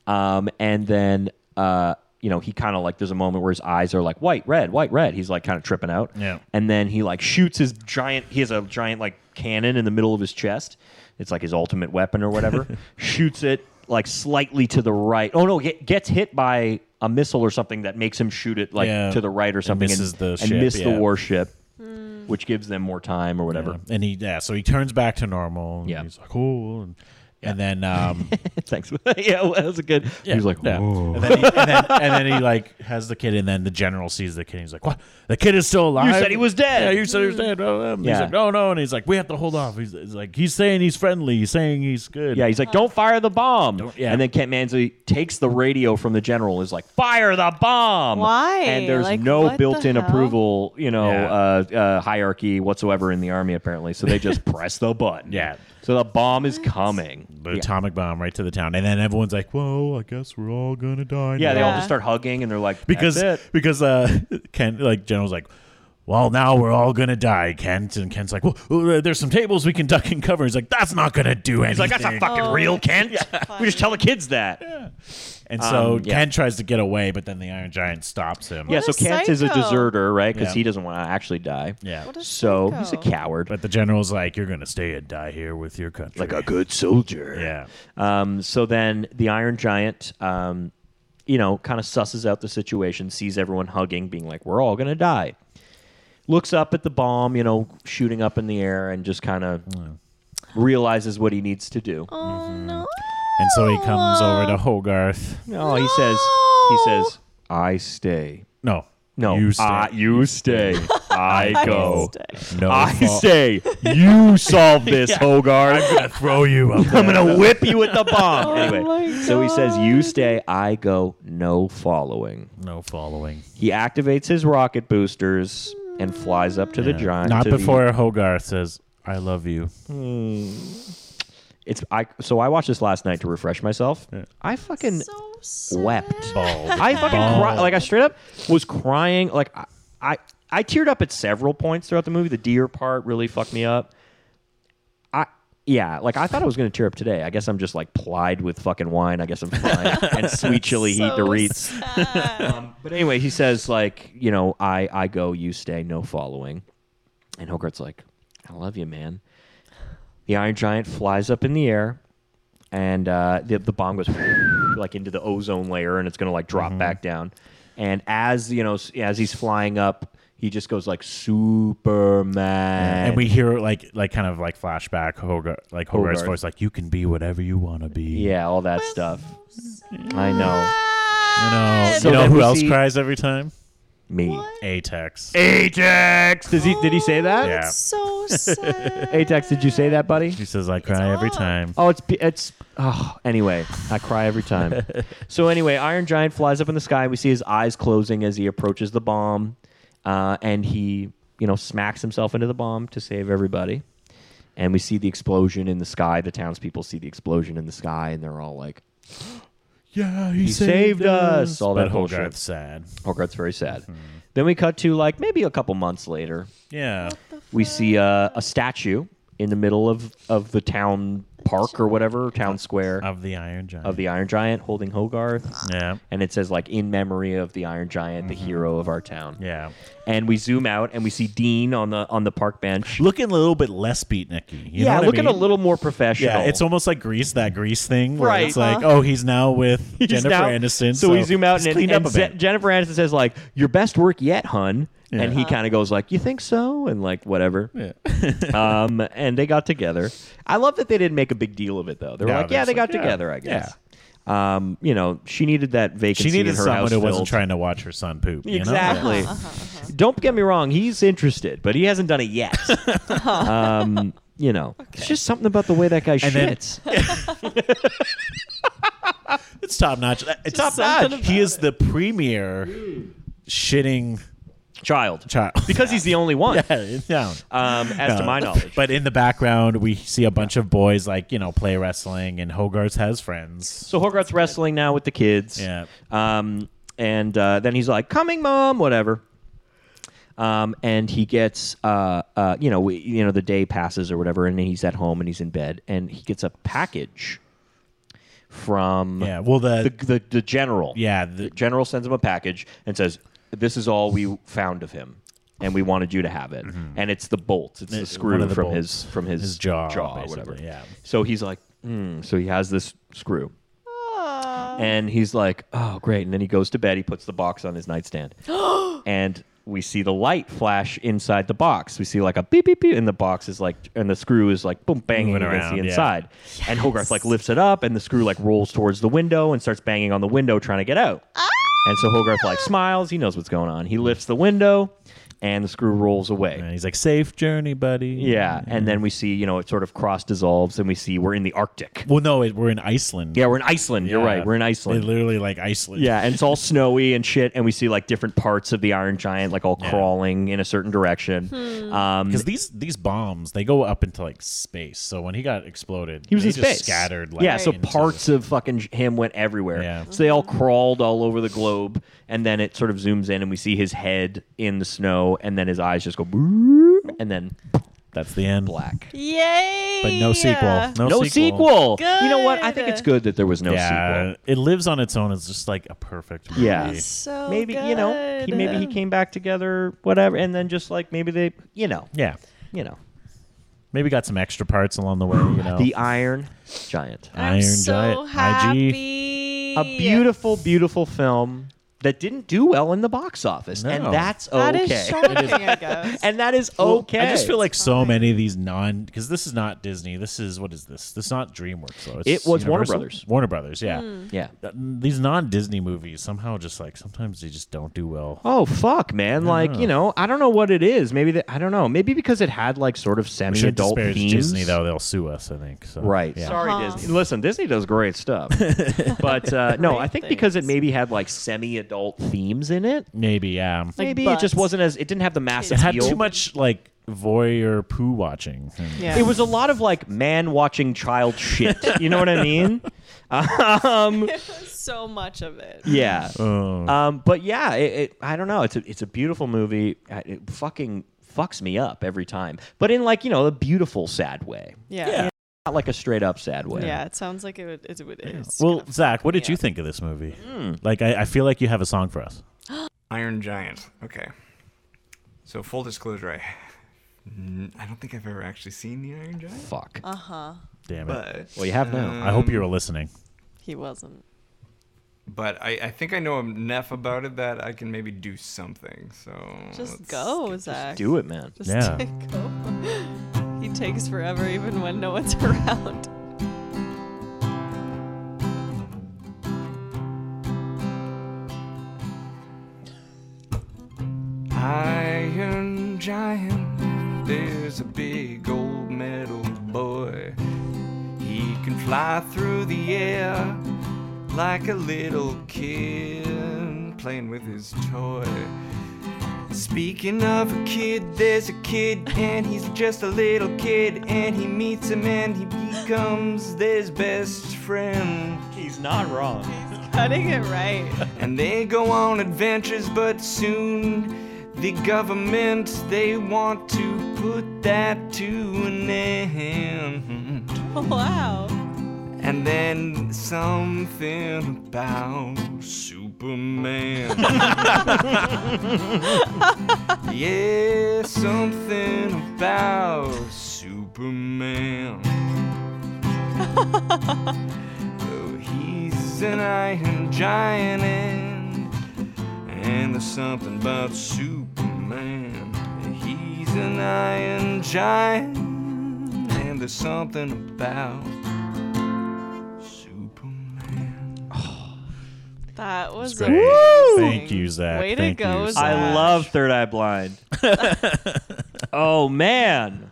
Um, and then uh, you know, he kind of like there's a moment where his eyes are like white, red, white, red. He's like kind of tripping out.
Yeah.
And then he like shoots his giant. He has a giant like cannon in the middle of his chest. It's like his ultimate weapon or whatever. shoots it like slightly to the right. Oh no, get, gets hit by a missile or something that makes him shoot it like
Yeah.
to the right or
And
something
misses the
and
ship,
miss the
yeah.
warship, which gives them more time or whatever.
Yeah. And he yeah, so he turns back to normal. and
Yeah.
he's like, "Oh," and, and then um,
Thanks. yeah, well, that was a good.
yeah,
He's like,
yeah.
"Whoa."
and then, he, and, then, and then he like has the kid, and then the general sees the kid. He's like, "What? The kid is still alive?
said he was dead."
Yeah, you said he was dead." Oh, um,
Yeah.
He's like, "No, no," and he's like, "We have to hold off." He's, he's like, "He's saying he's friendly. He's saying he's good."
Yeah, he's like, "Don't fire the bomb."
yeah.
And then Kent Mansley takes the radio from the general. and Is like, "Fire the bomb."
Why?
And there's
Like, what
no
the
built-in
hell?
approval, you know,
Yeah.
uh, uh, hierarchy whatsoever in the army. Apparently, so they just press the button.
Yeah.
So the bomb is coming.
the
Yeah.
atomic bomb right to the town, and then everyone's like, "Well, I guess we're all gonna die."
Yeah,
now."
they all
Yeah.
just start hugging and they're like,
because
"That's it."
because uh, Kent like General's like, "Well, now we're all gonna die, Kent," and Kent's like, "Well, uh, there's some tables we can duck and cover." He's like, "That's not gonna do anything."
He's like, "That's not fucking
Oh,
real, Kent. We just tell the kids that."
and so
um, yeah.
Kent tries to get away, but then the Iron Giant stops him.
Yeah.
What
So
a
Kent is a
psycho.
deserter, right? Because
Yeah.
he doesn't want to actually die.
yeah.
What a
So
psycho.
he's a coward.
But the general's like, "You're gonna stay and die here with your country."
like a good soldier.
yeah.
Um, so then the Iron Giant, um, you know, kind of susses out the situation, sees everyone hugging, being like, we're all going to die. Looks up at the bomb, you know, shooting up in the air and just kind of realizes what he needs to do.
Oh no.
And so he comes over to Hogarth.
No, he says. He says, "I stay."
No.
No,
You stay.
I- you stay. I go.
no.
I
fault.
stay. You solve this, Hogarth.
I throw you up.
I'm gonna whip you with the bomb. anyway,
my
so he says, "You stay." I go. No following.
No following.
He activates his rocket boosters and flies up to the giant.
Not
to the-
before Hogarth says, I love you.
it's I. So I watched this last night to refresh myself. I fucking
So sad.
wept.
Bald.
I fucking
Bald.
cry, like I straight up was crying. Like I, I I teared up at several points throughout the movie. The deer part really fucked me up. I yeah, like I thought I was gonna tear up today. I guess I'm just like plied with fucking wine. I guess I'm fine and sweet chili heat
So
Doritos.
sad.
Um,
But anyway, he says like, you know, I I go, you stay, no following. And Hogarth's like, I love you, man. The Iron Giant flies up in the air, and uh, the the bomb goes like into the ozone layer, and it's gonna like
Mm-hmm.
drop back down. And as you know, s- as he's flying up, he just goes like Superman.
And we hear like like kind of like flashback Hogarth like Hogarth's
Hogarth.
voice like you can be whatever you want to be.
yeah, all that stuff. I know
You know,
So
you know
then
who
we
else
see-
cries every time?
me.
Atex.
Ajax. Does he? Did he say that?
Yeah.
So sad.
Ajax, did you say that, buddy?
He says I cry every
on.
time.
Oh, it's be- it's. Oh, anyway, I cry every time. so anyway, Iron Giant flies up in the sky. We see his eyes closing as he approaches the bomb, uh, and he, you know, smacks himself into the bomb to save everybody. And we see the explosion in the sky. The townspeople see the explosion in the sky, and they're all like,
Yeah, he,
saved us. All
but
that bullshit.
Hogarth's sad.
"Hogarth's oh, very sad." Then we cut to like maybe a couple months later.
Yeah.
We see uh, a statue in the middle of of the town park or whatever town square
Of the Iron Giant.
of the Iron Giant holding Hogarth.
Yeah.
and it says like in memory of the Iron Giant, the hero of our town.
Yeah.
And we zoom out and we see Dean on the on the park bench.
Looking a little bit less beatniky. You know
yeah,
what I
looking
mean?
a little more professional.
Yeah, it's almost like Grease, that Grease thing where
Right. Uh-huh.
it's like, oh, he's now with
He's
Jennifer
now-
Aniston.
So, we zoom out
he's
and,
cleaned
and
up a
Je-
bit.
Jennifer Aniston says like, "Your best work yet, hun."
Yeah.
And he kind of goes like, "You think so?" and like whatever. um, and they got together. I love that they didn't make a big deal of it though. They were
No,
like, "Yeah,
that's
they got
like, yeah,
together." I guess. Um, you know, she needed that vacancy.
She needed
in her
someone
house
who wasn't
filled.
trying to watch her son poop. you know?
Exactly.
Uh-huh.
Don't get me wrong, he's interested, but he hasn't done it yet. um, you know, it's just something about the way that guy
And then-
shits.
It's top notch. It's
Top something notch.
He is the premier shitting
Child.
child.
Because he's the only one,
yeah, it's down.
um, as to
Uh,
my knowledge.
But in the background, we see a bunch of boys like you know play wrestling, and Hogarth has friends.
So Hogarth's wrestling now with the kids.
Yeah.
Um, and uh, then he's like, coming, mom, whatever. Um, and he gets, uh, uh, you know, we, you know, the day passes or whatever, and he's at home and he's in bed, and he gets a package from
Yeah. Well, the,
the, the, the general.
yeah the,
general sends him a package and says, "This is all we found of him, and we wanted you to have it." And it's the bolt, it's the
It's
screw
Mm-hmm. one of the
from
bolts.
his from his,
his jaw,
or whatever.
basically, yeah.
So he's like, "Hmm." so he has this screw, and he's like, "Oh, great!" And then he goes to bed. He puts the box on his nightstand, and. We see the light flash inside the box. We see like a beep beep beep, and the box is like, and the screw is like boom banging
Moving
against the
around, yeah.
inside. And Hogarth like lifts it up, and the screw like rolls towards the window and starts banging on the window trying to get out. And so Hogarth like smiles. He knows what's going on. He lifts the window, and the screw rolls
and
away.
he's like safe journey, buddy.
Yeah, and then we see you know it sort of cross dissolves, and we see we're in the Arctic.
Well, no, it, we're in Iceland.
Yeah, we're in Iceland. You're
Yeah.
right. We're in
They
Iceland.
literally like Iceland.
Yeah, and it's all snowy and shit, and we see like different parts of the Iron Giant like all crawling in a certain direction. Um,
Because these these bombs they go up into like space. So when he got exploded,
he was
they
in
just
space.
scattered. Like,
yeah, so
into-
parts of fucking j- him went everywhere.
Yeah.
So they all crawled all over the globe, and then it sort of zooms in, and we see his head in the snow, and then his eyes just go, "Boop," and then
That's the end.
black.
Yay!
But no sequel. No,
no sequel. You know what? I
Good.
think it's good that there was no
yeah,
sequel.
it lives on its own. It's just like a perfect. Movie.
Yeah.
So
maybe you know, he, maybe he
Oh, good.
came back together, whatever, and then just like maybe they, you know,
Yeah.
you know,
Maybe got some extra parts along the way. You know,
the Iron Giant,
I'm
Iron
so
Giant, IG.
happy.
a beautiful, beautiful film. that didn't do well in the box office, and
No.
that's okay.
That is shocking, I guess.
and that is okay.
I just feel like so many of these non because this is not Disney. This is what is this? This is not DreamWorks though. It's
It was Warner
Universal?
Brothers.
Warner Brothers, yeah.
Hmm.
yeah.
Uh, These non-Disney movies somehow just like sometimes they just don't do well.
Oh fuck, man! Like you know, I don't know what it is. Maybe that I don't know. Maybe because it had like sort of
we
semi
should
adult
disparage
themes.
Disney though; they'll sue us. I think. So,
Right.
Yeah.
Sorry,
Uh-huh.
Disney. Listen, Disney does great stuff. but uh, no, I think because it
things.
maybe had like semi adult themes in it,
Maybe. Yeah.
Like
maybe it
butts.
just wasn't as, it didn't have the mass
it had
appeal.
too much like voyeur poo watching. And-
Yeah.
It was a lot of like man watching child shit. You know what I mean? Um,
so much of it.
yeah.
Oh.
Um, but yeah, it, it, I don't know. It's a, it's a beautiful movie. I- It fucking fucks me up every time. But in like, you know, a beautiful sad way.
Yeah. Yeah.
Not like a straight up sad way.
it sounds like it would. It would it's
Well,
gonna
Zach, what
fuck me
did you
up.
think of this movie?
Hmm.
Like, I, I feel like you have a song for us.
Iron Giant. Okay. So full disclosure, I n- I don't think I've ever actually seen the Iron Giant,
Fuck.
Uh-huh.
Damn it!
but uh,
well, you have now.
I hope you were listening.
He wasn't.
but I, I think I know enough about it that I can maybe do something. So
Just
let's
go,
get-
Zach.
Do it, man.
Just
Yeah.
take- go. he takes forever, even when no one's around.
Iron Giant, there's a big old metal boy. He can fly through the air like a little kid playing with his toy. Speaking of a kid, there's a kid, and he's just a little kid, and he meets him and he becomes his best friend.
He's not wrong.
Cutting it right.
And they go on adventures, but soon the government they want to put that to an end.
Wow.
And then something about Superman. yeah, something about Superman. oh, he's an iron giant, and, and there's something about Superman. He's an iron giant, and there's something about Superman.
That was
great. Thank you, Zach.
Way
Thank
to
you,
go,
Zach.
Zach.
I love Third Eye Blind. oh man.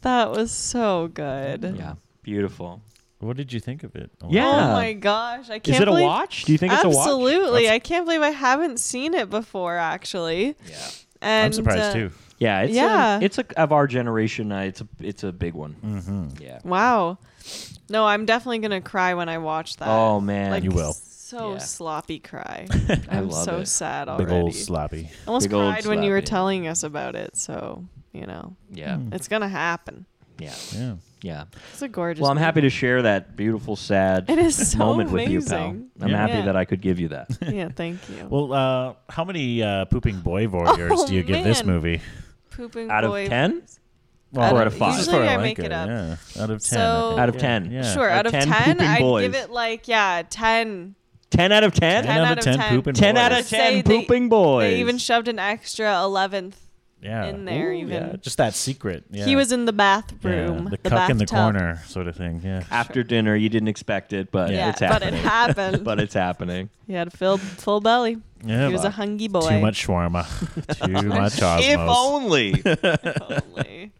That was so good.
Yeah. Beautiful.
What did you think of it? Oh,
Yeah.
Oh my gosh. I can't
Is it a
believe-
watch? Do you think it's a watch?
Absolutely. I can't believe I haven't seen it before, actually.
Yeah.
And,
I'm surprised
uh,
too.
Yeah, it's
Yeah.
A, it's a of our generation. Uh, it's a it's a big one. Mm-hmm. Yeah.
Wow. No, I'm definitely gonna cry when I watch that.
Oh man,
Like,
You will.
So
Yeah.
sloppy cry.
I
I'm
love
so
it.
sad
Big
already.
old sloppy.
Almost
Big old
cried when you were
slappy.
telling us about it. So you know,
Yeah,
it's gonna happen.
yeah,
Yeah.
yeah.
It's a gorgeous.
Well, I'm happy to share that beautiful, sad
It is so
moment with you, pal.
amazing.
I'm happy
Yeah.
that I could give you that.
movie. yeah, thank you.
Well, uh, how many uh, pooping boy voyeurs
Oh,
do you give this
man.
movie?
Pooping
out of
boy-
ten,
Well,
Four out of five.
usually I make it up.
Out of ten.
So-
I think.
out of ten,
Yeah.
Sure,
Out
out
of
of
10
ten,
pooping
I'd
boys.
give it like yeah, ten.
ten out of ten.
10
10
out
out
of
of
10
10.
pooping
10
boys.
out of
Say
10
they-
pooping boys.
They even shoved an extra eleventh.
yeah.
in there even.
yeah, Just that secret. Yeah.
He was in the
Yeah,
bathroom,
The
the
cuck in the
bathtub.
corner sort of thing. Yeah.
After dinner, you didn't expect it, but
Yeah,
it's
but it
happening.
happened.
But it's happening.
he had a filled full belly.
Yeah.
he was a hungy boy.
Too much shawarma. Too much osmos.
If only.
Only.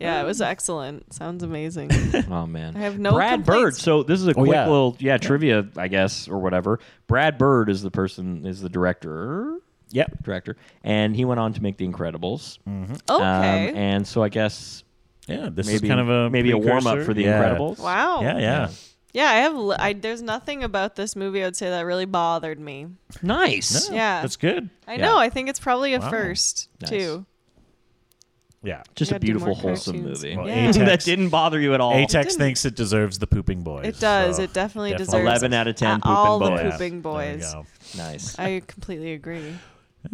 Yeah, it was excellent. Sounds amazing.
Oh man,
I have no
Brad Bird.
complaints.
So this is a quick
Oh, yeah.
little yeah trivia, I guess, or whatever. Brad Bird is the person is the director.
Yep.
director, and he went on to make The Incredibles. Um,
Okay.
and so I guess
Yeah. This
maybe
is kind of a
maybe a warm up
precursor.
for The
Yeah.
Incredibles.
wow.
Yeah. Yeah.
Oh, Yeah, I have. Li- I, there's nothing about this movie I would say that really bothered me.
Nice.
Oh,
Yeah.
That's good.
I
Yeah.
know. I think it's probably a
Wow.
first
Nice.
too.
Yeah.
Just
You
a
gotta do
beautiful,
more
wholesome
cartoons.
movie.
Well,
Yeah.
Atex-
that didn't bother you at all.
Atex
didn't-
thinks it deserves the pooping boys.
It does.
so Oh,
It definitely deserves
11 out of 10
a-
pooping
all
boys.
the
Yeah,
pooping
there you
boys.
go.
Nice.
I completely agree.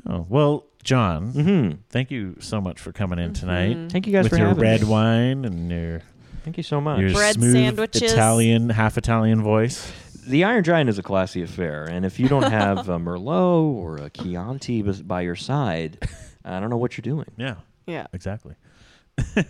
Oh, well, John, thank you so much for coming in
Mm-hmm.
tonight.
Mm-hmm. Thank you guys
With
for
your
having
red
me.
wine and your
Thank you so much.
your
Uh, Bread
smooth
sandwiches.
Italian, half Italian voice.
the Iron Giant is a classy affair, and if you don't have a Merlot or a Chianti bes- by your side, I don't know what you're doing.
Yeah.
Yeah.
Exactly. uh,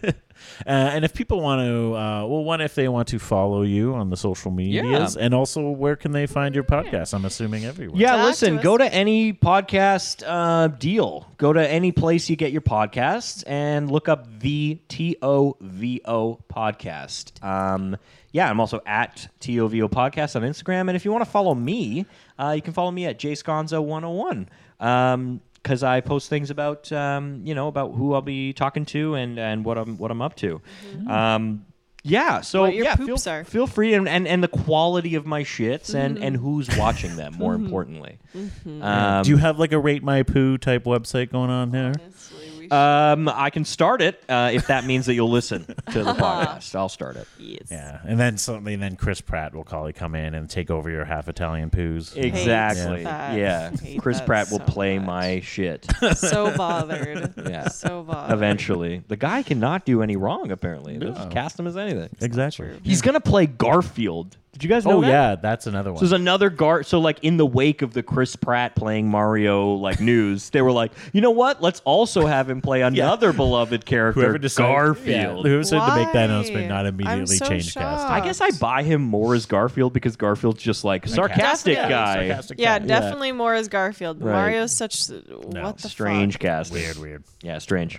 and if people want to, uh, well, one, if they want to follow you on the social medias, and also where can they find your podcast? I'm assuming everywhere.
Yeah,
Talk to
listen,
us.
go to any podcast uh, deal. Go to any place you get your podcasts and look up the TOVO podcast. Um, yeah, I'm also at TOVO podcast on Instagram. And if you want to follow me, uh, you can follow me at jsconzo101. Um, because I post things about um, you know about who I'll be talking to and, and what I'm what I'm up to,
Mm-hmm.
um, yeah. So
What your
yeah,
poops
feel,
are. Mm-hmm.
feel free and, and and the quality of my shits and and who's watching them more importantly um,
Do you have like a rate my poo type website going on
Uh,
there?
um, i can start it uh, if that means that you'll listen to the podcast i'll start it
Yes.
Yeah, and then suddenly, then Chris Pratt will probably come in and take over your half Italian poos.
exactly
that.
yeah
Hate
chris
that
pratt will
so
play
much.
my shit
So bothered.
Yeah.
So bothered.
eventually the guy cannot do any wrong apparently They'll just cast him as anything
Exactly.
he's gonna play garfield did you guys know
Oh
that?
yeah, that's another one.
So there's another gar. So like in the wake of the Chris Pratt playing Mario like news, they were like, you know what? Let's also have him play another beloved character,
whoever decided,
Garfield.
yeah, whoever decided to make
Why?
that announcement, not
I'm
immediately
so
change
shocked.
cast.
I guess I buy him more as Garfield because Garfield's just like sarcastic
Definitely.
guy,
Sarcastic
Yeah,
guy.
definitely more as Garfield.
Right.
Mario's such what the
strange
fuck?
cast,
Weird, weird.
Yeah, strange.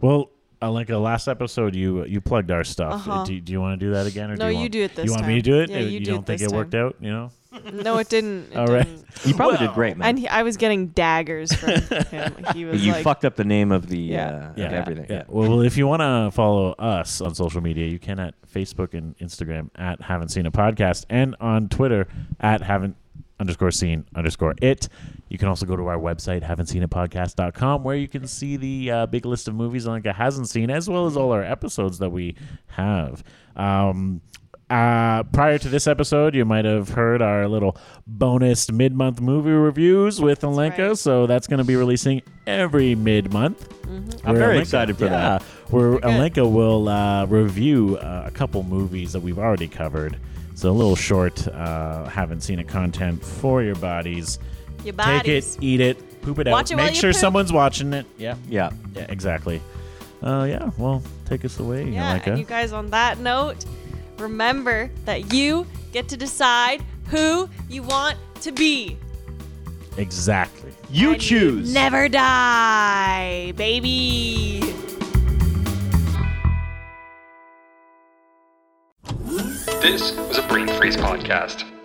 Well, uh, like the last episode, you uh, you plugged our stuff. Uh, Do, do you want to do that again, or
Uh-huh. No,
do you,
you
want,
do it this
You want me
time.
to do it?
Yeah,
Uh,
you do
don't
it
think
this
it worked
time.
out? You know?
No, it didn't. It
All right.
didn't.
You probably did great, man.
And he, I was getting daggers from him. He was
you
like,
fucked up the name of the
Yeah.
uh, of everything.
Yeah. Well, if you want to follow us on social media, you can at Facebook and Instagram at Haven't Seen a Podcast and on Twitter at Haven't underscore seen underscore it. You can also go to our website, haven't seen a podcast.com, where you can see the uh, big list of movies Annika hasn't seen, as well as all our episodes that we have. Um, uh, prior to this episode, you might have heard our little bonus mid month movie reviews with Alenka.
right.
So that's going to be releasing every mid month.
I'm
Where
very
Alenka-
excited for
yeah,
that.
Where Alenka will uh, review uh, a couple movies that we've already covered. So a little short, uh, haven't seen it content for your bodies.
Your bodies.
Take it, eat it, poop it
Watch
out.
it while
Make
you
sure
poop.
someone's watching it. Yeah,
Yeah.
yeah, exactly. Uh, yeah, well, take us away,
Yeah,
Alenka.
and you guys, on that note, remember that you get to decide who you want to be.
exactly.
You
And
choose.
Never die, baby.
This was a Brain Freeze podcast.